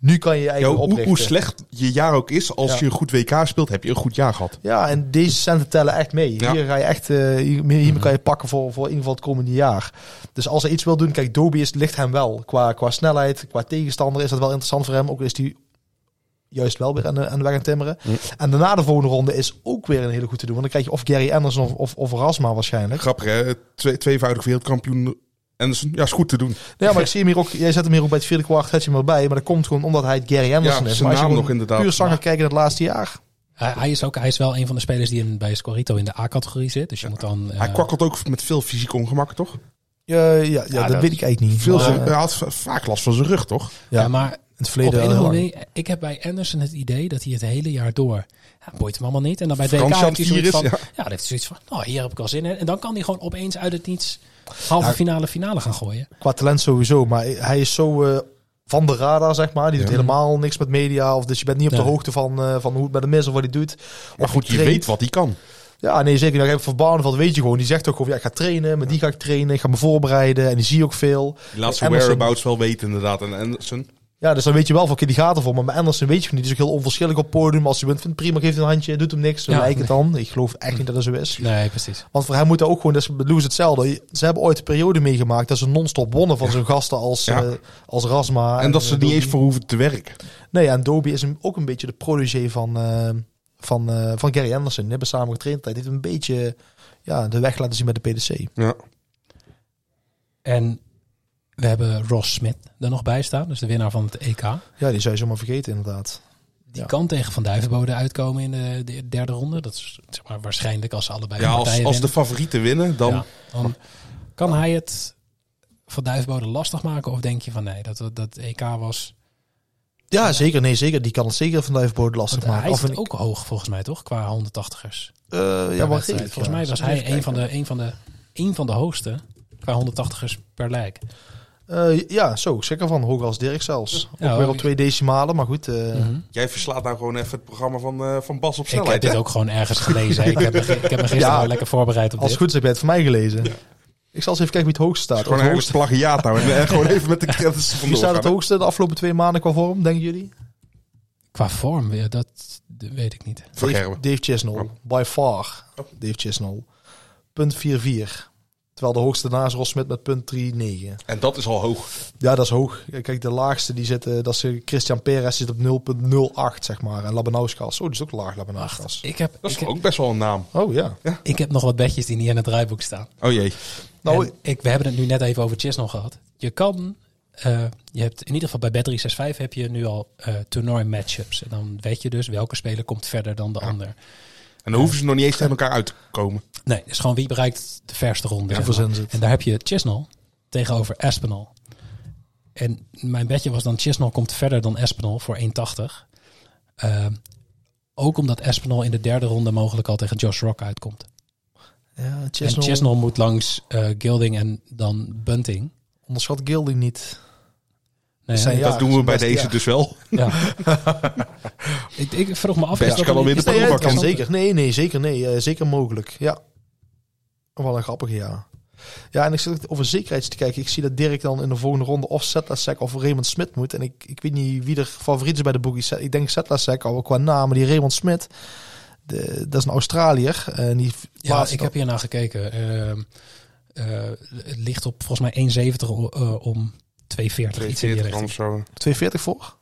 Speaker 8: Nu kan je je
Speaker 7: Ja,
Speaker 8: eigen
Speaker 7: hoe,
Speaker 8: oprichten.
Speaker 7: hoe slecht je jaar ook is, als
Speaker 8: Ja.
Speaker 7: je een goed WK speelt, heb je een goed jaar gehad.
Speaker 8: Ja, en deze centen tellen echt mee.
Speaker 7: Ja. Mhm.
Speaker 8: Hier ga je echt, eh, hier, hiermee kan je pakken voor, voor in ieder geval het komende jaar. Dus als hij iets wil doen, kijk, Doby is, ligt hem wel. Qua, qua snelheid, qua tegenstander is dat wel interessant voor hem. Ook is hij juist wel weer aan de, aan de weg aan het timmeren. En daarna de volgende ronde is ook weer een hele goed te doen. Want dan krijg je of Gary Anderson of, of, of Rasma waarschijnlijk.
Speaker 7: Grappig hè, Twee, tweevoudig wereldkampioen. En dus, ja, is goed te doen.
Speaker 8: Ja, maar ik zie hem hier ook, jij zet hem hier ook bij het vierde kwart, zet je hem erbij. Maar dat komt gewoon omdat hij het Gary Anderson
Speaker 7: Ja,
Speaker 8: is.
Speaker 7: zijn
Speaker 8: Maar als je
Speaker 7: naam
Speaker 8: gewoon
Speaker 7: nog inderdaad.
Speaker 8: puur zang gaat kijken in het laatste jaar.
Speaker 2: Hij, hij is ook, hij is wel een van de spelers die in, bij Scorito in de A-categorie zit. Dus je moet dan... eh,
Speaker 7: Hij kwakkelt ook met veel fysiek ongemak, toch?
Speaker 8: eh, Ja, ja, ja, dat,
Speaker 2: dat-
Speaker 8: weet ik eigenlijk niet.
Speaker 7: Veel
Speaker 8: Maar,
Speaker 7: zijn-
Speaker 8: eh,
Speaker 7: hij had va- vaak last van zijn rug, toch?
Speaker 8: ja,
Speaker 2: ja, maar
Speaker 8: in het
Speaker 2: op
Speaker 8: verleden
Speaker 2: een of
Speaker 8: eh,
Speaker 2: andere
Speaker 8: lang.
Speaker 2: manier, E, ik heb bij Anderson het idee dat hij het hele jaar door... Ja, boeit hem allemaal niet. En dan bij
Speaker 7: Frans
Speaker 2: DK
Speaker 7: Jan
Speaker 2: heeft hij zoiets van...
Speaker 7: Vier is,
Speaker 2: Ja. dan heeft hij zoiets van, nou, hier heb ik wel zin in. En dan kan hij gewoon opeens uit het niets halve
Speaker 8: Nou,
Speaker 2: finale finale gaan gooien.
Speaker 8: qua talent sowieso, maar hij is zo eh, van de radar, zeg maar. Die doet helemaal niks met media, of dus je bent niet op de
Speaker 2: Nee.
Speaker 8: hoogte van, eh, van hoe het met hem is of wat hij doet.
Speaker 7: Maar
Speaker 8: Of
Speaker 7: goed,
Speaker 8: hij
Speaker 7: je
Speaker 8: traint.
Speaker 7: weet wat hij kan.
Speaker 8: Ja, nee, zeker. Nou, kijk, Van Barneveld weet je gewoon. Die zegt ook gewoon, ja, ik ga trainen, met die ga ik trainen, ik ga me voorbereiden en die zie je ook veel.
Speaker 7: Die laat zijn
Speaker 8: Emerson-
Speaker 7: whereabouts wel weten, inderdaad. En Anderson.
Speaker 8: Ja, dus dan weet je wel van, oké, die gaat ervoor. Maar met Anderson weet je van niet. Die is ook heel onverschillig op het podium. Als je bent, vindt prima, geeft hij een handje, doet hem niks. Zo
Speaker 2: Ja.
Speaker 8: lijkt het dan. Ik geloof echt niet dat dat zo is.
Speaker 2: Nee, precies.
Speaker 8: Want voor hem moet dat ook gewoon, dat is met Loes hetzelfde. Ze hebben ooit een periode meegemaakt dat ze non-stop wonnen van zo'n gasten als,
Speaker 7: Ja.
Speaker 8: eh, als Rasma.
Speaker 7: En dat ze
Speaker 8: eh,
Speaker 7: er niet
Speaker 8: Dobie.
Speaker 7: eens voor hoeven te werken.
Speaker 8: Nee, en Dobie is een, ook een beetje de protégé van, eh, van, eh, van Gary Anderson. Die hebben samen getraind. Hij heeft een beetje ja, de weg laten zien met de PDC.
Speaker 7: Ja.
Speaker 2: En we hebben Ross Smith er nog bij staan. Dus de winnaar van het EK.
Speaker 8: Ja, die zou je zomaar vergeten inderdaad.
Speaker 2: Die
Speaker 8: Ja.
Speaker 2: kan tegen Van Duivenbode uitkomen in de, de derde ronde. Dat is zeg maar, waarschijnlijk als ze allebei
Speaker 7: Ja,
Speaker 2: de
Speaker 7: als,
Speaker 2: partijen
Speaker 7: als de
Speaker 2: winnen.
Speaker 7: favorieten winnen, dan...
Speaker 2: Ja, dan kan hij het Van Duivenbode lastig maken? Of denk je van nee, dat, dat EK was...
Speaker 8: Ja, zeker. Nee, zeker. Die kan het zeker van Duivenboord
Speaker 2: Want
Speaker 8: lastig
Speaker 2: hij
Speaker 8: maken. Of
Speaker 2: zit
Speaker 8: een-
Speaker 2: ook hoog volgens mij toch? Qua 180ers. per
Speaker 8: eh, ja, maar
Speaker 2: wedstrijd.
Speaker 8: redelijk,
Speaker 2: Volgens
Speaker 8: ja.
Speaker 2: mij was
Speaker 8: Even
Speaker 2: hij een
Speaker 8: kijken.
Speaker 2: van, de, een, van de, een van de hoogste qua 180ers per lijk.
Speaker 8: Eh, ja, zo. Zeker van hoog als Dirk zelfs.
Speaker 2: Ja,
Speaker 8: ook weer
Speaker 2: ook.
Speaker 8: op twee decimalen, maar goed. eh,
Speaker 7: Jij verslaat nou gewoon even het programma van, eh, van Bas op
Speaker 2: Ik heb
Speaker 7: snelheid,
Speaker 2: dit
Speaker 7: hè?
Speaker 2: ook gewoon ergens gelezen. hè. ik, heb me, ge- ik heb me gisteren
Speaker 8: Ja,
Speaker 2: gewoon lekker voorbereid op
Speaker 8: Als
Speaker 2: dit.
Speaker 8: het goed is, heb jij het van mij gelezen. Ik zal eens even kijken wie het hoogste staat.
Speaker 7: Gewoon
Speaker 8: Of het
Speaker 7: eigenlijk
Speaker 8: hoogste-
Speaker 7: plagiaat nou. En eh, gewoon even met de credits
Speaker 8: Wie
Speaker 7: vandoor
Speaker 8: staat het
Speaker 7: gaan.
Speaker 8: hoogste de afgelopen twee maanden qua vorm, denken jullie?
Speaker 2: Qua vorm, ja, dat weet ik niet.
Speaker 7: Van Oh.
Speaker 8: Dave,
Speaker 7: Gerben.
Speaker 8: Dave Chisnell, by far. Dave Chisnell. Punt 4-4. Terwijl de hoogste daarna is Ross Smit met punt 3-9.
Speaker 7: En dat is al hoog.
Speaker 8: Ja, dat is hoog. Kijk, de laagste die zit, eh, dat is eh, Christian Perez zit op 0,08 zeg maar. En Labanauskas. Oh, dat is ook laag Labanauskas.
Speaker 2: Ik heb,
Speaker 7: Dat is
Speaker 2: ik, heb,
Speaker 7: ook best wel een naam.
Speaker 8: Oh ja.
Speaker 2: ik heb nog wat bedjes die niet in het draaiboek staan.
Speaker 7: Oh jee.
Speaker 8: Nou,
Speaker 2: En ik, we hebben het nu net even over Chisnell gehad. Je kan, eh, je hebt in ieder geval bij Bet365 heb je nu al eh toernooi matchups. En dan weet je dus welke speler komt verder dan de ander.
Speaker 7: En dan hoeven ze nog niet eens tegen elkaar uit te komen.
Speaker 2: Nee, het is gewoon wie bereikt de verste ronde.
Speaker 8: Ja,
Speaker 2: zeg maar.
Speaker 8: voor zin zit.
Speaker 2: En daar heb je Chisnell tegenover Espinal. En mijn bedje was dan Chisnell komt verder dan Espinal voor 1,80. Ehm, ook omdat Espinal in de derde ronde mogelijk al tegen Josh Rock uitkomt.
Speaker 8: ja, Chisnell,
Speaker 2: En Chisnell moet langs eh, Gilding en dan Bunting.
Speaker 8: onderschat Gilding niet.
Speaker 2: Nee,
Speaker 8: Zijn
Speaker 2: hè?
Speaker 8: Ja,
Speaker 7: dat doen we
Speaker 8: zijn
Speaker 7: bij
Speaker 8: best-
Speaker 7: deze
Speaker 8: ja.
Speaker 7: dus wel.
Speaker 2: Ja. ik, ik vroeg me af.
Speaker 7: Best
Speaker 2: is dat
Speaker 7: kan
Speaker 2: dan-
Speaker 7: alweer
Speaker 2: is
Speaker 7: de
Speaker 2: dat-
Speaker 8: Nee,
Speaker 7: prullenbak
Speaker 8: dat kan
Speaker 7: in.
Speaker 8: zeker. Nee, nee, zeker. Nee, eh, zeker mogelijk. Ja. Wel een grappige, ja. Ja, en ik zit over zekerheid te kijken. Ik zie dat Dirk dan in de volgende ronde of Zetlasek of Raymond Smit moet. En ik, ik weet niet wie er favoriet is bij de boogies. Ik denk Zetlasek, al qua naam, maar die Raymond Smit. De, dat is een Australiër. En die
Speaker 2: Ja,
Speaker 8: plaatst
Speaker 2: ik
Speaker 8: dan-
Speaker 2: heb hier naar gekeken. Ehm, eh, het ligt op volgens mij 1,70 o- eh, om 2,40. Iets in die
Speaker 7: 42
Speaker 2: richting.
Speaker 7: of zo.
Speaker 8: 240 voor?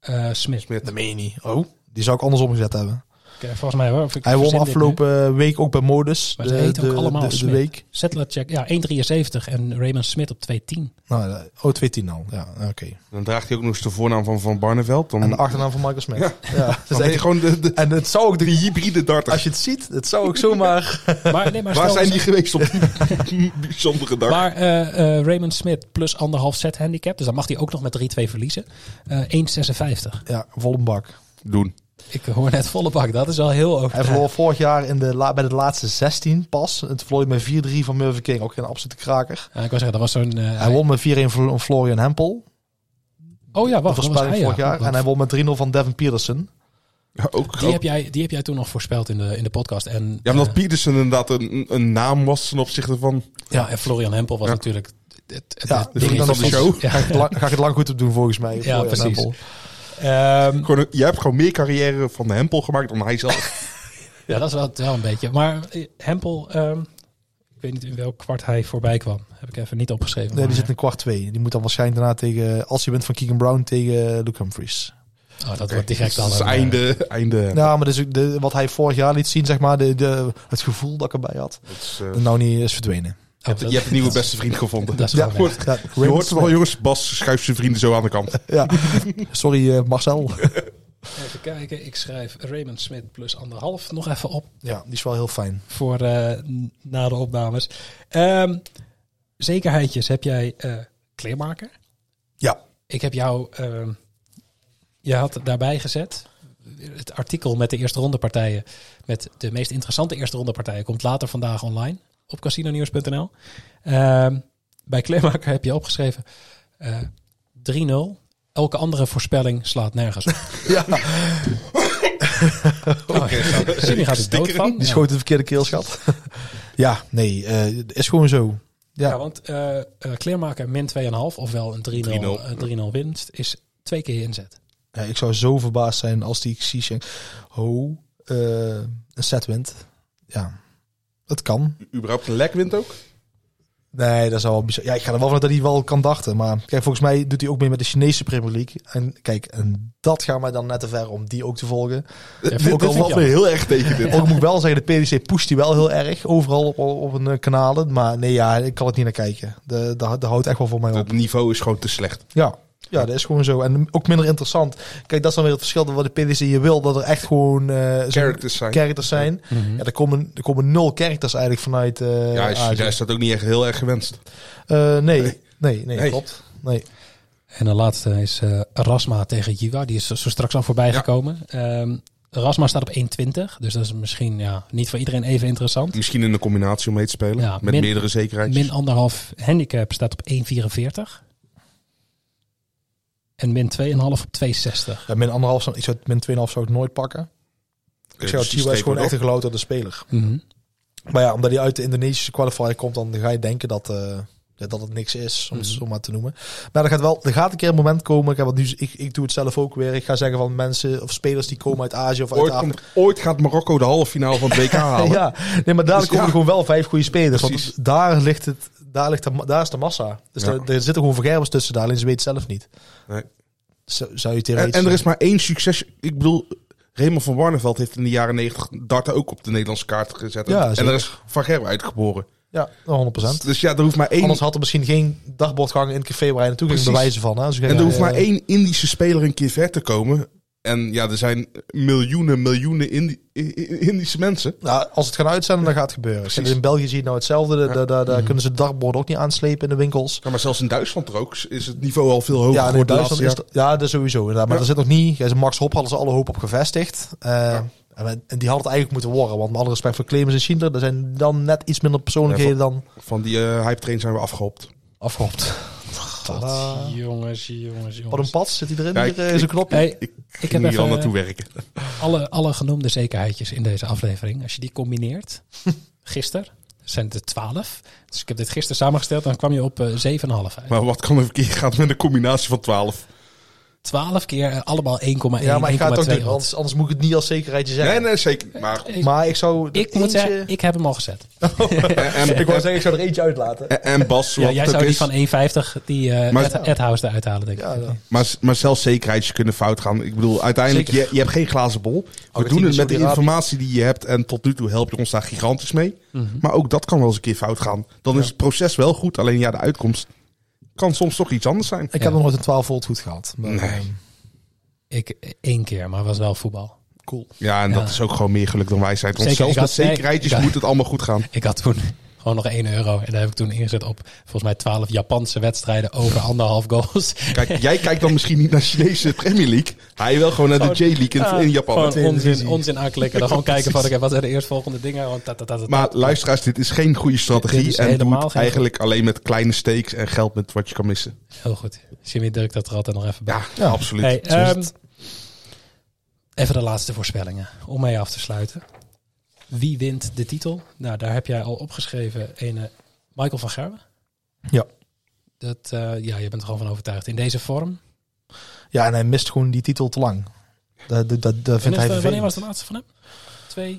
Speaker 2: Eh Smit.
Speaker 7: Smit.
Speaker 8: meen je niet. Oh, die zou ik andersom gezet hebben.
Speaker 2: Ik, eh, Volgens mij hoor. of ik
Speaker 8: Hij won
Speaker 2: verzin dit
Speaker 8: afgelopen eh, week ook bij Modus.
Speaker 2: Maar ze heten ook allemaal
Speaker 8: de, de
Speaker 2: Smit.
Speaker 8: week.
Speaker 2: nu. Settler check. Ja, 1,73 en Raymond Smit op 2,10.
Speaker 8: Nou, eh, oh, 210 dan. Ja, oké.
Speaker 7: Dan draagt hij ook nog eens de voornaam van Van Barneveld. Dan,
Speaker 8: En de
Speaker 7: dan
Speaker 8: achternaam van Michael Smit. Ja. Dus
Speaker 7: ben je
Speaker 8: eigenlijk-
Speaker 7: gewoon de, de,
Speaker 8: en het zou ook
Speaker 7: de
Speaker 8: de
Speaker 7: hybride darter.
Speaker 8: Als je het ziet, het zou ook zomaar...
Speaker 2: Maar, nee, maar
Speaker 7: Waar
Speaker 2: stel
Speaker 7: zijn
Speaker 2: dat-
Speaker 7: die geweest op die bijzondere dag?
Speaker 2: Maar eh, eh, Raymond Smit plus anderhalf set handicap. Dus dan mag hij ook nog met 3-2 verliezen. Eh 1,56.
Speaker 8: ja, vol een bak.
Speaker 7: Doen.
Speaker 2: Ik hoor net volle bak. Dat is al heel
Speaker 8: Hij
Speaker 2: over.
Speaker 8: verloor vorig jaar in de la- bij de laatste 16 pas. Het verloor hij met 4-3 van Murphy King. Ook een absolute kraker.
Speaker 2: Ja, ik wou zeggen, dat was zo'n... eh,
Speaker 8: Hij won met 4-1 van Florian Hempel.
Speaker 2: Oh ja, wacht. Dat
Speaker 8: De
Speaker 2: was
Speaker 8: voorspelling
Speaker 2: hij,
Speaker 8: vorig
Speaker 2: ja.
Speaker 8: jaar. En hij won met 3-0 van Devin Peterson.
Speaker 7: Ja, ook,
Speaker 2: Die
Speaker 7: ook-
Speaker 2: heb, jij, die heb jij toen nog voorspeld in de, in de podcast. En,
Speaker 7: ja, omdat
Speaker 2: eh,
Speaker 7: Peterson inderdaad een, een naam was ten opzichte van...
Speaker 2: ja, en Florian Hempel was
Speaker 7: Ja.
Speaker 2: natuurlijk... Het, het, het
Speaker 8: Ja,
Speaker 2: ding
Speaker 8: dus dan
Speaker 2: is-
Speaker 8: van de
Speaker 7: show.
Speaker 8: Ga,
Speaker 2: Ja,
Speaker 8: ik het lang- ga ik het lang goed op doen volgens mij.
Speaker 2: ja
Speaker 8: Florian
Speaker 2: precies.
Speaker 8: Hempel.
Speaker 2: Ehm,
Speaker 7: Gewoon, jij hebt gewoon meer carrière van Hempel gemaakt dan hij zelf.
Speaker 2: ja, dat is wel, wel een beetje. Maar eh, Hempel, ehm, ik weet niet in welk kwart hij voorbij kwam. Heb ik even niet opgeschreven.
Speaker 8: Nee, die
Speaker 2: maar-
Speaker 8: zit in kwart 2. Die moet dan waarschijnlijk daarna tegen... Als hij wint van Keegan Brown tegen Luke Humphries.
Speaker 2: oh, dat wordt direct al
Speaker 7: dat is
Speaker 2: een, eh,
Speaker 7: einde. einde
Speaker 8: Ja, maar dus de, wat hij vorig jaar liet zien, zeg maar, de, de, het gevoel dat ik erbij had,
Speaker 7: Dat is, eh,
Speaker 8: dat nou niet is verdwenen.
Speaker 2: oh, dat-
Speaker 7: je hebt een nieuwe
Speaker 2: dat is-
Speaker 7: beste vriend gevonden.
Speaker 2: dat is wel weg.
Speaker 7: goed.
Speaker 8: Ja,
Speaker 7: Je hoort het wel, jongens. Bas schuift zijn vrienden zo aan de kant.
Speaker 8: Ja. Sorry, eh, Marcel.
Speaker 2: Even kijken, ik schrijf Raymond Smit plus anderhalf nog even op
Speaker 8: Ja, die is wel heel fijn.
Speaker 2: voor eh, n- na de opnames. Ehm, zekerheidjes heb jij eh, kleermaker.
Speaker 8: Ja.
Speaker 2: Ik heb jou, ehm, je had daarbij gezet, het artikel met de eerste ronde partijen, met de meest interessante eerste ronde partijen, komt later vandaag online op casinonews.nl. Ehm, bij kleermaker heb je opgeschreven eh, 3-0. Elke andere voorspelling slaat nergens op.
Speaker 8: Ja,
Speaker 2: Oh, Jimmy gaat er dood van.
Speaker 8: die schoot de verkeerde keelschat. ja, nee, eh, is gewoon zo.
Speaker 2: Ja.
Speaker 8: Ja,
Speaker 2: Ja, want eh eh, kleermaker min 2,5, ofwel een 3-0 eh, 3-0 winst, is twee keer je inzet.
Speaker 8: Ja, ik zou zo verbaasd zijn als die Xi Ho eh, een set wint. Ja, het kan.
Speaker 7: Überhaupt een lek wint ook.
Speaker 8: Nee, dat zou wel bizar. Ja, ik ga er wel vanuit dat hij wel kan dachten. Maar kijk, volgens mij doet hij ook mee met de Chinese Premier League. En kijk, en dat gaat mij dan net te ver om die ook te volgen.
Speaker 2: Ja,
Speaker 7: dit
Speaker 2: ook al
Speaker 7: dit valt
Speaker 2: wat
Speaker 7: me heel erg tegen dit.
Speaker 8: Ook moet ik wel zeggen, de PDC pusht die wel heel erg. Overal op, op een eh, kanalen. Maar nee, ja, ik kan het niet naar kijken. De, de, de houdt echt wel voor mij op.
Speaker 7: Het niveau is gewoon te slecht.
Speaker 8: Ja. ja, dat is gewoon zo. En ook minder interessant. Kijk, dat is dan weer het verschil dat wat de PDC je wil. Dat er echt gewoon eh, zo'n
Speaker 7: Characters zijn. Mhm.
Speaker 8: characters zijn. Ja, er komen, er komen nul characters eigenlijk vanuit eh
Speaker 7: Ja, is,
Speaker 8: Azië.
Speaker 7: daar is dat ook niet echt heel erg gewenst.
Speaker 8: Eh, nee, nee, nee,
Speaker 7: Nee.
Speaker 8: klopt. Nee.
Speaker 2: En de laatste is eh, Rasma tegen Jiwa. Die is zo zo straks al voorbij
Speaker 7: Ja.
Speaker 2: gekomen. Ehm, Rasma staat op 1,20. Dus dat is misschien ja, niet voor iedereen even interessant.
Speaker 7: Misschien in een combinatie om mee te spelen.
Speaker 2: Ja,
Speaker 7: met
Speaker 2: min-
Speaker 7: meerdere zekerheidjes.
Speaker 2: Min anderhalf handicap staat op 1,44. En min 2,5 op 2,60.
Speaker 8: Ja, min anderhalf, zou- ik zou het min 2,5 zou ik nooit pakken. Ik
Speaker 7: Eh,
Speaker 8: zou
Speaker 7: dus die
Speaker 8: Chiwa is gewoon
Speaker 7: steken
Speaker 8: echt een
Speaker 7: we
Speaker 8: gelouterde speler.
Speaker 2: Mhm.
Speaker 8: Maar ja, omdat hij uit de Indonesische qualifier komt, dan ga je denken dat, eh, ja, dat het niks is, om het
Speaker 7: Mhm.
Speaker 8: zo maar te noemen. Maar er gaat wel, er gaat een keer een moment komen. Ik, heb het nu, ik, ik doe het zelf ook weer. Ik ga zeggen van mensen of spelers die komen uit Azië of
Speaker 7: erop.
Speaker 8: uit
Speaker 7: ooit,
Speaker 8: Afrika.
Speaker 7: komt, ooit gaat Marokko de halve finale van het WK halen.
Speaker 8: Ja, nee, maar daar
Speaker 7: Dus
Speaker 8: komen
Speaker 7: ja.
Speaker 8: er gewoon wel vijf goede spelers.
Speaker 7: Precies.
Speaker 8: Want daar ligt het, daar ligt de, ma- daar is de massa. Dus
Speaker 7: Ja.
Speaker 8: daar- er zitten gewoon vergerbers tussen daar, alleen ze weten het zelf niet.
Speaker 7: Nee.
Speaker 8: Zo- Zou je
Speaker 7: En,
Speaker 8: theoretisch...
Speaker 7: en er is maar één succes. Ik bedoel, Raymond van Warneveld heeft in de jaren 90 darten ook op de Nederlandse kaart gezet.
Speaker 8: Ja,
Speaker 7: en
Speaker 8: zeker.
Speaker 7: er is Van Gerwen uitgeboren.
Speaker 8: Ja, 100%.
Speaker 7: Dus ja, er hoeft maar één...
Speaker 8: Anders had er misschien geen dagbordgang in het café waar hij naartoe ging
Speaker 7: Precies.
Speaker 8: bewijzen van. Hè? Dus ik
Speaker 7: En
Speaker 8: denk,
Speaker 7: er hoeft
Speaker 8: eh,
Speaker 7: maar één Indische speler een keer ver te komen. En ja, er zijn miljoenen, miljoenen Indi- I- I- Indische mensen.
Speaker 8: Nou, als het gaan uitzenden, dan gaat het gebeuren.
Speaker 7: Precies.
Speaker 8: In België zie je het nou hetzelfde. Daar- Daar, daar, daar kunnen ze dagborden ook niet aanslepen in de winkels.
Speaker 7: Ja, maar zelfs in Duitsland er ook is het niveau al veel hoger
Speaker 8: Ja, en in
Speaker 7: geworden de
Speaker 8: Duitsland is dat,
Speaker 7: laatste
Speaker 8: ja, dat is sowieso. inderdaad. Maar
Speaker 7: Ja.
Speaker 8: er zit nog niet... Ja, ze- Max Hop hadden ze alle hoop op gevestigd. Eh, en, we- en die had het eigenlijk moeten worden. Want met alle respect voor Clemens en Schindler... er zijn dan net iets minder persoonlijkheden dan
Speaker 7: jaren. Van die eh, hype train zijn we afgehopt.
Speaker 8: afgehopt. Tada.
Speaker 2: Jongens, jongens, jongens.
Speaker 8: Wat een pas, zit hij erin?
Speaker 7: Ja,
Speaker 8: Hier,
Speaker 7: ik-
Speaker 8: eh, is een knop.
Speaker 2: Hey,
Speaker 7: Ik
Speaker 2: ik heb
Speaker 7: Ging hier al
Speaker 2: even,
Speaker 7: naartoe
Speaker 8: eh,
Speaker 7: werken.
Speaker 2: alle, alle genoemde zekerheidjes in deze aflevering, als je die combineert, gisteren zijn het er 12. Dus ik heb dit gisteren samengesteld en dan kwam je op eh, 7,5 uit.
Speaker 7: Maar wat kan er verkeerd gaan met een combinatie van 12?
Speaker 2: 12 keer en allemaal 1,1,
Speaker 8: Ja, maar ik ga het ook
Speaker 2: 1,2.
Speaker 8: doen. Anders, anders moet ik het niet als zekerheidje zeggen.
Speaker 7: Nee, nee, zeker. Maar goed.
Speaker 8: Maar ik zou... er
Speaker 2: Ik moet
Speaker 8: eentje-
Speaker 2: zeggen, ik heb hem al gezet.
Speaker 7: En, eh, en,
Speaker 8: Ik wou zeggen, ik zou er eentje uitlaten.
Speaker 7: en- en Bas,
Speaker 2: Ja,
Speaker 7: wat
Speaker 2: jij
Speaker 7: het
Speaker 2: zou die
Speaker 7: is.
Speaker 2: van 1,50 die eh
Speaker 7: Maar-
Speaker 2: Ed, Edhouse eruit halen, denk ik.
Speaker 8: Ja, ja.
Speaker 7: Maar, maar zelfs zekerheidjes kunnen fout gaan. Ik bedoel, uiteindelijk, je,
Speaker 8: Zeker.
Speaker 7: je hebt geen glazen bol.
Speaker 2: Oh,
Speaker 7: We
Speaker 8: dat
Speaker 7: doen
Speaker 8: die
Speaker 2: dus
Speaker 7: het met de
Speaker 8: Saudi-Arabië-
Speaker 7: informatie die je hebt. En tot nu toe help je ons daar gigantisch mee.
Speaker 2: Mhm.
Speaker 7: Maar ook dat kan wel eens een keer fout gaan. Dan is het proces wel goed. Alleen ja, de uitkomst kan soms toch iets anders zijn.
Speaker 8: Ik heb nog nooit een 12 volt goed gehad. Maar,
Speaker 7: Nee.
Speaker 8: ehm,
Speaker 2: Ik één keer, maar was wel voetbal.
Speaker 8: cool.
Speaker 7: Ja, en dat
Speaker 2: Ja.
Speaker 7: is ook gewoon meer geluk dan wijsheid. Want
Speaker 2: Zeker,
Speaker 7: zelfs
Speaker 2: ik
Speaker 7: met
Speaker 2: had- nee,
Speaker 7: zekerheidjes
Speaker 2: ik-
Speaker 7: moet het allemaal goed gaan.
Speaker 2: Ik had toen gewoon Gewoon nog 1 euro. En daar heb ik toen ingezet op volgens mij 12 Japanse wedstrijden over anderhalf goals.
Speaker 7: Kijk, jij kijkt dan misschien niet naar Chinese Premier League. Hij wel gewoon naar de J-League in, in Japan.
Speaker 2: Gewoon onzin, onzin aanklikken. Dan gewoon kijken van, oké, wat zijn de eerstvolgende dingen? Gewoon ta, ta, ta, ta, ta.
Speaker 7: Maar luisteraars, dit is geen goede strategie.
Speaker 2: Dit is
Speaker 7: en
Speaker 2: helemaal
Speaker 7: doet
Speaker 2: geen-
Speaker 7: eigenlijk alleen met kleine stakes en geld met wat je kan missen.
Speaker 2: Heel goed. Jimmy drukt dat er altijd nog even bij.
Speaker 7: Ja,
Speaker 8: Ja.
Speaker 7: absoluut.
Speaker 2: Hey,
Speaker 7: Zo is
Speaker 2: ehm,
Speaker 7: het.
Speaker 2: even de laatste voorspellingen. Om mee af te sluiten. Wie wint de titel? Nou, daar heb jij al opgeschreven. Ene Michael van Gerwen.
Speaker 8: Ja.
Speaker 2: Dat, eh, ja, je bent er gewoon van overtuigd. In deze vorm.
Speaker 8: Ja, en hij mist gewoon die titel te lang. Dat, dat, dat, dat
Speaker 2: En eh,
Speaker 8: vindt hij
Speaker 2: wanneer was
Speaker 8: vervelend.
Speaker 2: de laatste van hem? Twee.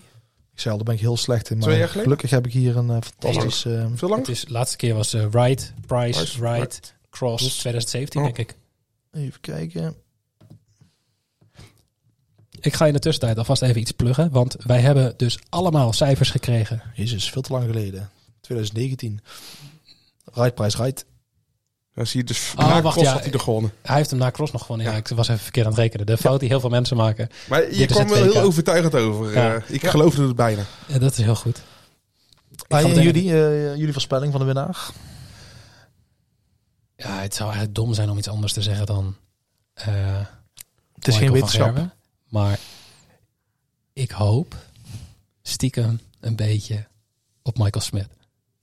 Speaker 8: Ik zei al, daar ben ik heel slecht in. Maar
Speaker 7: Twee jaar geleden?
Speaker 8: gelukkig heb ik hier een eh, fantastisch... eh,
Speaker 7: Veel
Speaker 2: Het
Speaker 7: lang?
Speaker 2: is, de laatste keer was eh, Wright, Price,
Speaker 7: Price,
Speaker 2: Wright,
Speaker 7: Wright.
Speaker 2: Cross,
Speaker 7: Cross.
Speaker 2: 2017
Speaker 7: Oh.
Speaker 2: denk ik.
Speaker 8: eh, even kijken.
Speaker 2: Ik ga in de tussentijd alvast even iets pluggen. Want wij hebben dus allemaal cijfers gekregen.
Speaker 8: Jezus, veel te lang geleden. 2019. Right, price, right.
Speaker 7: Dan zie je dus
Speaker 2: Oh,
Speaker 7: na
Speaker 2: wacht,
Speaker 7: Cross
Speaker 2: ja.
Speaker 7: had hij er gewonnen.
Speaker 2: Hij heeft hem na Cross nog gewonnen. Ja,
Speaker 7: Ja.
Speaker 2: ik was even verkeerd aan het rekenen. De fout die heel veel mensen maken.
Speaker 7: Maar je
Speaker 2: Dit is
Speaker 7: kwam
Speaker 2: het
Speaker 7: wel heel
Speaker 2: WK.
Speaker 7: overtuigend over.
Speaker 2: Ja.
Speaker 7: Eh, ik geloofde het bijna.
Speaker 2: Ja, dat is heel goed. Ik ga
Speaker 8: Ah, en
Speaker 2: meteen-
Speaker 8: jullie, eh, jullie voorspelling van de winnaar?
Speaker 2: Ja, het zou eigenlijk dom zijn om iets anders te zeggen dan. eh,
Speaker 8: Het
Speaker 2: Michael
Speaker 8: is geen
Speaker 2: van
Speaker 8: wetenschap.
Speaker 2: Gerwen. Maar ik hoop stiekem een beetje op Michael Smith.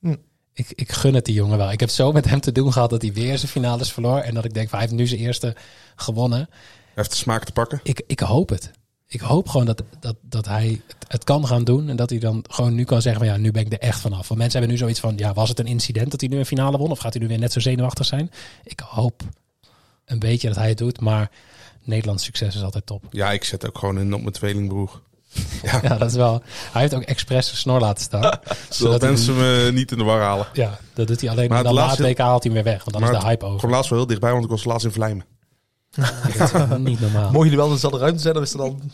Speaker 8: Hm.
Speaker 2: Ik, ik gun het die jongen wel. Ik heb zo met hem te doen gehad dat hij weer zijn finales verloor. En dat ik denk, van, hij heeft nu zijn eerste gewonnen.
Speaker 7: Hij heeft de smaak te pakken.
Speaker 2: Ik, ik hoop het. Ik hoop gewoon dat, dat, dat hij het, het kan gaan doen. En dat hij dan gewoon nu kan zeggen van ja, nu ben ik er echt vanaf. Want mensen hebben nu zoiets van, ja, was het een incident dat hij nu een finale won? Of gaat hij nu weer net zo zenuwachtig zijn? Ik hoop een beetje dat hij het doet. Maar Nederlands succes is altijd top.
Speaker 7: Ja, ik zet ook gewoon in op mijn tweelingbroer.
Speaker 2: Ja, dat is wel. Hij heeft ook expres zijn snor laten staan.
Speaker 7: Zodat
Speaker 2: zodat hij-
Speaker 7: mensen me niet in de war halen.
Speaker 2: ja, dat doet hij alleen.
Speaker 7: Maar
Speaker 2: Maar dan
Speaker 7: het
Speaker 2: na het
Speaker 7: laatste-
Speaker 2: WK haalt hij hem weer weg. Want dan is
Speaker 7: Maar
Speaker 2: de hype
Speaker 7: Ik
Speaker 2: over.
Speaker 7: kwam laatst wel heel dichtbij, want ik was laatst in Vlijmen.
Speaker 2: Dat is niet normaal.
Speaker 8: Mogen jullie wel in dezelfde ruimte zijn? Dan is het dan...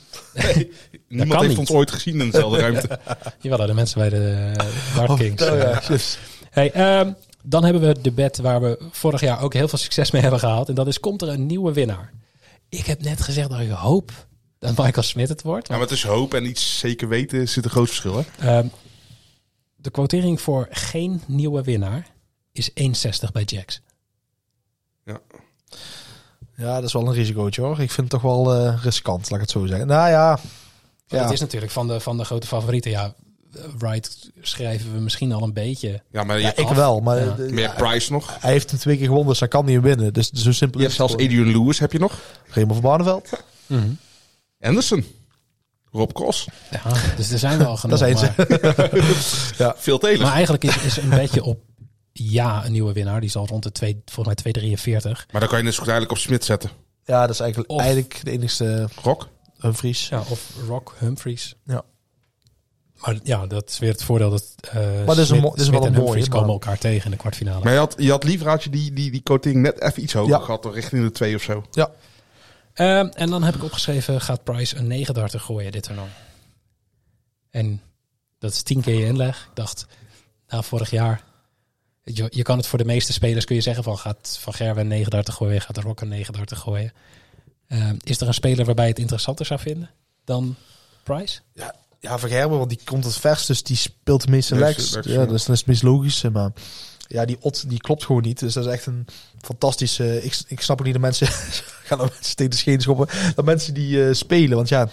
Speaker 7: Niemand heeft
Speaker 2: niet.
Speaker 7: ons ooit gezien in dezelfde ruimte.
Speaker 2: Jawel, de mensen bij de eh, Dart Kings.
Speaker 8: Oh, ja.
Speaker 2: Hey, ehm, dan hebben we het debat waar we vorig jaar ook heel veel succes mee hebben gehaald. En dat is, komt er een nieuwe winnaar? Ik heb net gezegd dat ik hoop dat Michael Smit het wordt.
Speaker 7: Ja, maar het is hoop en iets zeker weten zit een groot verschil. Hè?
Speaker 2: Ehm, de quotering voor geen nieuwe winnaar is 1,60 bij Jax.
Speaker 8: ja, dat is wel een risicootje hoor. Ik vind het toch wel eh, riskant, laat ik het zo zeggen. Nou ja,
Speaker 2: Ja.
Speaker 8: Ja.
Speaker 2: Dat is natuurlijk van de, van de grote favorieten. Ja, Wright schrijven we misschien al een beetje.
Speaker 7: Ja, maar
Speaker 8: ja
Speaker 7: je,
Speaker 8: ik wel. Maar
Speaker 2: Ja.
Speaker 8: eh,
Speaker 7: meer Price nog.
Speaker 8: hij heeft hem twee keer gewonnen, dus hij kan niet meer winnen. Dus zo simpel
Speaker 7: Je
Speaker 8: is
Speaker 7: hebt
Speaker 8: het
Speaker 7: zelfs
Speaker 8: gewoon.
Speaker 7: Adrian Lewis heb je nog.
Speaker 8: Remo van Barneveld. Mhm.
Speaker 7: Anderson. Rob Cross.
Speaker 2: Ja, dus er zijn wel genoeg.
Speaker 8: zijn ze.
Speaker 2: Maar,
Speaker 7: Veel telen.
Speaker 2: maar eigenlijk is, is een beetje op ja een nieuwe winnaar. Die zal rond de twee, volgens mij 2,43.
Speaker 7: Maar dan kan je dus goed eigenlijk op Smit zetten.
Speaker 8: Ja, dat is eigenlijk,
Speaker 2: Of-
Speaker 8: eigenlijk de enigste eh,
Speaker 7: Rock.
Speaker 8: Humphries.
Speaker 2: Ja, of Rock Humphries.
Speaker 8: Ja.
Speaker 2: Maar ja, dat is weer het voordeel dat eh maar
Speaker 8: dat is een mo- dat is wel
Speaker 2: en
Speaker 8: een
Speaker 2: Humphries
Speaker 8: mooie,
Speaker 2: komen
Speaker 8: maar-
Speaker 2: elkaar tegen in de kwartfinale.
Speaker 7: Maar je had, je had liever had je die, die, die coating net even iets
Speaker 8: Ja.
Speaker 7: hoger gehad. toch? Richting de twee of zo.
Speaker 8: Ja.
Speaker 2: Ehm, en dan heb ik opgeschreven, gaat Price een 9 darter gooien dit toernooi? En dat is 10 keer je inleg. Ik dacht, nou vorig jaar, je, je kan het voor de meeste spelers kun je zeggen van gaat Van Gerwen een 9 darter gooien, gaat Rock een 9 darter gooien. Ehm, is er een speler waarbij je het interessanter zou vinden dan Price?
Speaker 8: Ja, ja Van Gerwen, want die komt het vers, dus die speelt de meeste
Speaker 7: Ja,
Speaker 8: legs.
Speaker 7: legs,
Speaker 8: Ja,
Speaker 7: ja.
Speaker 8: dat is, dat is het meest logische, maar... Ja, die odds die klopt gewoon niet. Dus dat is echt een fantastische... Ik, ik snap ook niet dat mensen... gaan dan mensen tegen de schenen schoppen. Dat mensen die eh, spelen, want ja...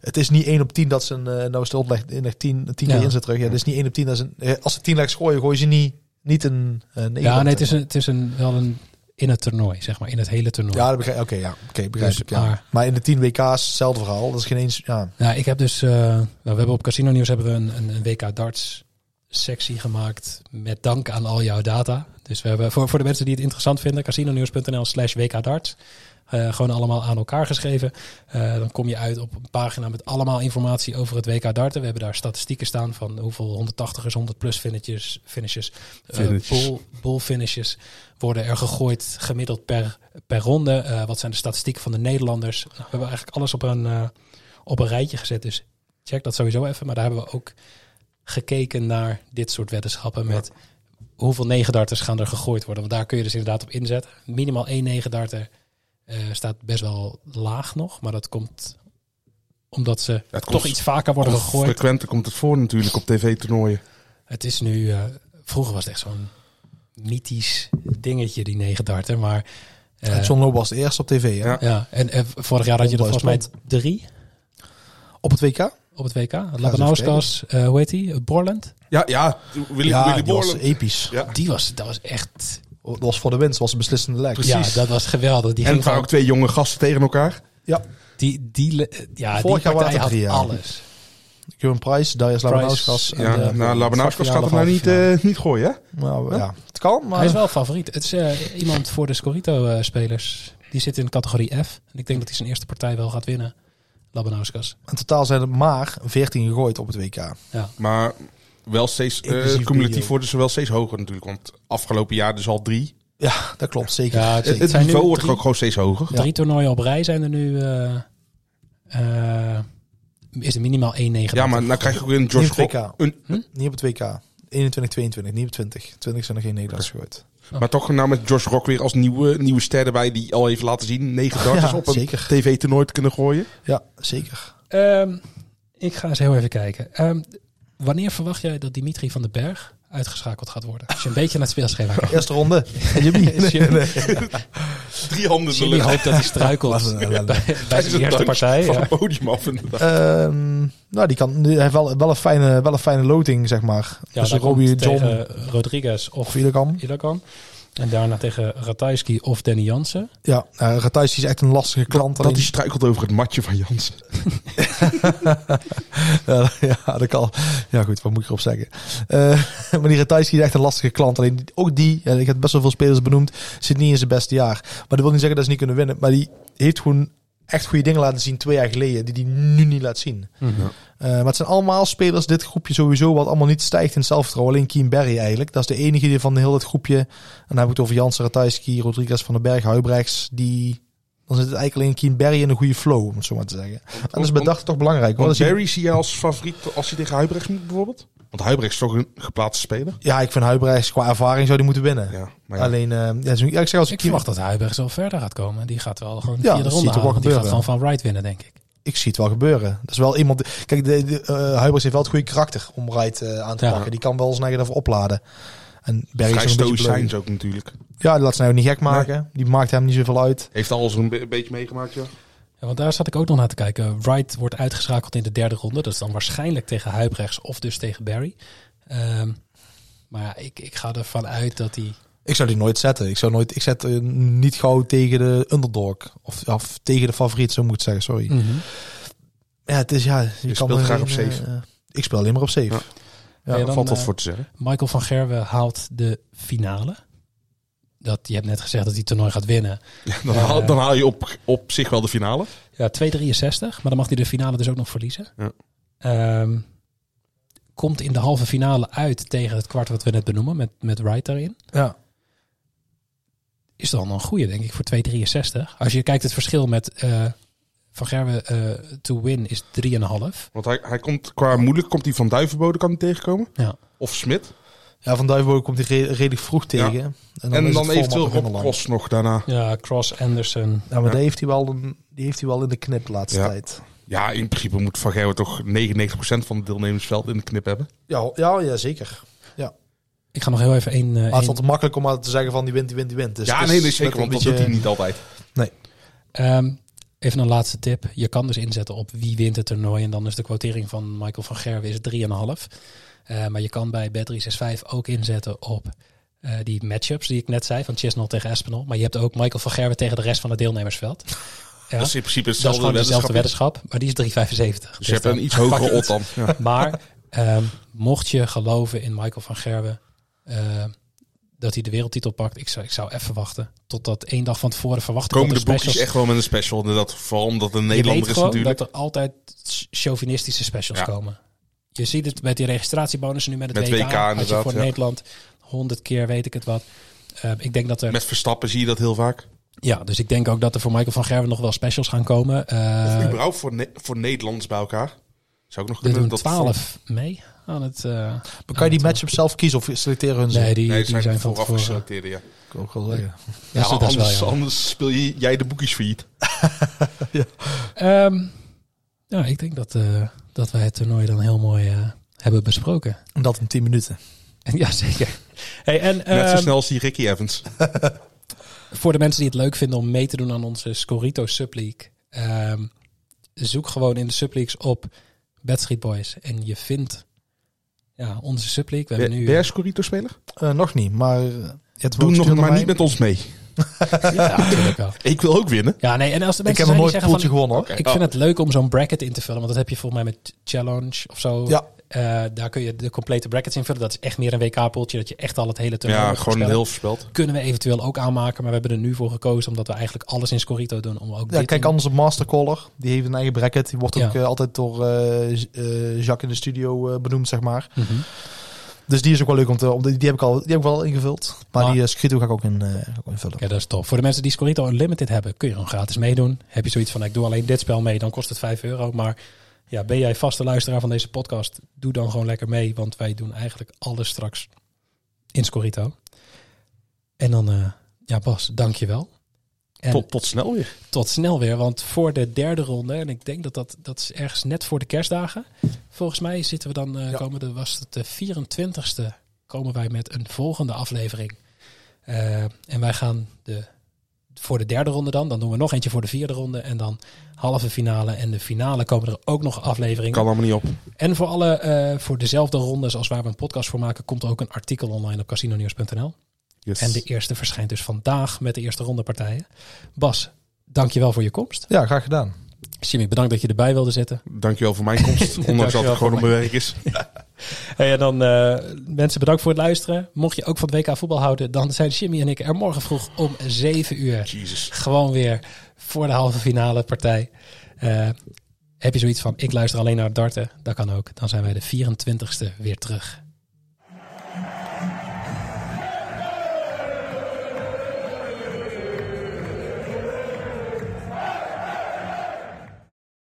Speaker 8: Het is niet 1 op 10 dat ze een... eh, nou is de odds in 10, 10
Speaker 2: Ja.
Speaker 8: keer inzet terug. Ja, het is niet 1 op 10 dat ze... een- eh, als ze 10 legs gooien, gooien ze niet, niet een... een
Speaker 2: Ja,
Speaker 8: één op
Speaker 2: nee, het
Speaker 8: de-
Speaker 2: is, een, het is een, wel een in het toernooi, zeg maar, in het hele toernooi.
Speaker 8: Ja, dat begrijp ik. Oké, ja, oké, begrijp
Speaker 2: Dus,
Speaker 8: ik. Ja.
Speaker 2: maar-
Speaker 8: Maar, in de 10 WK's, hetzelfde verhaal. Dat is geen eens... Ja,
Speaker 2: Nou, ik heb dus. eh, nou, we hebben op Casino Nieuws hebben we een, een, een WK darts sectie gemaakt met dank aan al jouw data. Dus we hebben voor, voor de mensen die het interessant vinden, casinonieuws.nl slash wkdarts. Eh, gewoon allemaal aan elkaar geschreven. Eh, dan kom je uit op een pagina met allemaal informatie over het WK darten. We hebben daar statistieken staan van hoeveel 180ers, 100 plus finishes, finishes, eh,
Speaker 7: Finishes.
Speaker 2: bull, bull finishes worden er gegooid gemiddeld per, per ronde. Eh, wat zijn de statistieken van de Nederlanders? Nou, we hebben eigenlijk alles op een, eh, op een rijtje gezet. Dus check dat sowieso even. Maar daar hebben we ook gekeken naar dit soort weddenschappen met hoeveel negendarters gaan er gegooid worden. Want daar kun je dus inderdaad op inzetten. Minimaal één negendarter eh staat best wel laag nog. Maar dat komt omdat ze
Speaker 7: het
Speaker 2: toch
Speaker 7: komt-
Speaker 2: iets vaker worden gegooid.
Speaker 7: Frequenter komt het voor natuurlijk op tv-toernooien.
Speaker 2: Het is nu, eh, vroeger was het echt zo'n mythisch dingetje, die negen darten. Maar eh,
Speaker 8: John Lowe was de eerste op tv, hè?
Speaker 7: Ja.
Speaker 2: ja, en eh, vorig jaar had je er volgens mij drie
Speaker 8: Op het WK?
Speaker 2: op het WK.
Speaker 8: eens
Speaker 2: Labanauskas, eh hoe heet die? Eh, Borland.
Speaker 7: Ja, ja. Willy, Willy
Speaker 8: die was
Speaker 7: Borland.
Speaker 8: episch.
Speaker 7: Ja.
Speaker 2: Die was, dat was echt,
Speaker 8: Dat was voor de winst, was de beslissende leg.
Speaker 2: ja, dat was geweldig. Die
Speaker 7: En
Speaker 2: ging
Speaker 7: er waren ook
Speaker 2: gewoon,
Speaker 7: twee jonge gasten tegen elkaar.
Speaker 8: ja.
Speaker 2: die, die, le- ja, die
Speaker 8: Vorig jaar
Speaker 2: partij
Speaker 8: waren het er
Speaker 2: had
Speaker 8: drie, ja.
Speaker 2: alles.
Speaker 8: Kevin Price, Darius Labanauskas. en,
Speaker 7: Ja,
Speaker 8: eh,
Speaker 7: nou, Labanauskas gaat hem nou
Speaker 8: halve
Speaker 7: niet,
Speaker 8: finale.
Speaker 7: eh, niet gooien, hè?
Speaker 8: Nou, ja, het kan, maar...
Speaker 2: Hij is wel favoriet. Het is eh, iemand voor de Scorito-spelers. die zit in categorie F. En ik denk dat hij zijn eerste partij wel gaat winnen. Labanauskas.
Speaker 8: In totaal zijn er maar 14 gegooid op het WK.
Speaker 7: Maar wel steeds eh,
Speaker 8: Inclusief
Speaker 7: cumulatief
Speaker 8: video.
Speaker 7: worden ze wel steeds hoger natuurlijk. Want afgelopen jaar dus al drie.
Speaker 8: Ja, dat klopt, zeker. Eh,
Speaker 2: Ja, het,
Speaker 7: Het,
Speaker 2: het
Speaker 7: het
Speaker 2: zijn
Speaker 7: niveau
Speaker 2: nu
Speaker 7: wordt
Speaker 2: drie,
Speaker 7: ook gewoon steeds hoger.
Speaker 2: drie toernooien op rij zijn er nu... eh, eh, is er minimaal 1-9.
Speaker 7: Ja, maar dan krijg je ook weer een George
Speaker 8: Niet WK.
Speaker 7: Gok- een-
Speaker 8: Niet op het WK. 21, 22, niet op 20. 20 zijn er geen Nederlanders gegooid.
Speaker 7: Maar toch nou met George Rock weer als nieuwe, nieuwe ster erbij. Die al heeft laten zien negen darters
Speaker 8: Ja,
Speaker 7: op een
Speaker 8: zeker.
Speaker 7: tv-toernooi te kunnen gooien.
Speaker 8: Ja, zeker.
Speaker 2: Ehm, ik ga eens heel even kijken. Ehm, wanneer verwacht jij dat Dimitri van den Berg uitgeschakeld gaat worden? Als je een beetje naar het speelschema kijkt.
Speaker 8: Eerste ronde. En Jimmy.
Speaker 7: Drie handen in de
Speaker 2: Jimmy
Speaker 7: lucht.
Speaker 2: hoopt dat hij struikelt
Speaker 8: Wat een
Speaker 2: bij,
Speaker 8: ellende.
Speaker 2: bij
Speaker 7: Tijdens
Speaker 2: zijn
Speaker 7: een
Speaker 2: eerste
Speaker 7: touch
Speaker 2: partij.
Speaker 7: Van
Speaker 2: ja.
Speaker 7: het podium af inderdaad.
Speaker 8: Ehm, nou, die kan. Die heeft wel, wel, een fijne, wel een fijne loting, zeg maar.
Speaker 2: Ja,
Speaker 8: dus
Speaker 2: daar
Speaker 8: Robbie
Speaker 2: komt
Speaker 8: John
Speaker 2: tegen Rodriguez of
Speaker 8: of Ilekan.
Speaker 2: Ilakan. En daarna tegen Ratajski of Danny Jansen.
Speaker 8: Ja, uh, Ratajs is echt een lastige klant.
Speaker 7: Dat hij struikelt over het matje van Jansen.
Speaker 8: Ja, ja, dat kan. Ja, goed, wat moet ik erop zeggen? Eh, maar die Ratajski is echt een lastige klant. Alleen die- ook die, en ik heb best wel veel spelers benoemd, zit niet in zijn beste jaar. Maar dat wil niet zeggen dat ze niet kunnen winnen. Maar die heeft gewoon echt goede dingen laten zien twee jaar geleden, die hij nu niet laat zien. Eh, maar het zijn allemaal spelers, dit groepje sowieso, wat allemaal niet stijgt in zelfvertrouwen. Alleen Keen Berry eigenlijk. Dat is de enige die van heel het groepje, en dan heb ik het over Jansen, Ratajski, Rodriguez van den Berg, Huibrechts, die... Dan zit het eigenlijk alleen Keen Berry in een goede flow, om het zo maar te zeggen. En dat is bedacht toch belangrijk. hoor.
Speaker 7: Want
Speaker 8: Dat is-
Speaker 7: Barry zie je als favoriet als hij tegen Huibrechts moet bijvoorbeeld? Want Huibrechts is toch een geplaatste speler?
Speaker 8: Ja, ik vind Huibrechts qua ervaring zou die moeten winnen.
Speaker 7: Ja, maar ja.
Speaker 8: Alleen, eh, ja, zo- ja, ik zeg als
Speaker 2: Ik
Speaker 8: ik,
Speaker 2: verwacht dat Huiberg zo verder gaat komen. Die gaat wel gewoon de
Speaker 8: Ja,
Speaker 2: vierde
Speaker 8: dat
Speaker 2: ronde
Speaker 8: ziet
Speaker 2: halen.
Speaker 8: er wel
Speaker 2: want Die gaat
Speaker 8: gebeuren.
Speaker 2: gewoon van Wright winnen, denk ik.
Speaker 8: ik zie het wel gebeuren. Dat is wel iemand. Kijk, de, de, eh, Huibrechts heeft wel het goede karakter om Wright eh, aan te
Speaker 2: Ja.
Speaker 8: pakken. Die kan wel zijn eigen even opladen. En Berry
Speaker 7: Vrij
Speaker 8: is nog een beetje
Speaker 7: stoïcijns
Speaker 8: bleu.
Speaker 7: ook natuurlijk.
Speaker 8: Ja, die laat ze nou niet gek maken. Die maakt hem niet zoveel uit.
Speaker 7: Heeft alles een be- beetje meegemaakt, ja.
Speaker 2: Ja, want daar zat ik ook nog naar te kijken. Wright wordt uitgeschakeld in de derde ronde. Dat is dan waarschijnlijk tegen Huibrechts of dus tegen Barry. Ehm, maar ja, ik, ik ga ervan uit dat hij...
Speaker 8: Ik zou die nooit zetten. Ik zou nooit. Ik zet eh, niet gauw tegen de underdog of, of tegen de favoriet, zo moet ik zeggen. Sorry. Ja, het is ja. Je, kan
Speaker 7: speelt
Speaker 8: er
Speaker 7: graag
Speaker 8: geen,
Speaker 7: op safe.
Speaker 8: eh, ik speel alleen maar op safe.
Speaker 7: Ja.
Speaker 8: Ja,
Speaker 2: Ja,
Speaker 7: Daar
Speaker 2: dan,
Speaker 7: valt wat
Speaker 2: eh,
Speaker 7: voor te zeggen.
Speaker 2: Michael van Gerwe haalt de finale. Dat, je hebt net gezegd dat hij het toernooi gaat winnen.
Speaker 7: Dan, haal, dan haal je op, op zich wel de finale.
Speaker 2: Ja, 2,63. Maar dan mag hij de finale dus ook nog verliezen.
Speaker 7: Ja.
Speaker 2: Ehm, komt in de halve finale uit tegen het kwart wat we net benoemen. Met, met Wright daarin.
Speaker 8: ja.
Speaker 2: Is dan een goede, denk ik, voor 2,63. Als je kijkt het verschil met eh, Van Gerwe eh, to win is 3,5.
Speaker 7: Want hij, hij komt, qua moeilijk komt hij van Duivenbode kan hij tegenkomen.
Speaker 2: Ja.
Speaker 7: Of Smit.
Speaker 8: ja van Duivenbode komt hij re- redelijk vroeg tegen. En dan,
Speaker 7: En
Speaker 8: is
Speaker 7: dan
Speaker 8: het
Speaker 7: eventueel
Speaker 8: format nog
Speaker 7: Rob
Speaker 8: helemaal
Speaker 7: Cross nog daarna.
Speaker 2: ja, Cross, Anderson.
Speaker 8: Ja, Nou, maar Die, heeft hij wel een, die heeft hij wel in de knip de laatste
Speaker 7: Ja.
Speaker 8: tijd.
Speaker 7: Ja, in principe moet Van Gerwen toch 99% van het deelnemersveld in de knip hebben.
Speaker 8: Ja, ja, ja zeker.
Speaker 2: Ik ga nog heel even één... eh,
Speaker 8: Maar het is
Speaker 2: één-
Speaker 8: altijd makkelijk om maar te zeggen van die wint, die wint, die wint. Dus
Speaker 7: ja,
Speaker 8: het is
Speaker 7: nee, nee, zeker.
Speaker 8: net
Speaker 7: Want
Speaker 8: een beetje-
Speaker 7: dat doet hij niet altijd.
Speaker 2: Ehm, even een laatste tip. Je kan dus inzetten op wie wint het toernooi. En dan is de quotering van Michael van Gerwen is 3,5. Eh, maar je kan bij Bet365 ook inzetten op eh, die matchups die ik net zei. Van Chisnell tegen Espinol. Maar je hebt ook Michael van Gerwen tegen de rest van het deelnemersveld. Ja,
Speaker 7: Dat is in principe
Speaker 2: dat is
Speaker 7: hetzelfde
Speaker 2: gewoon dezelfde
Speaker 7: weddenschap.
Speaker 2: weddenschap. Maar die is 3,75.
Speaker 7: Dus je hebt een iets hogere odd dan. Ja.
Speaker 2: Maar ehm, mocht je geloven in Michael van Gerwen... eh, dat hij de wereldtitel pakt. Ik zou, ik zou even wachten. Totdat één dag van tevoren verwacht ik
Speaker 7: Komen de
Speaker 2: dat er
Speaker 7: boekjes
Speaker 2: specials
Speaker 7: echt wel met een special. Dat, vooral omdat het een
Speaker 2: je
Speaker 7: Nederlander
Speaker 2: weet
Speaker 7: is
Speaker 2: gewoon
Speaker 7: natuurlijk.
Speaker 2: dat er altijd ch- chauvinistische specials
Speaker 7: Ja.
Speaker 2: komen. Je ziet het met die registratiebonussen nu met het
Speaker 7: Met
Speaker 2: WK.
Speaker 7: WK
Speaker 2: had je
Speaker 7: inderdaad,
Speaker 2: voor
Speaker 7: ja.
Speaker 2: Nederland honderd keer weet ik het wat. Eh, ik denk dat er,
Speaker 7: Met Verstappen zie je dat heel vaak.
Speaker 2: ja, dus ik denk ook dat er voor Michael van Gerwen nog wel specials gaan komen. Eh,
Speaker 7: Of überhaupt voor, ne- voor Nederlanders bij elkaar. Zou ik nog
Speaker 2: er
Speaker 7: kunnen
Speaker 2: doen
Speaker 7: dat
Speaker 2: 12 mee aan het. eh,
Speaker 8: Maar
Speaker 2: aan
Speaker 8: kan je die
Speaker 2: het-
Speaker 8: matchup zelf kiezen of selecteren hun
Speaker 2: Nee,
Speaker 8: zelf?
Speaker 2: die,
Speaker 7: Nee,
Speaker 2: die zijn,
Speaker 7: zijn
Speaker 2: van
Speaker 7: vooraf
Speaker 2: tevoren.
Speaker 7: geselecteerd, ja.
Speaker 8: kan ik wel zeggen.
Speaker 2: Dat is-
Speaker 7: Ja,
Speaker 2: dat is wel
Speaker 7: anders,
Speaker 2: jammer.
Speaker 7: anders speel je, jij de boekjes failliet.
Speaker 2: Ehm, ja, ik denk dat, eh, dat wij het toernooi dan heel mooi eh, hebben besproken.
Speaker 8: En dat in 10 minuten.
Speaker 2: Ja, zeker. Hey, en
Speaker 7: Net zo
Speaker 2: ehm,
Speaker 7: snel als die Ricky Evans.
Speaker 2: voor de mensen die het leuk vinden om mee te doen aan onze Scorito Subleague, ehm, zoek gewoon in de subleagues op Bad Street Boys en je vindt ja, onze subleague. We hebben
Speaker 7: Ben
Speaker 2: nu
Speaker 7: jij speler?
Speaker 8: Eh, nog niet, maar eh, het
Speaker 7: Doe
Speaker 8: wordt
Speaker 7: nog
Speaker 8: stuur
Speaker 7: maar
Speaker 8: mij.
Speaker 7: niet met ons mee.
Speaker 2: ja, natuurlijk wel.
Speaker 7: Ik wil ook winnen.
Speaker 2: Ja, nee, en als de
Speaker 8: Ik
Speaker 2: mensen zijn
Speaker 8: heb nog
Speaker 2: die
Speaker 8: nooit een
Speaker 2: zeggen
Speaker 8: poeltje
Speaker 2: van,
Speaker 8: gewonnen hoor.
Speaker 2: ik vind het leuk om zo'n bracket in te vullen, want dat heb je volgens mij met challenge of zo.
Speaker 8: Ja.
Speaker 2: Eh, daar kun je de complete brackets in vullen. Dat is echt meer een WK-poeltje, dat je echt al het hele toernooi
Speaker 7: Ja,
Speaker 2: moet
Speaker 7: gewoon
Speaker 2: voorspellen.
Speaker 7: heel verspeld.
Speaker 2: Kunnen we eventueel ook aanmaken, maar we hebben er nu voor gekozen omdat we eigenlijk alles in Scorito doen. Om ook
Speaker 8: Ja,
Speaker 2: dit
Speaker 8: kijk,
Speaker 2: in-
Speaker 8: anders op Mastercaller. Die heeft een eigen bracket. Die wordt
Speaker 2: Ja.
Speaker 8: ook eh, altijd door eh, Z- eh, Jacques in de studio eh, benoemd, zeg maar.
Speaker 2: Mhm.
Speaker 8: Dus die is ook wel leuk om te... Om, die, die heb ik al, die heb ik wel ingevuld. Maar
Speaker 2: Maar-
Speaker 8: die eh, Scrito ga ik ook, in, eh, ga ik ook invullen.
Speaker 2: Ja, dat is top. Voor de mensen die Scorito Unlimited hebben, kun je gewoon gratis meedoen. Heb je zoiets van, ik doe alleen dit spel mee, dan kost het 5 euro. Maar ja, ben jij vaste luisteraar van deze podcast, doe dan gewoon lekker mee. Want wij doen eigenlijk alles straks in Scorito. En dan, eh, ja Bas, dank je wel. En
Speaker 7: Tot, tot snel weer.
Speaker 2: tot snel weer, want voor de derde ronde, en ik denk dat dat, dat is ergens net voor de kerstdagen. Volgens mij zitten we dan, eh
Speaker 8: Ja.
Speaker 2: komende, was het de 24ste, komen wij met een volgende aflevering. Eh, en wij gaan de, voor de derde ronde dan, dan doen we nog eentje voor de vierde ronde. En dan halve finale en de finale komen er ook nog afleveringen.
Speaker 7: Kan allemaal niet op.
Speaker 2: En voor alle, eh, voor dezelfde rondes als waar we een podcast voor maken, komt er ook een artikel online op casinonews.nl.
Speaker 7: Yes.
Speaker 2: En de eerste verschijnt dus vandaag met de eerste ronde partijen. Bas, dankjewel voor je komst.
Speaker 8: Ja, graag gedaan.
Speaker 2: Jimmy, bedankt dat je erbij wilde zitten.
Speaker 7: Dankjewel voor mijn komst. Ondanks dat
Speaker 2: Dankjewel
Speaker 7: het gewoon
Speaker 2: voor
Speaker 7: op mijn werk is.
Speaker 2: Hey, en dan eh, mensen, bedankt voor het luisteren. Mocht je ook van het WK voetbal houden, dan zijn Jimmy en ik er morgen vroeg om 7 uur.
Speaker 7: Jezus.
Speaker 2: Gewoon weer voor de halve finale partij. Eh, heb je zoiets van, ik luister alleen naar darten? Dat kan ook. Dan zijn wij de 24ste weer terug.